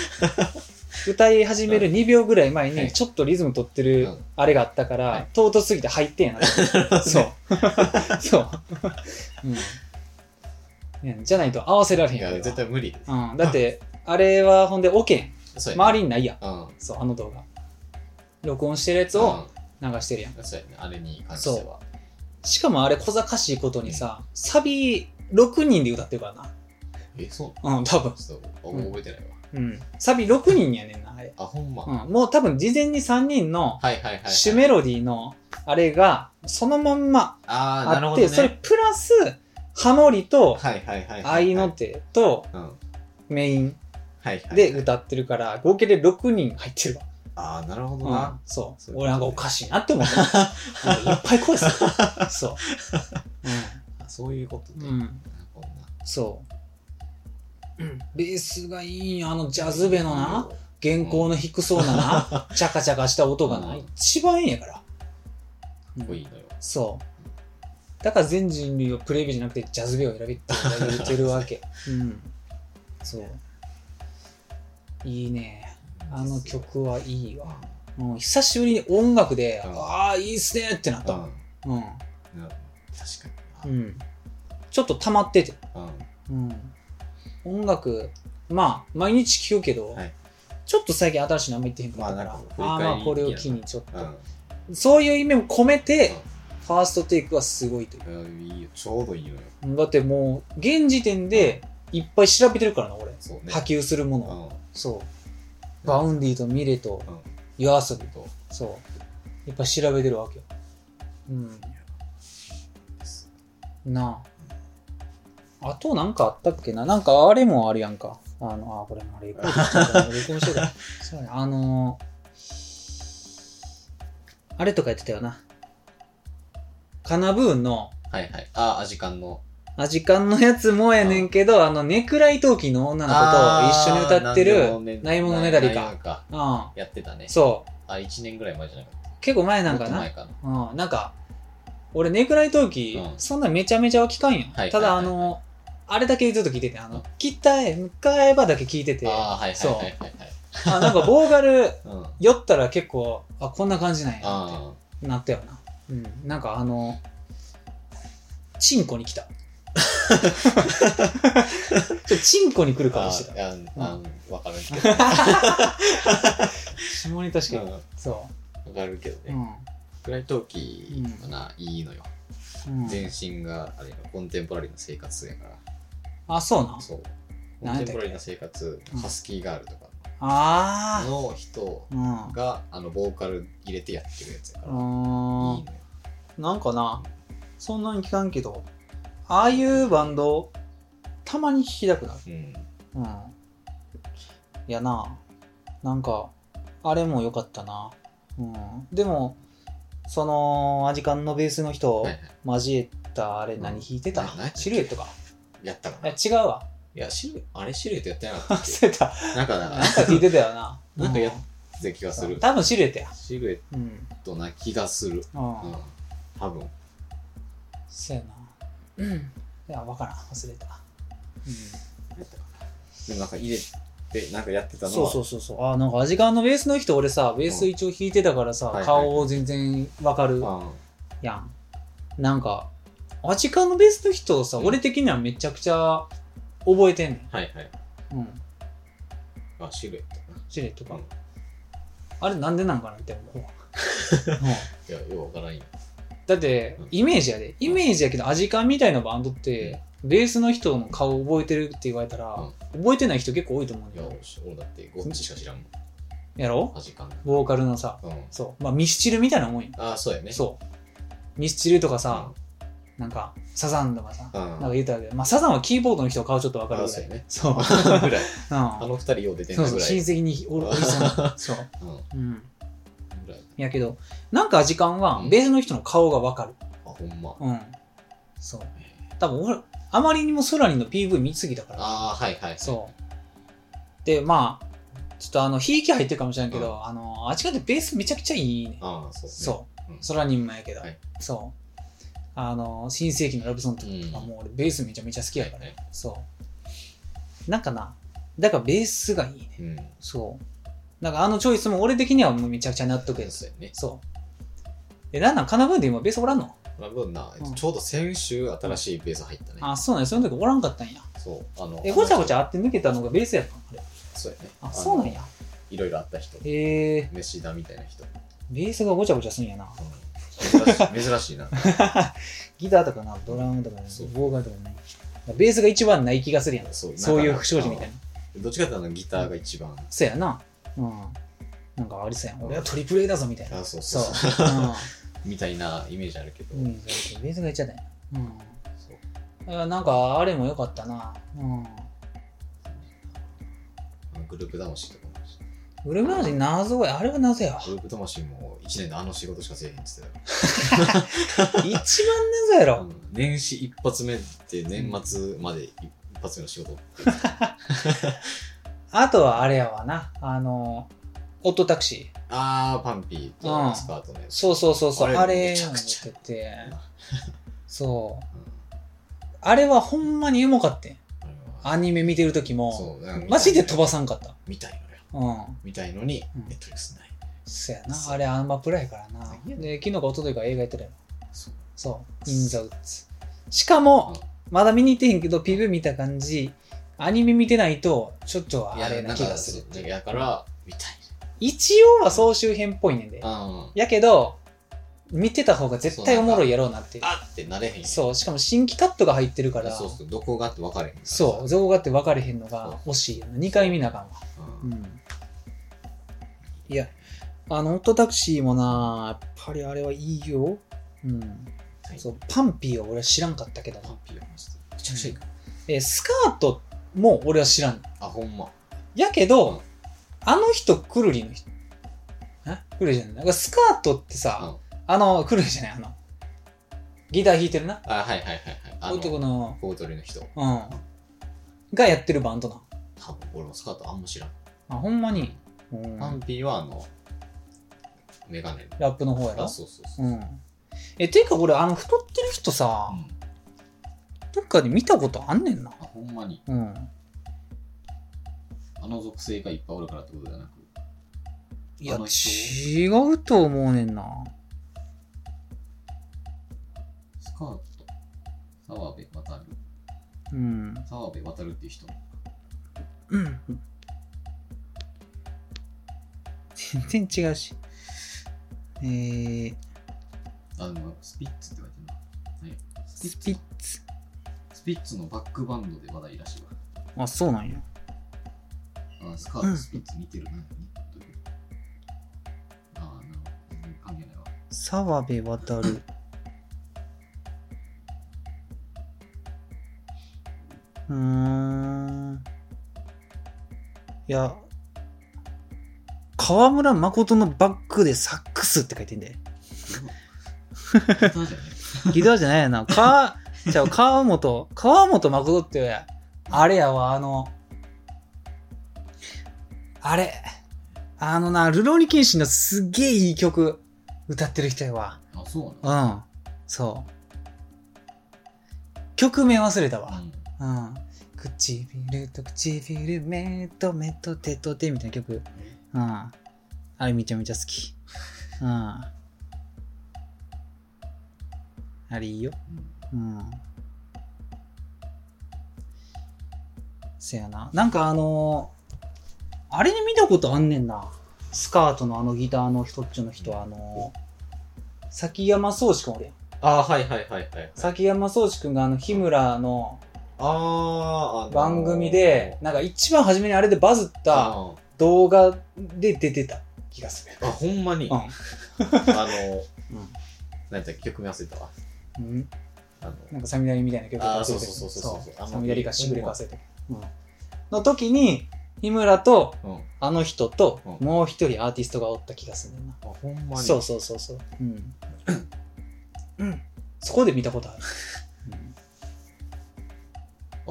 S2: 歌い始める2秒ぐらい前
S1: は
S2: に、
S1: い
S2: ちょっとリズム取ってる
S1: うん
S2: あれがあったか
S1: は
S2: ら
S1: い、
S2: 唐突すぎて入ってんやな
S1: [LAUGHS]
S2: と思って。そう。そう。うんね。じゃないと合わせられへ
S1: い
S2: ん
S1: や
S2: よ。俺は
S1: 絶対無理。
S2: うん。だって、あれはほんで OK やん。
S1: そうやね
S2: 周りにないやん。
S1: うん。
S2: そう、あの動画。録音してるやつを流してるやん。
S1: うん。そうやね。あれに関しては。
S2: しかもあれ小賢しいことにさ、サビ6人で歌ってるからな。
S1: え、そう
S2: うん、多分。
S1: ちょっと覚えてないわ。
S2: うん。サビ6人やねんな、あれ。
S1: あ、ほんま。
S2: うん、もう多分事前に3人の
S1: はいはいはい。
S2: 主メロディーのあれがそのまんま
S1: ああ、なる
S2: あっ
S1: ほ
S2: て、
S1: ど
S2: それ
S1: ね。
S2: プラスハモリと
S1: はいはいはい。
S2: 合いの。手と
S1: うん。はい
S2: メイン
S1: はい。
S2: で歌ってるから合計で6人入ってるわ。
S1: ああ、なるほど
S2: う
S1: な。
S2: ん、そ
S1: そうういうことね
S2: 俺なんかおかしいなって思ったうんいっぱい声するそう、
S1: あそういうこと
S2: う
S1: で。
S2: んうん、
S1: あこんな
S2: そう、うん、ベースがいいんよあのジャズベのな原稿の低そうななチャカチャカした音がな
S1: うん
S2: 一番いいんやから、
S1: かっこ
S2: うん
S1: いいのよ。
S2: そうだから全人類はプレイビーじゃなくてジャズベを選びって言ってるわけ、うん、そういいねあの曲はいいわもう久しぶりに音楽で、
S1: うん
S2: ああ、いいっすねってなっ
S1: う
S2: た。
S1: ん。
S2: うん。
S1: な確か
S2: う
S1: に
S2: ん。ちょっと溜まってて。
S1: な。うん。
S2: うん。音楽、まあ、毎日聴くけど、
S1: はい
S2: ちょっと最近新しいのあんま言ってへんかったから、
S1: まあなんか振り返り
S2: ああー、まあ、これを機にちょっと、
S1: うん
S2: そういう意味も込めて、
S1: うん
S2: ファーストテイクはすごいとい
S1: うんいいよ。ちょうどいいのよ。
S2: う。だってもう、現時点でいっぱい調べてるからな、俺。
S1: そうね。
S2: 波及するもの
S1: う
S2: を、
S1: ん。
S2: そう。バウンディとミレと
S1: うん
S2: 夜遊び
S1: と
S2: そう。やっぱ調べてるわけよ。うん。なあ。あとなんかあったっけななんかあれもあるやんか。あの、あ、これもあれ、レコードしてたなレコードして [LAUGHS] た。そうやあのあれとかやってたよな。カナブーンの
S1: はいはい。ああ、アジカンの。
S2: アジカンのやつもやねんけど、あの、ネクライトーキの女の子と一緒に歌ってる、ないものねだりか。
S1: か。
S2: う
S1: やってたね
S2: ん。。そ
S1: あ、1年ぐらい前じゃなかった。
S2: う。結構前なんか
S1: もっと
S2: な。
S1: 前かな。
S2: うん、なんか、俺、ネクライトーキ、
S1: うん
S2: そんなめちゃめちゃは聞かんよ。
S1: はい
S2: ただ、
S1: は
S2: あ
S1: いはい
S2: の、あれだけずっと聞いてて、あ
S1: う
S2: の
S1: ん、
S2: 北へ向かえばだけ聞いてて、あ
S1: ああ、はいはいはいはいはい。
S2: なんかボーガ
S1: う
S2: ル
S1: ん。あ
S2: 酔ったら結構、あ、こんな感じなんや
S1: あ
S2: ってなったよな。うん、なんかあの、チンコに
S1: [LAUGHS]
S2: 来た。ちょチンコに来る
S1: ー。
S2: 顔して
S1: あ
S2: た。
S1: ーあん、あんわかるけ
S2: 下ネタしか
S1: ど。
S2: 言う
S1: うんわ
S2: そ
S1: かるけど
S2: う。う
S1: ね。
S2: ん。
S1: フライトーキーかな、いいのよ。
S2: うん
S1: 全身が、あれよコンテンポラリーの生活やから。
S2: あ、そうなん。
S1: そう。コ
S2: なん
S1: ン
S2: やっ
S1: テ
S2: たっけ
S1: ンポラリーの生活
S2: うん、
S1: ハスキーガールとか
S2: あ
S1: の人
S2: あ。うん。
S1: が、あの、ボーカル入れてやってるやつやから。いい
S2: あ
S1: のよ。
S2: ーなんかなそんなに聞かんけどああいうバンドたまに聴きたくなる
S1: うん。
S2: うんいやななんかあれも良かったなうんでもそのアジカンのベースの人を
S1: はいはい
S2: 交えたあれ何弾いてた、
S1: うん何
S2: シルエットか
S1: やったか
S2: い
S1: な。
S2: や
S1: い
S2: 違うわ
S1: や、シル、あれシルエットやってなかったっ
S2: 忘れた
S1: けなんかな、
S2: なん
S1: あ
S2: か聞いてたよな
S1: なんかや
S2: う
S1: って気がする。
S2: 多分シルエットや
S1: シルエ
S2: うん
S1: ットな気がする。
S2: うん、
S1: うん。多分。
S2: そうやなうんいや分からん忘れたうん
S1: でもなんか入れて、なんかやってたの
S2: そう
S1: は。
S2: そうそうそうあなんかアジカンのベースの人俺さベース一応弾いてたからさ、
S1: はいはい
S2: 顔を全然わかる
S1: あ
S2: やんなんかアジカンのベースの人さ、
S1: うん
S2: 俺的にはめちゃくちゃ覚えてんね
S1: はいはい。
S2: んうん
S1: あ、シルエット
S2: シルエットか、
S1: うん
S2: あれなんでなんかなって思う、うん
S1: な。いや、ようわからんよ。
S2: だって
S1: うん
S2: イメージやでイメージやけどアジカンみたいなバンドって、ベースの人の顔覚えてるって言われたら、覚えてない人結構多いと思うん
S1: い
S2: だ
S1: や
S2: よ、
S1: 俺だってゴッチしか知らんもん。
S2: やろ
S1: 味感。
S2: ボーカルのさ
S1: うん。
S2: そうまあミスチルみたいなもんよ
S1: あ、そうやね。
S2: そう。ミスチルとか
S1: うん。
S2: さ、なんか、サザンとかさ、
S1: う
S2: なんか
S1: ん。
S2: 言うたらあれだけど、まあ、サザンはキーボードの人は顔ちょっとわか
S1: あ、
S2: るぐら
S1: そうや
S2: い。
S1: ね。
S2: そう。うん
S1: ぐらい。 [LAUGHS] あの二人よう出てん
S2: そう
S1: な
S2: そ
S1: ぐ
S2: う、
S1: ら
S2: 親
S1: い。
S2: 戚におるおりそ
S1: [LAUGHS]
S2: うな。そう。
S1: うん。
S2: うん。
S1: ぐらい。
S2: やけど、なんか時間は
S1: う、ん
S2: ベースの人の顔がわかる。
S1: あ、ほんま。
S2: うん。そう。多分俺、あまりにもソラニンの PV 見すぎたから。
S1: あー、はいはい。
S2: そう。で、まあ、ちょっとあの、ひいき入ってるかもしれんけど、あの、あっちかってベースめちゃくちゃいいね。
S1: ああ、そうね。
S2: そう
S1: う。ん
S2: ソラニンもやけど
S1: はい。
S2: そう。あの、新世紀のラブソングとか
S1: うん。
S2: まあ、もう俺ベースめちゃめちゃ好きやから、
S1: はいはい
S2: そうなんかなだからベースがいいね
S1: うん。
S2: そうなんかあのチョイスも俺的にはもうめちゃくちゃ納得です
S1: そうやね。
S2: そうえなんなんカナブーンで今ベースおらんの
S1: ラブな、えっと
S2: うん
S1: ちょうど先週新しいベース入ったね。
S2: あそうなんやその時おらんかったんや
S1: そう。あの、
S2: えごちゃごち
S1: ゃ。
S2: ゃあって抜けたのがベースやったんあれ
S1: そうやね。
S2: あそうなんや
S1: あの。いろいろあった人。
S2: へえ
S1: 飯田みたいな
S2: [LAUGHS]
S1: 人。うん
S2: ベースがごちゃごちゃするんやな
S1: 珍しい珍しいな。
S2: ギターとかなドラムとかな
S1: そう
S2: ボーガルとかないベースが一番ない気がするやん
S1: そう
S2: そういう
S1: なんか
S2: 不祥事みたいな
S1: どっちかっていうとあのギターが一番。
S2: そうやなうんなんかありそうやん俺はトリプル A だぞみたいな
S1: あそう
S2: そ
S1: そうう
S2: うん
S1: みたいなイメージあるけど。
S2: うん、ベースがいっちゃったよ。うん
S1: そう。
S2: いやなんか、あれも良かったな。うん。
S1: グループ魂とかも。
S2: ウルムラジン謎やあれは謎 [LAUGHS] やわ
S1: ブループ魂も1年であの仕事しかせえへんって言って
S2: 一番謎や
S1: たよ
S2: ろ、
S1: 年始一発目って年末まで一発目の仕事。
S2: あとはあれやわなあのオットタクシー
S1: あー、パンピーとスカートのやつ。
S2: そうそうそうそうあれ
S1: あれ
S2: め
S1: め
S2: ち
S1: ち
S2: ゃ
S1: ゃ
S2: く
S1: く
S2: ち
S1: ち
S2: ゃ
S1: ゃ
S2: てて
S1: うん
S2: そう
S1: うん
S2: あれはほんまにうまかってん
S1: あれは
S2: アニメ見てる時も
S1: そうなんか
S2: マジで飛ばさんかった
S1: 見たいのよ。
S2: うん
S1: 見たいのに
S2: うん、
S1: ネットリックスない。
S2: そや
S1: そ
S2: な、
S1: う
S2: あれアンマプラやからな。
S1: いや
S2: で、昨日か一昨日か映画やってたよ。
S1: そう
S2: そう、インザウッズ。しかも、まだ見に行ってへんけど、PV 見た感じ、アニメ見てないと、ちょっと
S1: い
S2: あ
S1: や
S2: れ
S1: な
S2: なん気
S1: か
S2: がするって
S1: そう
S2: い
S1: だ
S2: う。
S1: から、見たい。
S2: 一応は総集編っぽいねんで。
S1: あ
S2: やけど、見てた方が絶対おもろいやろうなっていう。
S1: あってなれへんう
S2: そう、しかも新規カットが入ってるから、
S1: そうそう、どこがって分かれへんからさ
S2: そう、造語って分かれへんのが惜しいよな。2回見なあかんわ。
S1: う
S2: うんんいや、あの、オットタクシーもな、やっぱりあれはいいよ。うん。
S1: はい
S2: そう、パンピーは俺は知らんかったけど
S1: パ
S2: な
S1: ン。ピーはマジでめちゃくちゃいいから
S2: え、スカートも俺は知らん。
S1: あ、ほんま。
S2: やけ
S1: うん
S2: ど、あの人、クルリの人。えクルリじゃない。スカートってさ、あの、クルリじゃない、あの、ギター弾いてるな。
S1: あ、はいはいはいはい。あの、
S2: 男の、
S1: 小太りの人。
S2: うん。がやってるバンドな。
S1: 多分俺もスカートあんま知らん。
S2: あ、ほんまに。うん
S1: パンピーはあの、メガネ
S2: ラップの方や
S1: の。
S2: ろ
S1: あ、そうそうそう。
S2: うん。え、ていうか俺、あの、太ってる人さ、
S1: うん
S2: どっかで見たことあんねんな。
S1: あ、ほんまに。
S2: うん。
S1: あの属性がいっぱいおるからってことじゃなく。
S2: いや、
S1: あの人
S2: 違うと思うねんな。
S1: スカート。澤部渡る。
S2: うん。
S1: 澤部渡るっていう人。
S2: うん。 [LAUGHS] 全然違うし。えー、
S1: あの、スピッツって書いてるな。はい
S2: スピッツ。
S1: スピッツのバックバンドで話題らしいわ。
S2: あ、そうなんや。
S1: あスカー
S2: う
S1: ト
S2: ん
S1: スピッツ似てるな。どういうああ、なるほど。全然関係ないわ。
S2: 澤部渡る。うーん。いや、河村誠のバックでサックスって書いてんだよ。
S1: ギターじゃない
S2: ギターじゃないやな。か、じゃあ、川本、川本誠って、あれやわ、あの、あれ、あのな、ルローニケンシンのすっげえいい曲歌ってる人やわ。
S1: あ、そう
S2: う
S1: なの
S2: ん。そう。曲名忘れた
S1: う
S2: わ。
S1: ん
S2: うん。唇と唇、目と目と手と手みたいな曲。うん。あれめちゃめちゃ好き。うん。あれいいよ。
S1: うん
S2: うん。せやな。なんかあのーあれに見たことあんねんな。スカートのあのギターの人っちょの人、あのー崎山宗志くんおるやん。
S1: あー、はいはいはいはい。
S2: 崎山宗志くんがあの日村の
S1: ああ、あのー
S2: 番組で、なんか一番初めにあれでバズった
S1: あ
S2: 動画で出てた気がする。
S1: ーあ、ほんまに。
S2: うん
S1: あのー、
S2: うん
S1: なんだっけ、曲名忘れたわ。
S2: うん。
S1: あの
S2: なんかサミダリみたいな曲
S1: あー
S2: 忘れてる
S1: そうそうそうそうそうあの
S2: サミダリかしぐれか忘れてる。うん。の時に、日村と
S1: うん。あ、
S2: あの人と
S1: うん
S2: もう一人アーティストがおった気がするんだよな。
S1: ほんまに。
S2: そうそうそうそう。うん。うん。そこで見たことある。
S1: あ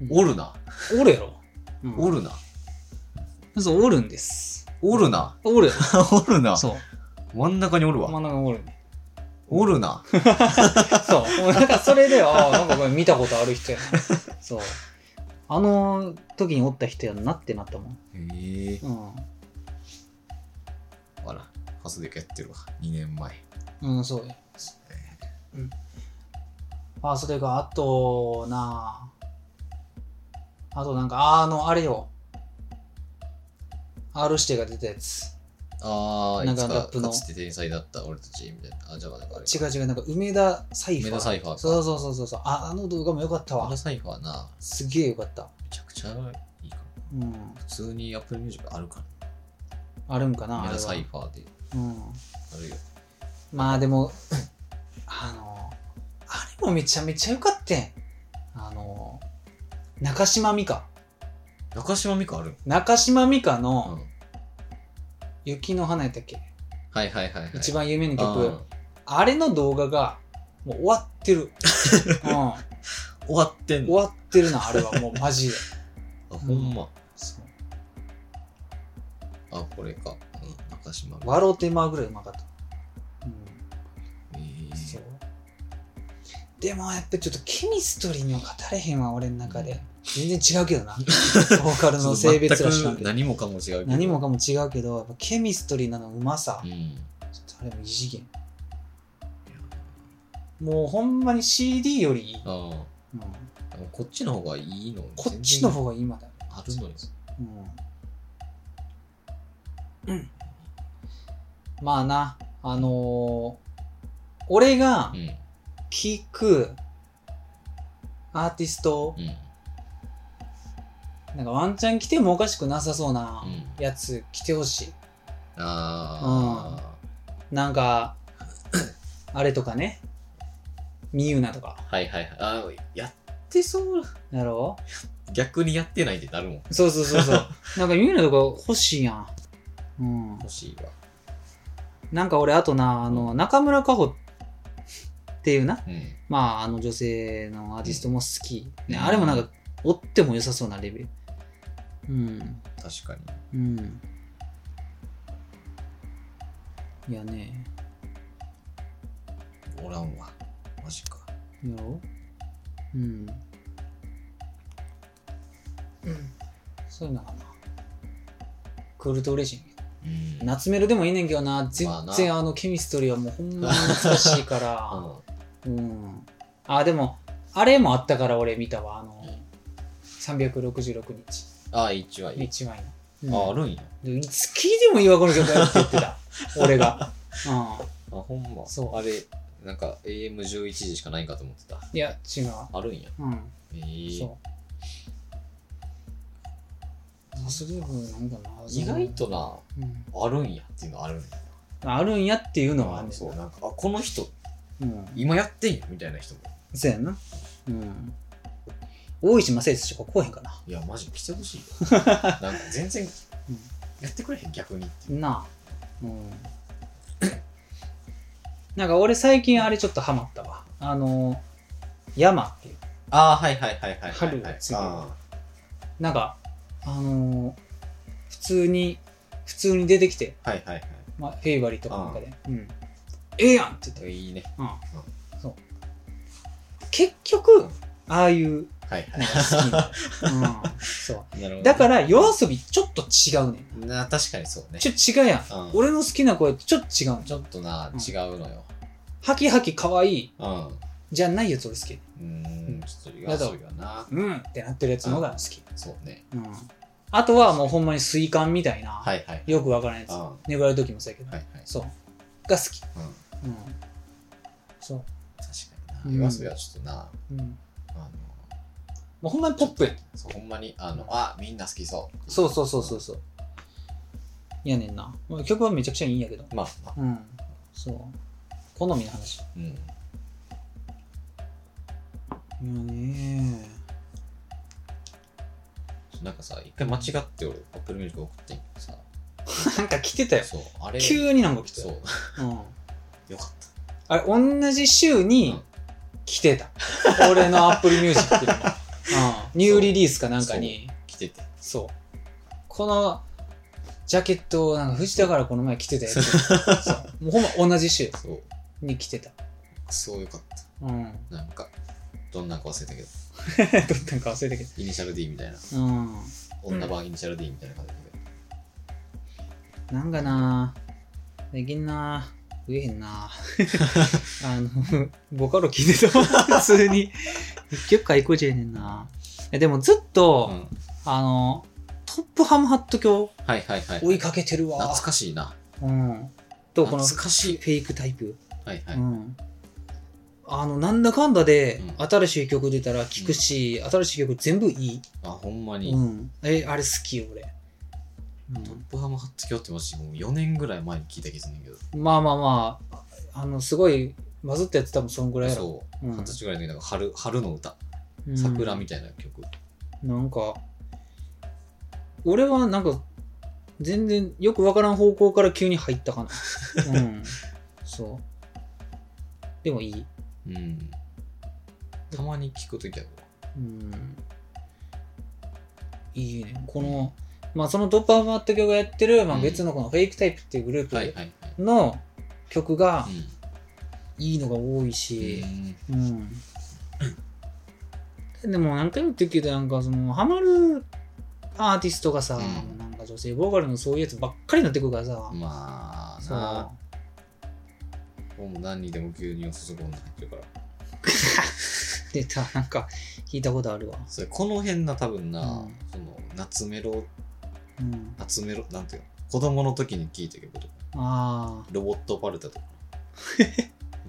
S2: うん
S1: おるな。
S2: おるやろ。うん
S1: おるな。
S2: そう、おるんです。
S1: おるな。
S2: おるや
S1: おるな
S2: ろ。。そう。
S1: 真ん中におる
S2: 真
S1: わ。
S2: ん中おるね。
S1: おるな。
S2: そう。俺なんかそれで、ああ、なんかこれ見たことある人やな。そう。あの時におった人やんなってなったもん。
S1: へえ。
S2: う
S1: あら、ハスデカやってるわ。2年前。
S2: ん。うん、そうや。あ、それが、あとなあ。あとなんか、あの、あれよ。R 指定が出たやつ。
S1: ああ、
S2: ないん
S1: つ
S2: かラッ
S1: か
S2: プの
S1: かつて天才だった俺たちみたいな。あ、じゃあ、なんかあれ
S2: 違う違う、なんか梅田サイファー。
S1: 梅田サイファーか
S2: そうそうそうそうそう。ああの動画も良かった
S1: か。
S2: わ
S1: ラ。サイファーな、
S2: すげえ良かった。
S1: めちゃくちゃいいから。
S2: うん。
S1: 普通に Apple Music あるか。
S2: あるんからな。
S1: 梅
S2: あれ
S1: 田サイ
S2: は。
S1: ファーで
S2: うん。
S1: あるよ。
S2: まあでも、 [LAUGHS] あの、あれもめちゃめちゃ良かったん。あの、中島美嘉。
S1: 中島美嘉ある
S2: 中島美嘉
S1: う
S2: の
S1: ん。
S2: 「雪の花」やったっけ、
S1: はいはいはい、はい。
S2: 一番有名な曲、
S1: うん
S2: あれの動画がもう終わって [LAUGHS] る、うん、
S1: 終わってん
S2: 終
S1: の
S2: わってるなあれはもうマジで
S1: あ、ほんま。
S2: そう
S1: あ、これか。うん、中島美嘉。
S2: 笑うてまうぐらいうまかった、う
S1: えー
S2: ん、そうでもやっぱちょっとケミストリーには語れへんわ俺の中で全然違うけど [LAUGHS] なボーカルの性別らし
S1: 全
S2: なん
S1: く
S2: けど
S1: 何もかも違うけど。
S2: 何もかも違うけどやっぱケミストリーなのうまさ、
S1: うん。い
S2: ちょっとあれも異次元
S1: や
S2: もうほんまに CD よりいい、
S1: あー
S2: うん
S1: でもこっちの方がいいの
S2: こっちの方が今だ、
S1: あるのよ。
S2: うんうん、まあなあのー俺が
S1: うん。
S2: 聴くアーティスト
S1: うん。
S2: なんかワンチャン来てもおかしくなさそうな
S1: うん
S2: やつ来てほしい
S1: あ
S2: なんか [CLEARS THROAT] あれとかねみゆなとか
S1: あ。はいはいはい。あーやってそう。
S2: やろ
S1: 逆にやってないってなるもん。
S2: うそうそうそうそう
S1: [LAUGHS]
S2: なんかみゆなとか欲しいやんうん
S1: 欲しいわ。
S2: なんか俺あとなあの中村佳穂っていうな
S1: うん。
S2: まあ、あの女性のアーティストも好き。ね、
S1: うん
S2: あれもなんか、追っても良さそうなレベル。うん。
S1: 確かに。
S2: うん。いやね。
S1: おらんわ。マジか。
S2: やろうん。うん。そういうのかな。来ると嬉しいね。
S1: うん
S2: 夏メロでもいいねんけどな。全
S1: まあ
S2: 然あの、ケミストリーはもうほんまに難しいか [LAUGHS] ら。
S1: う
S2: うん。あ、でも、あれもあったから俺見たわ。あの、366日。
S1: んああ、一はいい。
S2: 一枚
S1: あ、あ
S2: の。
S1: るんや。
S2: うん。いつ聞いてもいいわ、この曲やって言っ
S1: [LAUGHS]
S2: てた。俺が。う
S1: あ、ほんま。
S2: そう
S1: あれ、なんか AM11 時しかないんかと思ってた。
S2: ん。いや、違う。
S1: あるんや。
S2: うん。
S1: えー
S2: そう。あそれよりなんかな。
S1: 意外とな、
S2: うん。
S1: あるんやっていうのあるんや。
S2: あるんやっていうのはあるん
S1: そう、
S2: だ
S1: なんか、あ、この人、
S2: うん。
S1: 今やってんや、みたいな人も。
S2: そうやな。うん。大石正義しか来おへんかな。
S1: いや、マジ来てほしいよ。
S2: [LAUGHS]
S1: なんか、全然
S2: うん、
S1: やってくれへん、逆にっていう。
S2: なあ。うん。なんか俺最近あれちょっとハマったわ。あの、山っていう。
S1: ああ、はいはいはいはい。
S2: 春
S1: はい
S2: が強い
S1: あ
S2: なんか、あのー普通に、普通に出てきて、
S1: ーはいはい
S2: まあ、フェイバリーとかなんかで、うん、ええやんって言った
S1: はい。いいね。
S2: ら、うん、そう。結局、ああいう
S1: はい
S2: のが好きなのよ、うん、そ
S1: なるほど。
S2: う。だから、夜遊びちょっと違うねん。
S1: な、確かにそうね。
S2: ちょっと違うやん。
S1: うん
S2: 俺の好きな声とちょっと違うねん
S1: ちょっとな、
S2: うん
S1: 違うのよ。
S2: ハキハキ可愛い
S1: うん。う
S2: じゃないやつ俺好き。
S1: ーん、ちょっと夜遊びがな。
S2: うんってなってるやつの方が好き。
S1: そうね。
S2: うん。あとはもうほんまに水管みたいな、
S1: はいはい。
S2: よくわからないや
S1: うん。
S2: つ。
S1: は
S2: 眠られる時もそうやけど、
S1: いはい。
S2: そう。が好き。
S1: うん。
S2: うん。そう。
S1: 確か
S2: う
S1: に
S2: ん
S1: な。夜遊びはちょっとな、
S2: うん。も
S1: あ
S2: うほんまにポップやん。
S1: の、そうほんまに、あの、あ、みんな好きそう。
S2: そうそうそうそうそう。いやねんな。もう曲はめちゃくちゃいいんやけど。
S1: まあ、まあ、
S2: うん。そう。好みの話。
S1: う
S2: い
S1: ん。
S2: やね
S1: なんかさ、一回間違って俺、アップルミュージック送ってんけどさ、
S2: [LAUGHS] なんか来てたよ。
S1: そう、あれ、
S2: 急になんか来てた
S1: そ
S2: よ。
S1: う、
S2: うん。
S1: よかっ
S2: あれ、同じ週に来てた。俺のアップルミュージ [LAUGHS] ックにも。うん。ニューリリースかなんかに。
S1: た。来てて。
S2: そう。この、ジャケットをなんか藤田からこの前着てたやつ。そうもうほんま同じ週
S1: そう、
S2: に着てた。
S1: くそうよかった。
S2: うん。 [LAUGHS]
S1: なんか、どんなんか忘れたけど、
S2: どったんか忘れたけど。
S1: イニシャル D みたいな、
S2: うん。
S1: 女版イニシャル D みたいな感じ
S2: なんかなできんな増えへん [LAUGHS] なあの、ボカロ聞いてたわ普通に。一曲かいこうじゃえねんな。いやでもずっ
S1: で。
S2: と、
S1: うん。
S2: あの、トップハムハット教
S1: はいはいはい。
S2: 追いかけてるわ
S1: 懐。かしいな。
S2: うん。と、このフ
S1: 懐かしい。
S2: ェイクタイプ。
S1: はいは
S2: う
S1: い。
S2: ん、あのなんだかんだで
S1: うん
S2: 新しい曲出たら聴くし、新しい曲全部いい、
S1: あ、ほんま
S2: う
S1: に。
S2: ん、えあれ好きよ俺、
S1: トップハムハット教ってマジもう4年ぐらい前に聞いた気がするんだけど、
S2: まあまあまああのすごいバズったやつ多分そんぐらいやろ
S1: そうう、二十歳ぐらいの時なんか春春の歌、
S2: うん
S1: 桜みたいな曲、
S2: なんか俺はなんか全然よくわからん方向から急に入っ
S1: [LAUGHS]
S2: たかなうんそうでもいい
S1: うん。たまに聞くときあるわ。
S2: うんいいねこのまあそのドッパーマって曲がやってる、ま
S1: う
S2: あ、
S1: ん
S2: 別のこのフェイクタイプっていうグル
S1: はいはいは
S2: ー
S1: い。
S2: プの曲が
S1: うん
S2: いいのが多いし、
S1: うん
S2: うん、でも何回も言ってるけどなんかそのハマるアーティストがさ、
S1: うん
S2: なんか女性ボーカルのそういうやつばっかりになってくるからさ、
S1: まあ
S2: そう
S1: なあ、もう何にでも牛乳を注ぐ女入ってるから。
S2: 出たなんか聞いたことあるわ、
S1: それこの辺な多分な、
S2: うん
S1: その夏メロ、
S2: うん、
S1: 夏メロ、なんていうの子供の時に聞いた曲とか、
S2: あ
S1: ロボットパルタとか、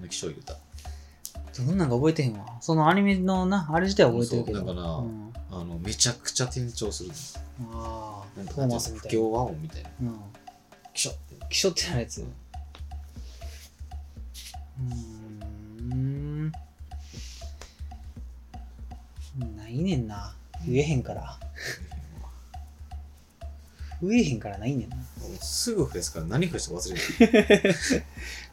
S1: 抜き醤油歌。
S2: あどんなんか覚えてへんわそのアニメのなあれ自体は覚えてるけど
S1: そうだから
S2: うん
S1: あの、めちゃくちゃ転調する
S2: ああ
S1: の。なん
S2: ト
S1: か
S2: ーマスみ
S1: 不
S2: たいな、
S1: 協和音みたいな。
S2: うん、
S1: キショって。
S2: 気象ってなるやつうーんないねんな増えへんから増えへんからないねんな
S1: もうすぐ増やすから何増やして忘れる。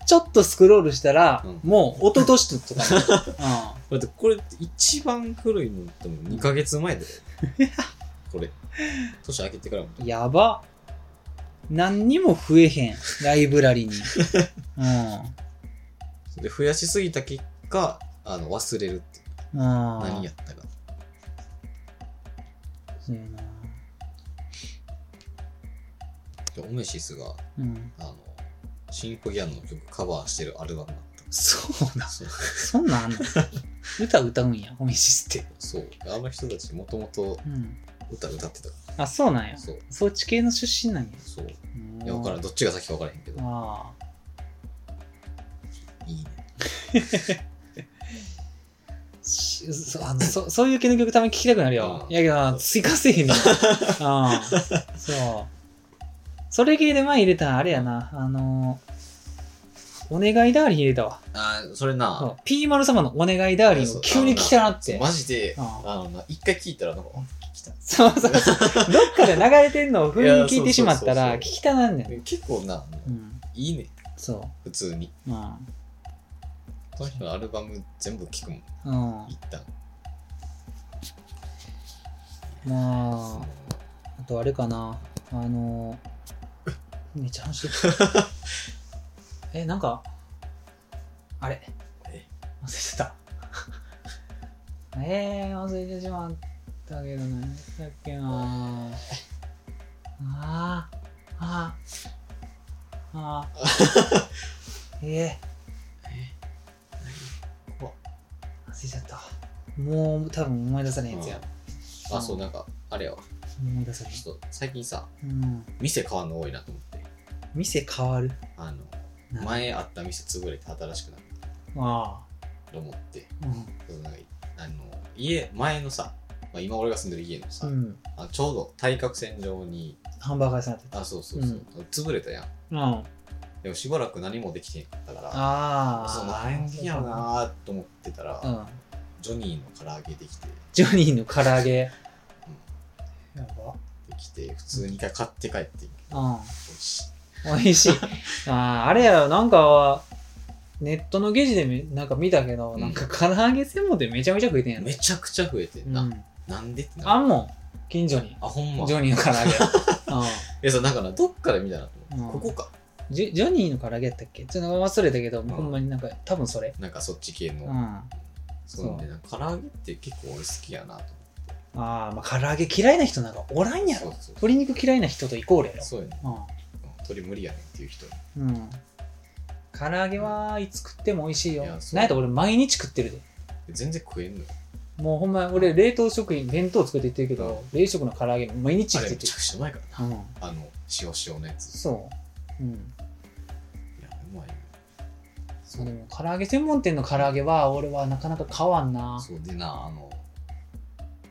S2: ちょっとスクロールしたら、
S1: うん
S2: もう一昨年とか、
S1: だってこれ一番古いの多分2ヶ月前だ
S2: [LAUGHS]
S1: よ。これ。年明けてからも。
S2: [LAUGHS] うん、やば何にも増えへんライブラ [LAUGHS] リに、
S1: で、増やしすぎた結果、あの、忘れるっていう。
S2: うん、あ
S1: 何やったか。
S2: そうやな
S1: でオメシスが、
S2: うん
S1: あの、シンポギアンの曲カバーしてるアルバムだった。
S2: そうな
S1: そう。
S2: そんなん [LAUGHS] あんの歌歌うんやホミシスって、
S1: そうあの人たちもともと
S2: うん、
S1: 歌歌ってたか
S2: あそうなんや
S1: ら。そう。
S2: そっち系の出身なんや。
S1: そう。い
S2: い
S1: や、わからん。どっちが先かわからへんけど。
S2: あ
S1: いいね。
S2: あしそあのそ [LAUGHS] そういう系の曲たまに聴きたくなるよ。
S1: うん
S2: いやけどな、追加せえへ
S1: [LAUGHS]
S2: んねん。ああそう。それ系で前入れたんあれやな。あのーお願いダーリン入れたわ。
S1: あー、それな、
S2: そうピーマル様のお願いダーリンを急に聞きたなって。
S1: マジで、
S2: あ
S1: あのな、一回聞いたら、なんか、あ来た。
S2: そうそうそう。どっかで流れて
S1: [LAUGHS]
S2: んのを不意に聞いてしまった
S1: いや
S2: ら、
S1: そうそうそうそう
S2: 聞きたなんねん。
S1: 結構な、
S2: うん。
S1: いいね。
S2: そ
S1: 普通に。
S2: う。ま
S1: この人のアルバム全部聞くもん。
S2: あ。うん。
S1: 一旦。
S2: まあ。あとあれかな、あのー、めっちゃ話してる。え、なんか、あれ
S1: え
S2: 忘れてた。 [LAUGHS] えー、忘れてしまったけど、何だっけなあー、あー、あー、えー、
S1: 怖っ
S2: 忘れちゃった。もう多分思い出されへんやつや。
S1: あ、そう、なんか、あれやわ。
S2: 思い出されへ
S1: ちょっと、最近さ、
S2: ん。うん。
S1: 店変わんの多いなと思って。
S2: 店変わる。
S1: あの、
S2: な
S1: 前あった店潰れて新しくなっ
S2: あ
S1: たと思って。
S2: あ。うん。
S1: そのなんかあの、家、前のさ、まあ、今俺が住んでる家のさ、
S2: うん、
S1: あちょうど対角線上に、
S2: ハンバーガー屋さんやって
S1: あ、そうそうそう、潰れたやん。
S2: うん、あ
S1: でもしばらく何もできてへんかったから、
S2: あ
S1: そう、なんやろなーと思ってたら、
S2: うん
S1: ジョニーの唐揚げできて、
S2: ジョニーの唐揚げやば
S1: できて、普通に一回買って帰ってんけど、
S2: う
S1: 美味しい
S2: ん美味しい [LAUGHS] あーあれやろなんかネットの記事でめなんか見たけど、
S1: うん
S2: なんか唐揚げ専門店めちゃめちゃ食えてんやろ
S1: めちゃくちゃ増えてんな。
S2: うん、
S1: なんでってな
S2: あんもん近所に
S1: あ、ほんま。
S2: ジョニーの唐揚
S1: [LAUGHS]
S2: げ、う
S1: いや、そう、なんかな、どっから見たなと思って、
S2: うん
S1: ここか。
S2: ん、ジョジョニーの唐揚げやったっけちょっと忘れたけど、ほんまになんか多分それ、
S1: なんかそっち系の。
S2: うん、あ
S1: そうなんで、なんか唐揚げって結構俺好きやなと思って。
S2: あーまあ唐揚げ嫌いな人なんかおらんやろ
S1: そうそうそう
S2: 鶏肉嫌いな人とイコールやろ
S1: そうやね。
S2: うん
S1: うん鳥無理やねんっていう人。
S2: うん。唐揚げはいつ食っても美味しいよ。
S1: いやそう
S2: なんやったら俺毎日食ってるで。
S1: 全然食えんのよ。
S2: もうほんま俺冷凍食品、弁当作って言ってるけど、冷食の唐揚げ毎日
S1: あ
S2: 食っ
S1: れ
S2: て
S1: め
S2: て
S1: ちゃくちゃうまいから
S2: る。うん。
S1: な。あの、塩塩のやつ。
S2: そう。うん。
S1: いや、うまいよ。そ
S2: まあで
S1: う。
S2: も唐揚げ専門店の唐揚げは俺はなかなか買わんな。
S1: そうでな、あの、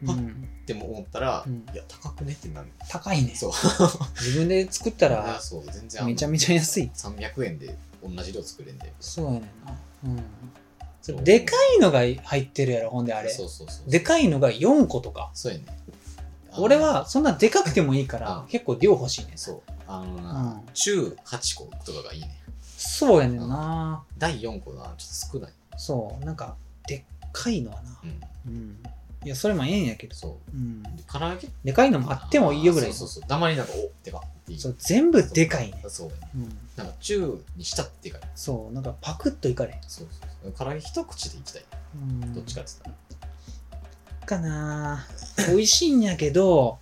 S2: う
S1: あ
S2: ん。
S1: でも思ったら、
S2: うん
S1: いや、高くねってなる。
S2: 高いね。
S1: そう。
S2: [LAUGHS] 自分で作った
S1: いや
S2: ら
S1: そう、全然あの
S2: めちゃめちゃ安い。
S1: 300円で同じ量作れんで。
S2: そうやねんな。うんそれ
S1: そう
S2: でかいのが入ってるやろ、ほんであれ。
S1: そうそうそう。
S2: でかいのが4個とか。
S1: そうやね。あの
S2: 俺はそんなでかくてもいいから
S1: うん
S2: 結構量欲しいね
S1: そうあの
S2: う
S1: な、
S2: ん、
S1: 中8個とかがいいね
S2: そうやねんな
S1: 第4個がちょっと少ない、
S2: そうなんかでっかいのはな
S1: うん、
S2: うんいやそれもええんやけど、
S1: そ
S2: うん、
S1: うで唐揚げ
S2: でかいのもあってもいいよぐらい
S1: あーそうそうそうたまになんかおでかっていいそ
S2: そ
S1: う
S2: 全部でかいね、
S1: う
S2: うん、
S1: なんか中にしたってかい
S2: そうなんかパクッといかれへん、
S1: そうそうそう唐揚げ一口でいきたい
S2: うん、
S1: どっちかって言ったら
S2: かなぁ美味しいんやけど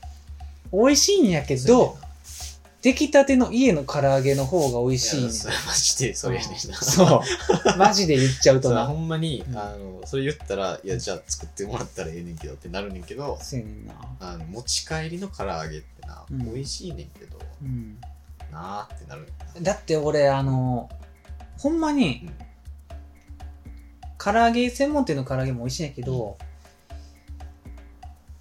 S2: 美味しいんやけど出来たての家の唐揚げの方が美味しい
S1: い
S2: ね
S1: やそれマジでそれ [LAUGHS] やねんな
S2: そうマジで言っちゃうと
S1: そう
S2: な
S1: ほんまに、
S2: うん
S1: あのそれ言ったらいやじゃあ作ってもらったらええねんけどってなるねんけど
S2: そうやねんな
S1: あの持ち帰りの唐揚げってな、
S2: うん
S1: 美味しいねんけど
S2: うん
S1: なーってなるねんな
S2: だって俺あのほんまに、
S1: うん
S2: 唐揚げ専門店の唐揚げも美味しいんやけど、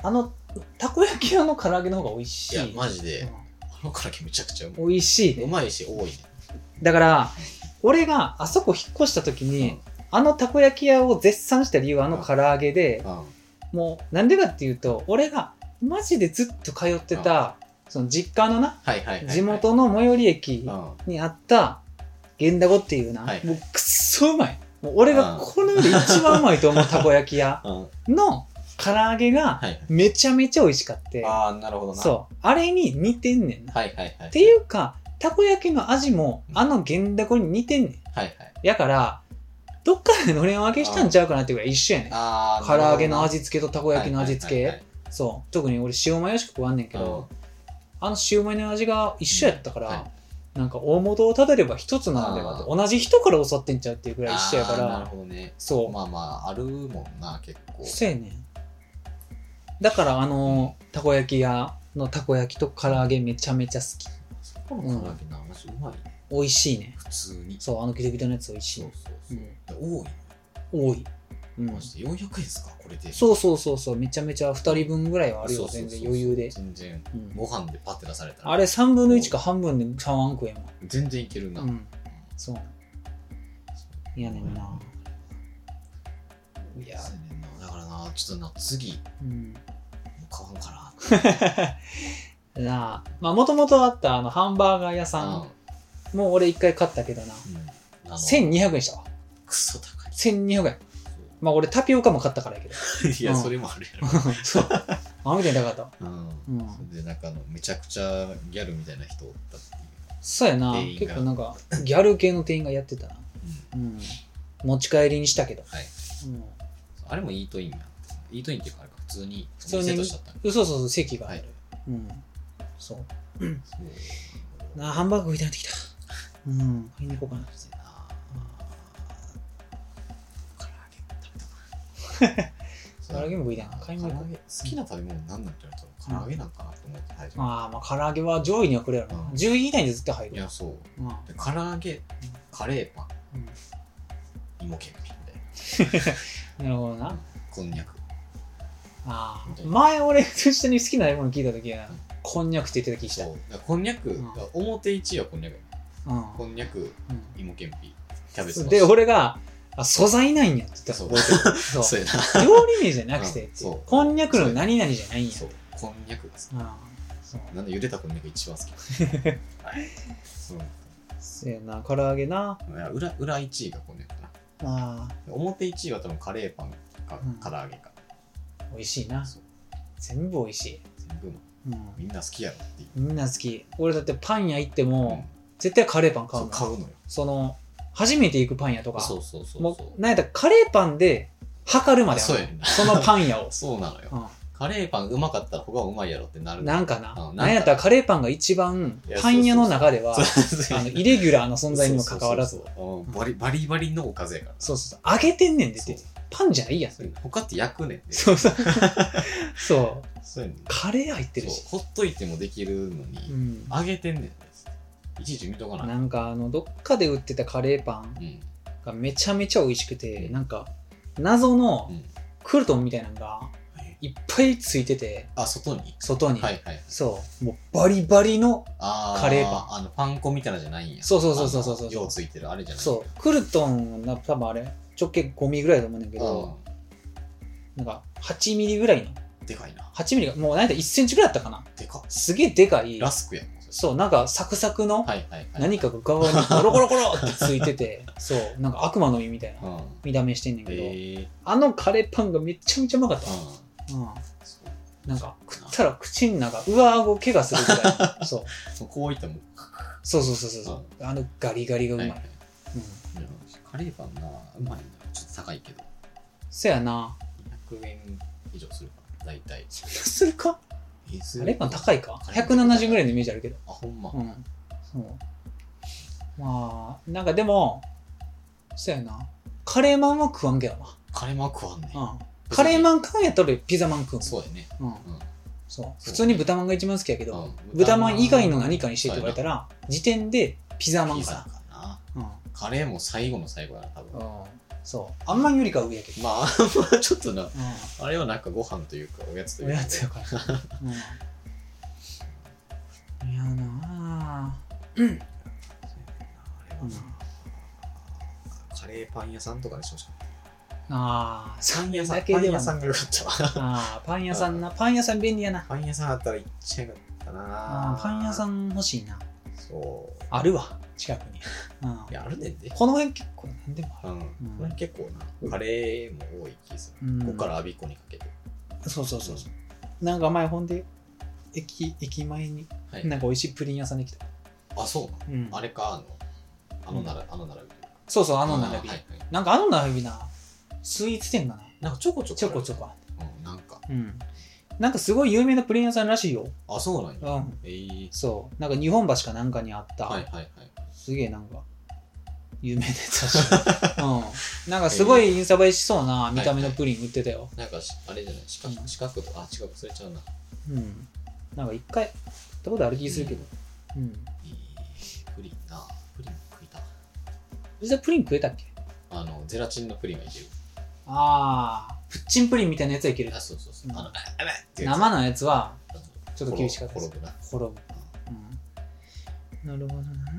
S2: あのたこ焼き屋の唐揚げの方が美味し
S1: い
S2: い
S1: やマジでこの唐揚げめちゃくちゃうまい
S2: うん美味しいね
S1: うまいし多いね
S2: だから俺があそこ引っ越した時に、
S1: うん
S2: あのたこ焼き屋を絶賛した理由はあの唐揚げで、
S1: うん
S2: もうなんでかっていうと俺がマジでずっと通ってた、その実家のな
S1: はいはいはいはい
S2: 地元の最寄り駅
S1: うん
S2: にあった源田ゴっていうな、
S1: はい
S2: もうくっそうまいもう俺がこの世で一番うまいと思うたこ焼き屋
S1: [LAUGHS] うんは
S2: の唐揚げが
S1: い
S2: めちゃめちゃ美味しかって、
S1: ああなるほどな
S2: そうあれに似てんねんな、
S1: はいはいはい
S2: っていうかたこ焼きの味もあの源田ゴに似てんねん
S1: はいはい
S2: やから、どっかでのれん分けしたんちゃうかなっていうぐらい一緒やねん。
S1: あー
S2: 唐揚げの
S1: なる
S2: 味付けとた
S1: ほ
S2: こ
S1: どな
S2: 焼きの味付
S1: はいはい
S2: け。
S1: はい
S2: そう。特に俺塩マヨしか食わんねんけ
S1: はい
S2: ど、あの塩マヨの味が一緒やったか
S1: うん
S2: ら
S1: は、
S2: なんか大元をたどれば一つなのではと。同じ人から襲ってんちゃうっていうぐ
S1: うん
S2: らい一緒やか
S1: あーなる
S2: ら、
S1: ほどね
S2: そ
S1: まあまああるもんな結構
S2: う。そうやねん。だからあの、たこ焼き屋のたこ焼きと唐揚げめちゃめちゃ好き。
S1: そこの唐揚げなマジうまいね
S2: 美味しいね。
S1: 普通に
S2: そう、あのギトギトのやつ美味しい
S1: そう。
S2: う。
S1: そうんそう多い
S2: 多い。うん
S1: マ。ジで400円ですかこれで
S2: そうそうそうそう、めちゃめちゃ2人分ぐらいはある
S1: そ
S2: よ、
S1: うそうそう
S2: 全然余裕で。
S1: 全然
S2: うん
S1: ご飯でパテ出されたら
S2: あれ3分の1か半分で3万食えんわ。
S1: 全然いけるな
S2: うん、そう。いやねんな。いや、
S1: そうやねんなだからなちょっとな次
S2: うん。
S1: 買わんかな
S2: なあ、まあ、もともとあったあのハンバーガー屋さん、もう俺1回買ったけどな、
S1: うんあの
S2: 1200円したわ。
S1: クソ高い
S2: 1200円。まあ、俺タピオカも買ったからや
S1: [LAUGHS]
S2: けど。
S1: いや、
S2: うん
S1: それもあるや
S2: そう。あ、みたいに高かったわ。
S1: ろ。うん。
S2: [LAUGHS] うん。
S1: それで、なんかあの、めちゃくちゃギャルみたいな人おったっていう。
S2: そうやな
S1: 店員が
S2: 結構なんかギャル系の店員がやってたな、うん、持ち帰りにしたけど、
S1: はい
S2: うん、
S1: あれもイートインやん。イートインっていうか、あれか、普通に、
S2: 普通に
S1: セットしちゃったんや
S2: そうそうそう席がある、
S1: はい
S2: うんそう
S1: そう
S2: なあハンバーグ食いたくなってきたうん買いに行こうかな
S1: マジでな唐揚げ食べたか
S2: 唐
S1: な
S2: 揚げも食いたいな買い
S1: 唐
S2: 物
S1: 揚
S2: 行こう
S1: げ好きな食べ物なんなんて言われたら唐揚げなんかなと思って最初
S2: まあまあ唐揚げは上位にはくれるな、
S1: うん
S2: 10位以内に絶対入
S1: い
S2: る
S1: やそう
S2: うんうん
S1: で唐揚げカレーパン芋けんぴみたいな
S2: なるほどな
S1: こんにゃく
S2: ああ前俺と一緒に好きなもの聞いた時はこんにゃくって言ってた気した
S1: そうだからこんにゃく、
S2: うん
S1: 表1位はこんにゃく
S2: うん、
S1: こんにゃく
S2: う
S1: 芋けんぴキャベツ
S2: ん、
S1: の
S2: で俺があ素材ないんやって言った
S1: そ
S2: の
S1: う
S2: 覚えてるそう
S1: そうやな
S2: 料理名じゃなくてって、
S1: うんそう
S2: こんにゃくの何々じゃないんや
S1: そうこんにゃくが好
S2: うんそう
S1: きなんで茹でたこんにゃく一番好きはいそう
S2: せやな唐揚げない
S1: や裏裏1位がこんにゃくか
S2: あ
S1: な表1位は多分カレーパンか
S2: うん
S1: 唐揚げか、
S2: ー美味しいな
S1: そう
S2: 全部美味しい、
S1: 全部うまいみんな好きやろっていう、
S2: みんな好き俺だってパン屋行って
S1: う
S2: も、絶対カレーパン買う
S1: そう
S2: の
S1: 買
S2: そう
S1: のよ
S2: の初めて行くパン屋とか
S1: そうそうそう
S2: も
S1: そう
S2: うなんやったらカレーパンで測るまであ
S1: そ
S2: る
S1: うやねんな、
S2: そのパン屋を
S1: そうなのよ
S2: う
S1: カレーパンうまかったら他はうまいやろってなる
S2: ん、なんかな、
S1: うんなんか
S2: なんやったらカレーパンが一番
S1: いや
S2: パン屋の中では
S1: そうそうそう [LAUGHS]
S2: あのイレギュラーな存在にもかかわらず
S1: そうそうそううんバリバリバリのおかずやから
S2: そうそうそう揚げてんねんでっ
S1: そう
S2: てパンじゃないやん
S1: そう他って焼くねんで
S2: そうそうそう
S1: そうやねん
S2: カレー入ってるし
S1: そうほっといてもできるのに、
S2: うん
S1: 揚げてんねんねいちいち見とかない
S2: なんかあのどっかで売ってたカレーパン
S1: うん
S2: がめちゃめちゃ美味しくてなんか謎の
S1: うん
S2: クルトンみたいなのが
S1: え
S2: いっぱいついてて
S1: あ外に
S2: 外に、
S1: はいはい
S2: そうもうバリバリの
S1: あ
S2: カレーパ
S1: ンあのパン粉みたいなのじゃないんや
S2: そうそうそうそうそう
S1: あのようついてるあれじゃない
S2: そうクルトンな多分あれ直径5ミリぐらいだと思うねんだけ
S1: うん
S2: どなんか8ミリぐらいの
S1: でかいな。
S2: 8ミリが、もうなんだ1センチぐらいだったかな。
S1: でかっ
S2: すげえでかい、
S1: ラスクやん。
S2: そう、なんかサクサクの
S1: はいはいはい。
S2: 何かが側にゴロゴロゴロってついて [LAUGHS] て、そう、なんか悪魔の実みたいな
S1: うん。
S2: 見た目してんねん
S1: え
S2: けど、
S1: ー、
S2: あのカレーパンがめちゃめちゃうまかった
S1: うん。。
S2: うん。
S1: そ
S2: なんか食ったら口の中、上顎怪我するぐら [LAUGHS] い。そう。
S1: うこういったもん。
S2: そうそうそうそうそう。あのガリガリがうま。
S1: はいいはい
S2: うん。
S1: いやカレーパンな、うまいな。ちょっと高いけど。
S2: そや [LAUGHS] な。
S1: 100円以上するから、大体。
S2: そんなするかカレーパン
S1: い。
S2: 高いか ?170 ぐらいのイメージあるけど。
S1: あ、ほんま。
S2: うん。そう。まあ、なんかでも、そやな。カレーマンは食わんけど
S1: カレーマン食わんね。
S2: な。うん。カレーマン食うんやったらピザマン食うもん。
S1: そうやね。
S2: うん。
S1: うん。
S2: そう。普通に豚まんが一番好きやけど、
S1: うん
S2: 豚まん以外の何かにしてって言われたら、時点でピザマン
S1: ピ
S2: か
S1: ザ
S2: な。
S1: かな。
S2: うん。
S1: カレーも最後の最後やな、多分。
S2: うんそう。あんまんよりかは上やけど。
S1: まあ、あんまちょっとな、
S2: うん。
S1: あれはなんかご飯というか、おやつという
S2: お
S1: か。
S2: やつやから。うん。いやな
S1: あ
S2: ぁ。
S1: れはなカレーパン屋さんとかでしょうし
S2: [LAUGHS]
S1: かない。
S2: ああ、
S1: パン屋
S2: さん
S1: パン屋さんがよかった [LAUGHS] わ。
S2: あーパン屋さんな。パン屋さん便利やな。
S1: パン屋さんあったら行っちゃよかった
S2: あ
S1: な。
S2: ーパン屋さ
S1: ん。
S2: ん欲しいな。
S1: そう。
S2: あるわ、近くに。うん
S1: いや、あるねんで。
S2: この辺結構何でもあ
S1: うん。
S2: る。ん
S1: これ結構な、カレーも多い気する。
S2: うん
S1: ここからアビコにかけて。
S2: そうそうそうそう。なんか前ほんで、駅駅前に、
S1: はい。
S2: なんか美味しいプリン屋さんできた。
S1: あ、そうなの
S2: うん
S1: あれか、あの、あのなら、あの並び。
S2: そうそう、あの並び
S1: は。いはい
S2: なんかあの並びな、スイーツ店がな、
S1: なんかちょこちょこ。
S2: ちょこちょこあって。
S1: うん、なんか。
S2: うん。なんかすごい有名なプリン屋さんらしいよ。
S1: あ、そうなんや。
S2: うん。
S1: えー。
S2: そう。なんか日本橋かなんかにあった。
S1: はいはいはい。
S2: すげえなんか、有名なやつら [LAUGHS] しい。うん。なんかすごいインスタ映えしそうな見た目のプリン売ってたよ。
S1: なんかし、あれじゃない、四
S2: う
S1: 角、
S2: ん
S1: 四角と、あ、違う、忘れちゃうな。
S2: うん。なんか一回、行ったことある気するけど。うん。
S1: えープリンな。プリン食いた。
S2: 実はプリン食えたっけ
S1: あの、ゼラチンのプリンがいける。
S2: ああ、プッチンプリンみたいなやつはいける。
S1: あ、そうそうそうう。
S2: ん
S1: あの、あやばいって
S2: 生のやつはちょっと厳しかったです
S1: 転ぶな。
S2: 転ぶ。うん。なるほどな。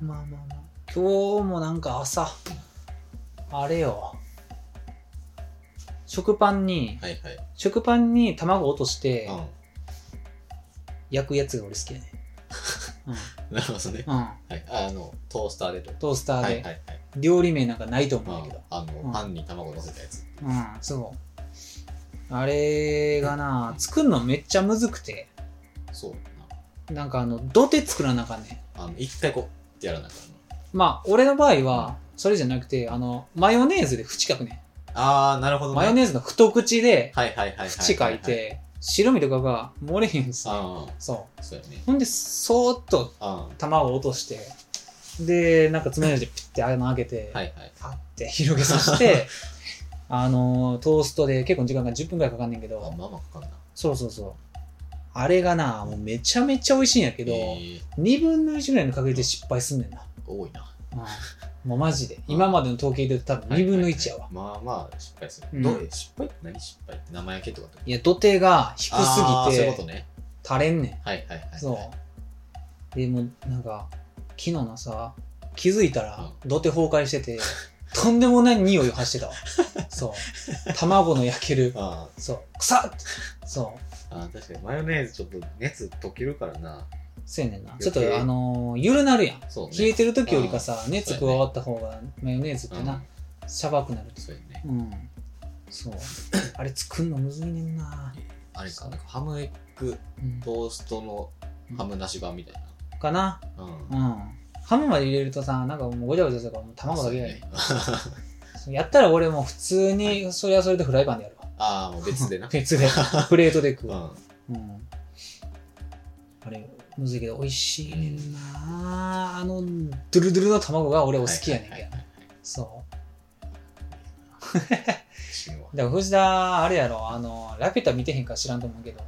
S2: まあまあまあ。今日もなんか朝、あれよ。食パンに、
S1: はいはい。
S2: 食パンに卵落として
S1: うん。
S2: 焼くやつが俺好きやね。
S1: なるほどね。
S2: うん。うん。
S1: はい。あの、トースターでと。
S2: トースター
S1: は
S2: で。
S1: いはいはい。
S2: 料理名なんかないと
S1: う
S2: 思うんだけど
S1: ん。あ
S2: う
S1: の、
S2: ん
S1: パンに卵乗せたやつ。
S2: うん、そう。あれがな、作るのめっちゃむずくて、
S1: そうや
S2: なんかあの、土手作らなあかんね
S1: な。あの、一回こう、ってやらなあかんの。
S2: ん。まあ、俺の場合は、それじゃなくて、あの、マヨネーズで縁書くね
S1: あー、なるほど
S2: ん。
S1: ね。
S2: マヨネーズの太口で、
S1: はいはいはいはい。
S2: 縁書い。て、白身とかが漏れへんすね。
S1: あ
S2: そ
S1: あ、そうやね
S2: う。。ほんで、そーっと
S1: あ
S2: 卵を落として、で、なんか爪楊枝でピッて穴開けて、
S1: あ、はいはい。
S2: パッて広げさ
S1: [LAUGHS]
S2: せて、あのー、トーストで結構時間が10分くらいかかんねんけど、
S1: あ、まあまあかかんな。
S2: そうそうそう。あれがな、もうめちゃめちゃ美味しいんやけど、
S1: えー
S2: 2分の1ぐらいの確率で失敗すんねんな。
S1: 多いな。
S2: うんもうマジで。今までの統計で多分2分の1やわ。
S1: はいはいはいまあまあ失敗する。
S2: うん
S1: どう失敗って何失敗って生焼けとかってこと
S2: いや、土手が低
S1: あー
S2: すぎ
S1: そういう
S2: て
S1: ことね。
S2: 垂れんね
S1: はいはいはいはい。
S2: ん。そう。で、もうなんか、昨日のさ、気づいたら土手崩壊して
S1: [LAUGHS]
S2: て、とんでもない匂いを発してたわ。そう。卵の焼ける。
S1: あ
S2: そう。臭っそう。
S1: ーあー、確かにマヨネーズちょっと熱溶けるからな。
S2: せやねんな。ち
S1: 余
S2: ょ
S1: 計
S2: っと、あのー、ゆるなるやん。
S1: そうね。
S2: 冷えてる時よりかさ、熱
S1: そうや
S2: 加
S1: ね
S2: わった方がマヨネーズって
S1: う
S2: な、
S1: ん
S2: しゃばくなると
S1: そうやね。
S2: うんそうあれ作んのむずいねんな、
S1: あれか、なんかハムエッグ
S2: うん
S1: トーストのハムなし版みたい
S2: かな
S1: な。うん
S2: うんハムまで入れるとさなんかもうごちゃごちゃするからもう卵だけやね
S1: そうやね
S2: やったら俺もう普通にそれはそれでフライパンでやるわ。
S1: ああ、もう別でな
S2: 別でプレートで
S1: [LAUGHS]
S2: 食
S1: う
S2: [LAUGHS] う、
S1: ん。
S2: うんあれむずいけど美味しいねんなあのドゥルドゥルの卵が俺お好きやねんけど
S1: はいは
S2: な、
S1: いはいはい。
S2: そう
S1: 死ぬわ
S2: だから藤田あれやろあのラピュタ見てへんか知らんと思うけど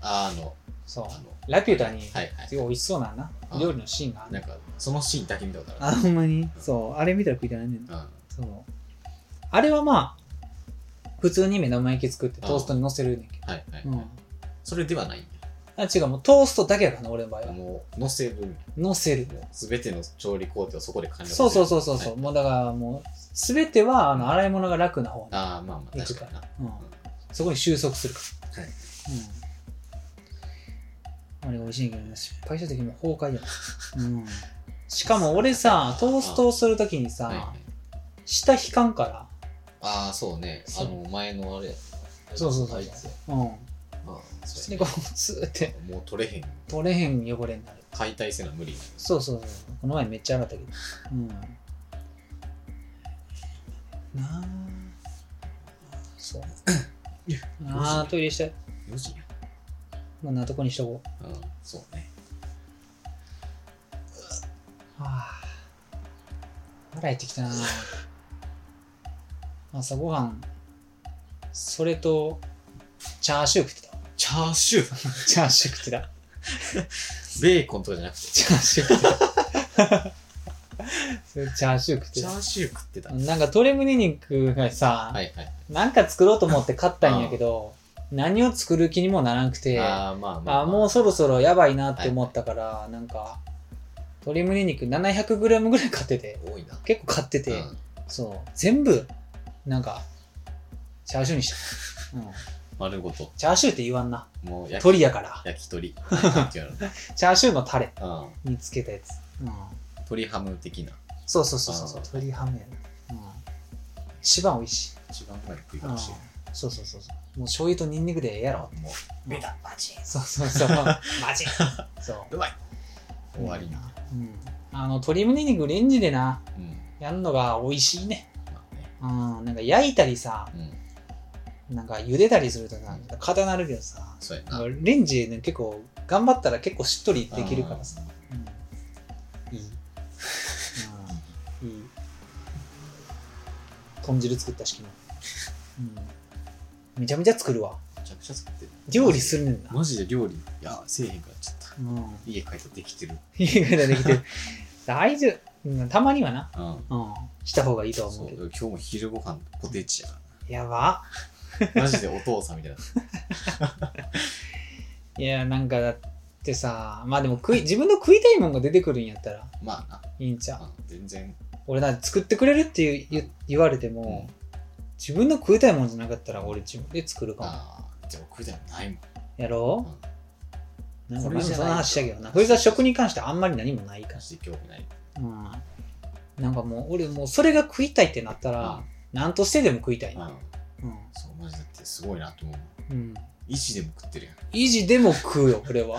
S1: あーあの、
S2: そう
S1: あの、
S2: ラピュタに
S1: はいはい。
S2: すごい美味しそうなな
S1: うん
S2: 料理のシーンがあ
S1: なん
S2: る
S1: か、そのシーンだけ見たことあ
S2: あほんまにそうあれ見たら食いたないね
S1: る。
S2: ん
S1: うん。
S2: そうあれはまあ普通に目玉焼き作ってトーストにのせるねんけ
S1: はいはい。
S2: ど、うん、
S1: それではないん
S2: あ違うもうトーストだけやからな俺の場合
S1: や。
S2: は
S1: もう、のせる。
S2: のせる
S1: もう全ての調理工程をそこで完了
S2: そうそうそうそう、
S1: はい
S2: もうだからもう全てはあの洗い物が楽な方に、
S1: ああまあまあ確かにな
S2: うん、そこに収束するかうん、あれ美味しいけどね失敗した時もう崩壊や、うん、しかも俺さトーストをする時に
S1: はい
S2: さ下引かんか
S1: ああ、そうね。あ
S2: そう
S1: の、前のあれや。
S2: そうそうそう
S1: あいつや
S2: らうん
S1: ああ
S2: そし
S1: そうや
S2: てこうつーって
S1: ねもう取れへん。
S2: 取れへん汚れになる
S1: 解体せな無理。
S2: そうそうそうこの前めっちゃ洗ったけどうんなあ [COUGHS] そうあートイレしたい
S1: 4時や。
S2: もうなとこにしとこう
S1: うん、そうね。
S2: はあ、腹減ってきたな [LAUGHS] 朝ごはんそれとチャーシュー食ってた
S1: チャーシュー
S2: チャーシュー食ってた
S1: ベーコンとかじゃな
S2: [LAUGHS]
S1: くて、
S2: チャーシュー食ってた [LAUGHS] それチャーシュー食って
S1: チャ
S2: た
S1: ーシュー食ってた。はい
S2: なんか鶏胸肉がさ、
S1: はい。
S2: なんか作ろうと思って買ったんやけど何を作る気にもならなくて
S1: ああ、まあまあ。
S2: あもうそろそろやばいなって思ったから、なんか鶏胸肉 700g ぐらい買ってて
S1: 多いな。
S2: 結構買ってて、
S1: うん
S2: そう、全部、なんか、チャーシューにした。うん。
S1: 丸ごと。
S2: チャーシューって言わんな。
S1: もう焼き
S2: 鳥やから。
S1: 焼き
S2: [LAUGHS]
S1: 鳥。なんていうの
S2: チャーシューのタレ
S1: うん
S2: につけたやつ。うん。
S1: 鶏ハム的な。
S2: そうそうそうそう。
S1: あー
S2: 鶏ハムやな。うん。一番美味しい。
S1: 一番早く食いか
S2: うん
S1: もしれない。
S2: そうそうそうそう。もう醤油とニンニクでええや [LAUGHS] ろ。
S1: も
S2: ベタ、マジ。そうそう [LAUGHS] そう。マジ。そう。
S1: う、うまい終わりな。。
S2: うん。あの、鶏胸肉レンジでな、
S1: うん。
S2: やんのが美味しいね。
S1: まあね。
S2: うん。なんか焼いたりさ、
S1: うん。
S2: なんか茹でたりするとさ、固なるけどさ、
S1: そうやな。
S2: レンジね結構頑張ったら結構しっとりできるからさ、うんいい、うん、いい豚汁作ったし昨日、うん、めちゃめちゃ作るわ
S1: めちゃくちゃ作ってる。
S2: 料理するねんな、
S1: マジで料理、いや、せえへんからちょっと。
S2: うん、
S1: 家帰ったらできてる。
S2: いいぐらいでき [LAUGHS] てる大丈夫うんたまにはな、
S1: うん。
S2: うん、した方がいいとは
S1: そう
S2: 思うけど
S1: 今日も昼ご飯ポテチやか
S2: や
S1: ら
S2: ば
S1: マジでお父さんみたいな [LAUGHS]
S2: いやなんかだってさまあでも食い自分の食いたいもんが出てくるんやったら
S1: まあ
S2: いいんちゃう
S1: な、うん全然
S2: 俺なんか作ってくれるって言う言言われても、自分の食いたいもんじゃなかったら俺自分で作るか
S1: ああじゃあ食いたいのないもん
S2: もやろう、
S1: うん
S2: なんか
S1: これじゃない
S2: そんな話したけどなこれが食に関してあんまり何もないから
S1: マ、ジで興味ない
S2: うん、なんかもう俺もうそれが食いたいってなったら、何としてでも食いたい
S1: うん
S2: な、うん
S1: そうマジだってすごいなと思う
S2: うん、
S1: 維持でも食ってるやん
S2: 維持でも食うよ俺は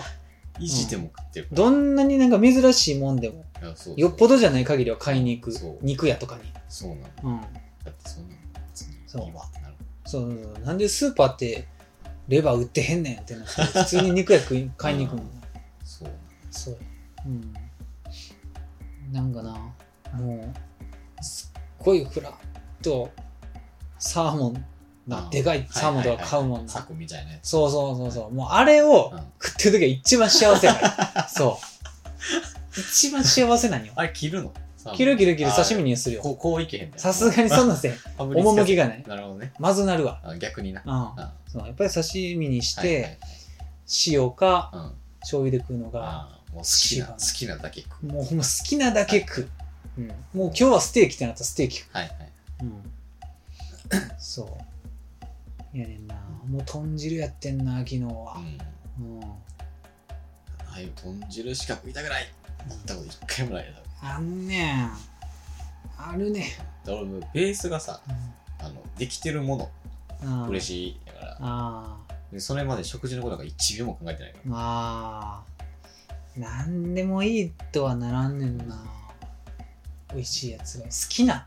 S1: 維持でも食ってるから
S2: どんなになんか珍しいもんでも
S1: いやそうそう
S2: よっぽどじゃない限りは買いに行く
S1: そう
S2: 肉屋とかに、
S1: そうなのだ
S2: うん、
S1: ってそんなの別に
S2: そう
S1: いいわってなる
S2: そうそうそうなんでスーパーってレバー売ってへんねんってなって普通に肉屋食い買いに行くもんな
S1: そうなの
S2: そう。うん。なんかな、もう、すっごいフラッと、サーモンな
S1: う、ん
S2: でかいサーモンとか買うもんな。
S1: サコみたいなやつ
S2: そうそうそうそう。もうあれを
S1: うん
S2: 食ってる時が一番幸せ [LAUGHS] なの。そう。一番幸せなんよ。
S1: あれ切るの
S2: キルキルキル
S1: あー
S2: 刺身にするよ。
S1: こうこういけへんね
S2: さすが
S1: [LAUGHS]
S2: にそんなんせん。 [LAUGHS] 趣
S1: が
S2: がない。
S1: なるほどね
S2: まずなるわ。
S1: あ逆にな
S2: うん
S1: うん。
S2: そうやっぱり刺身にし
S1: はいはい
S2: て、塩か
S1: はいうん
S2: 醤油で食うのが、
S1: ああもう好きな
S2: 一番
S1: 好きなだけ食う
S2: もうほんま好きなだけ食う。うん、もう今日はステーキってなったらステーキ食う
S1: はいはい
S2: うん、そうやねんなもう豚汁やってんな昨日は
S1: う、ん
S2: うん
S1: ああいう豚汁しか食いたくないなったこと一回もないよ
S2: あんねんあるね
S1: 多分だからベースがさあのできてるもの
S2: うん
S1: 嬉
S2: い
S1: しいだから
S2: あー
S1: でそれまで食事のことが一秒も考えてないから
S2: あーなんでもいいとはならんねんな美味しいやつが好きなや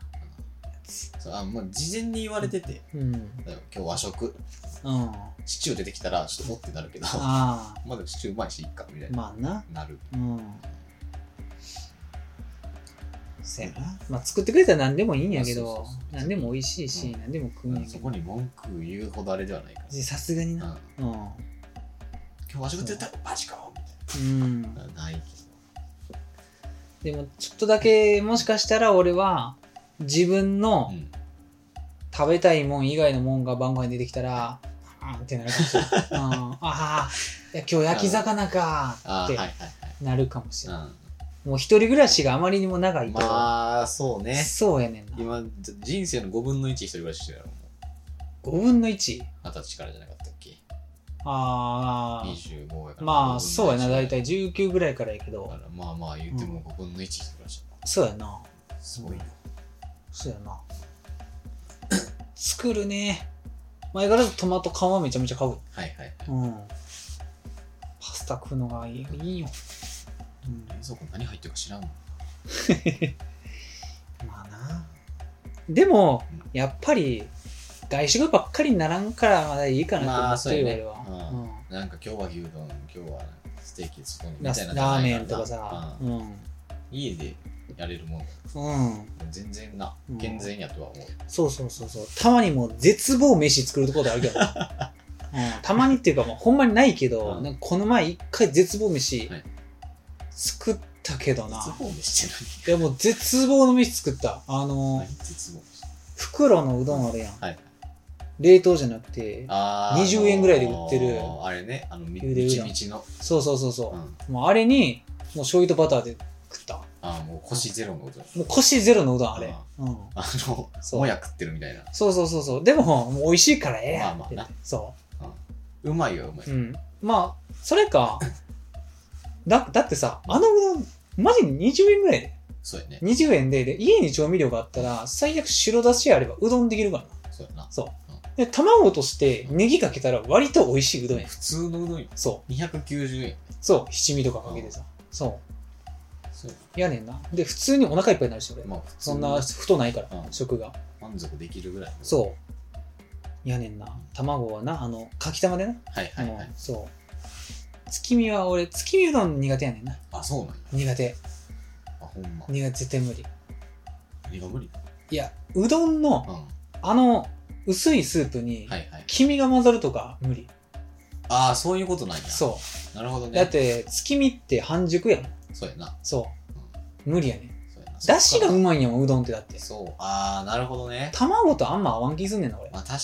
S2: つ
S1: そうあもう事前に言われてて
S2: うん
S1: だから今日和食
S2: うん
S1: シチュー出てきたらちょっとおってなるけどま
S2: あ
S1: あでもシチューうまいしいっかみたい
S2: あ
S1: な、
S2: まあな
S1: なる
S2: うんせやなまあ作ってくれたら何でもいいんやけ
S1: まあそう
S2: ど
S1: そうそう
S2: 何でも美味しいし、
S1: うん
S2: 何でも食う
S1: うんん
S2: やけ
S1: そ
S2: ど
S1: こに文句言うほどあれではないから、うん、
S2: さすがにな
S1: 今
S2: うん、
S1: 日和食って言ったらマジかみた
S2: うん、
S1: いなないけ
S2: でもちょっとだけもしかしたら俺は自分
S1: ど、う
S2: の
S1: ん、
S2: 食べたいもん以外のもんが晩ご飯に出てきたら、あーってなるかも
S1: [LAUGHS]
S2: しれない、うん、ああいや今日焼き魚か
S1: あ
S2: っ
S1: あはい
S2: て
S1: はい
S2: なるかもしれない、
S1: はい、
S2: もう一人暮らしがあまりにも長
S1: う
S2: い
S1: ん、
S2: と、
S1: まあそうね
S2: そうやねんな
S1: 今じ人生の5分の1一人暮らししてるやろもう
S2: 5分の1
S1: 二十歳からじゃなかったっけ
S2: ああ
S1: 25やから。
S2: まあそうやな大
S1: 体。
S2: 体19ぐらいからやけ
S1: だか
S2: ど
S1: らまあまあ言っても5分の1ぐらいし
S2: そうやな
S1: た。すごいな。
S2: そうやな [COUGHS] 作るね前からずトマト缶はめちゃめちゃ買う
S1: はいはいはい。
S2: うんパスタ食うのがいいいいよ、うん、
S1: 冷蔵庫何入ってるか知らんの
S2: まあなでも
S1: うん
S2: やっぱり外食ばっかりにならんからまだいいか
S1: ま
S2: な
S1: あ
S2: って思ってるよ俺
S1: そうやね
S2: は、
S1: う
S2: うんん
S1: なんか今日は牛丼、今日はステーキ外にみた
S2: ラ
S1: いな
S2: ラー
S1: のじゃな
S2: メ
S1: いらな
S2: ンとかさ
S1: う
S2: うんん、
S1: 家でやれるもん
S2: うん、
S1: 全然な
S2: うん
S1: 健全やとは思う、
S2: そうそうそうそうたまにもう絶望飯作るところである
S1: [LAUGHS]
S2: けど、うん、たまにっていうかもうほんまにないけど、
S1: うん
S2: なんかこの前一回絶望飯
S1: はい
S2: 作ったけどな、
S1: 絶望飯っ
S2: いやもう絶望の飯作ったあ
S1: て
S2: の、
S1: 何何絶望飯
S2: 袋のうどんあるやん、
S1: はい
S2: 冷凍じゃなくて
S1: あー
S2: 20円ぐらいで売ってる
S1: あのーあれねあのみ
S2: 茹でうど
S1: み
S2: ん
S1: ちみちの、
S2: そうそうそうそうう、
S1: ん、
S2: もうあれにもう醤油とバターで食った
S1: あーもう腰ゼロのうどん
S2: もう腰ゼロのうどんあれ
S1: あ
S2: うん
S1: あの
S2: そう
S1: もや食ってるみたいな
S2: そうそうそうそうでももう美味しいからええやんって言
S1: まあまあ
S2: ってそう、
S1: まいようまいう
S2: うん、まあそれかだだってさあのうどんマジに20円ぐらいで
S1: そうやね
S2: 20円でで家に調味料があったら最悪白だしあればうどんできるからな
S1: そうやな
S2: そう
S1: うん
S2: で卵としてネギかけたら割と美味しいうどんや
S1: 普通のうどんよ
S2: そう
S1: 290円
S2: そう七味とかかけてさそ
S1: そうや
S2: うやねんなで普通にお腹いっぱいになるし俺
S1: まあ普通
S2: そんな太ないから
S1: うん
S2: 食が
S1: 満足できるぐらいの
S2: そうやねんな卵はなあのかきたまでな
S1: はいはいは
S2: う
S1: い
S2: んそう月見は俺月見うどん苦手やねんな
S1: あそうなんや
S2: 苦手
S1: あほんま
S2: 苦手絶対無理
S1: 何が無理
S2: いやうどん
S1: うん
S2: の
S1: は
S2: あの薄いスープに
S1: いはい
S2: 黄身が混ざるとか無理
S1: ああそういうことなんや
S2: そう
S1: なるほどね
S2: だって月見って半熟やん
S1: そうやな
S2: そう無理やねん
S1: そうやな
S2: だしがう
S1: そっか
S2: まいんやもんうどんってだって
S1: そうああなるほどね
S2: 卵とあんま合わん気すんねんな俺
S1: まあ確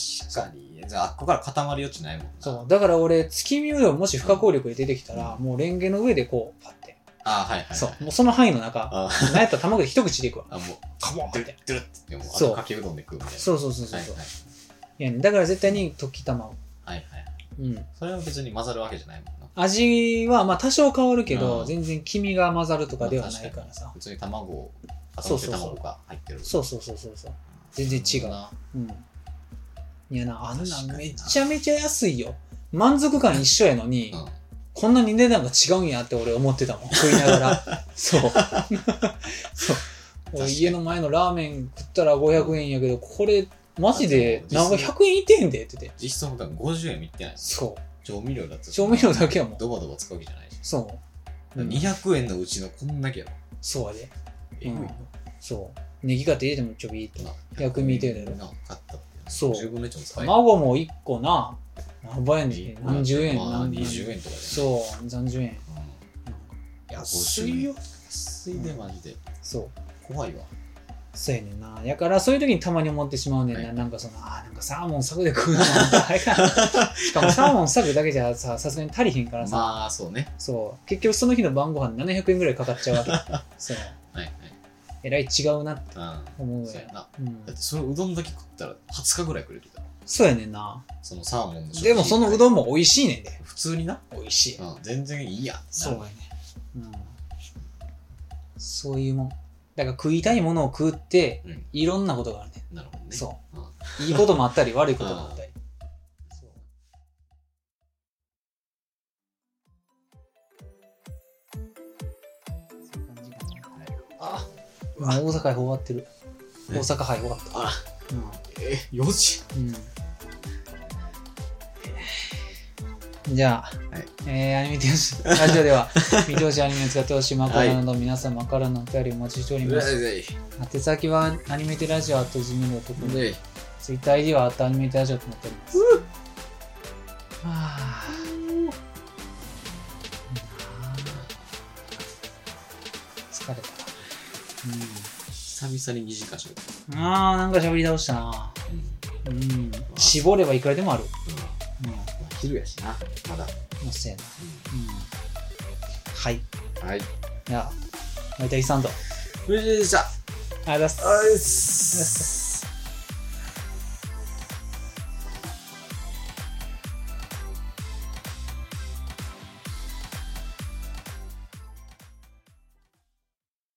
S1: かにじゃああっこから固まる余地ないもんな
S2: そうだから俺月見うどんもし不可抗力で出てきたら、もうレンゲの上でこうパッて
S1: ああはいはいはい
S2: そうもうその範囲の中
S1: あ
S2: なんやったら卵で一口でいく
S1: [LAUGHS]
S2: わ
S1: あもう
S2: カモンっ
S1: ドゥ
S2: て
S1: ルッドゥルッってもうあ
S2: そう
S1: のかけうどんで食うみたいな
S2: そうそうそうそう、
S1: はい
S2: い
S1: はい
S2: やねだから絶対に溶き卵
S1: はいはい
S2: うん
S1: それは別に混ざるわけじゃないもんな
S2: 味はまあ多少変わるけ
S1: う
S2: ど
S1: ん
S2: 全然黄身が混ざるとかではないか
S1: ま
S2: ら
S1: あ確
S2: さ
S1: に普通に卵を
S2: そう
S1: て
S2: そうそう
S1: 卵が入ってる
S2: そうそうそうそうそう全然違う
S1: な
S2: うんいやなあんな
S1: 確かに
S2: ん
S1: な
S2: めちゃめちゃ安いよ満足感一緒やのに、
S1: うん
S2: こんなに値段が違うんやって俺思ってたもん食いなが
S1: [LAUGHS]
S2: らそう [LAUGHS] そう
S1: か
S2: 俺
S1: に
S2: 家の前のラーメン食ったら500円やけどこれマジで
S1: あ
S2: な
S1: そ
S2: んか
S1: う
S2: 100円いってへんでって言って
S1: 実質多分50円いってない
S2: そう
S1: 調味料だって
S2: 調味料だけやもん
S1: ドバドバ使うわけじゃないし
S2: そう、うん
S1: 200円のうちのこんだけやろ
S2: そうやで
S1: えぐいよ
S2: そうネギ買って入れてもちょびっと
S1: な
S2: 薬味程度やろ
S1: な買ったって
S2: そう
S1: 10分の1も使え
S2: 卵も1個な何倍やねん何十円
S1: まあ
S2: 何
S1: 20円とかでね
S2: そう何十円
S1: うん
S2: 安いよ
S1: 安いでマジで
S2: そう
S1: 怖いわ
S2: そうやねんな。やから、そういう時にたまに思ってしまうねんな。
S1: はい
S2: なんかその、あーなんかサーモンサクで食うのなんかあれかなしかもサーモンサクだけじゃさ、さすがに足りへんからさ、
S1: まあそうね
S2: そう。結局その日の晩ご飯700円ぐらいかかっちゃうわけ。 [LAUGHS] そう。
S1: はいはい
S2: えらい違うなって
S1: う
S2: 思
S1: ん
S2: う
S1: そう
S2: や
S1: やな
S2: うん
S1: だっ。てそのうどんだけ食ったら20日ぐらいくれるから
S2: そうやねんな。
S1: そのサーモンの食事
S2: でもそのうどんも美味しいねんで。
S1: 普通にな
S2: 美味しい。
S1: うん全然いいや
S2: そうや
S1: な
S2: ね。うん。そういうもん。だから食いたいものを食うって、
S1: うん
S2: いろんなことがあるね
S1: なるほど
S2: ん。
S1: ね
S2: そ
S1: うん
S2: う。いいこともあったり、悪いこともあったり。そうそういう感じか
S1: あ
S2: なまあ大阪杯終わってる。
S1: ね
S2: 大阪杯終わった。
S1: あえ4時
S2: うん。じゃあ、
S1: はい
S2: えーアニメテしラジオで [LAUGHS] は見てほしいアニメを使ってほしいマカロなど皆様からのお便りをお待ちしており
S1: う
S2: ま
S1: わ
S2: す。
S1: ぜひ
S2: 宛先はアニメテラジオあとじめのところ
S1: ぜひ
S2: TwitterID はあとアニメテラジオとなっております。はあ疲れた。
S1: 久々に2時間しゃべった
S2: うん、あー、なんか喋り倒したな。
S1: うんうん
S2: うん。絞ればいくらでもある。うん。も
S1: まあ昼やしなまだ
S2: うせえな。うん。はい。
S1: はい
S2: じゃあ、森田さんと。ありがとう
S1: 無事でした
S2: ございます。
S1: あいっす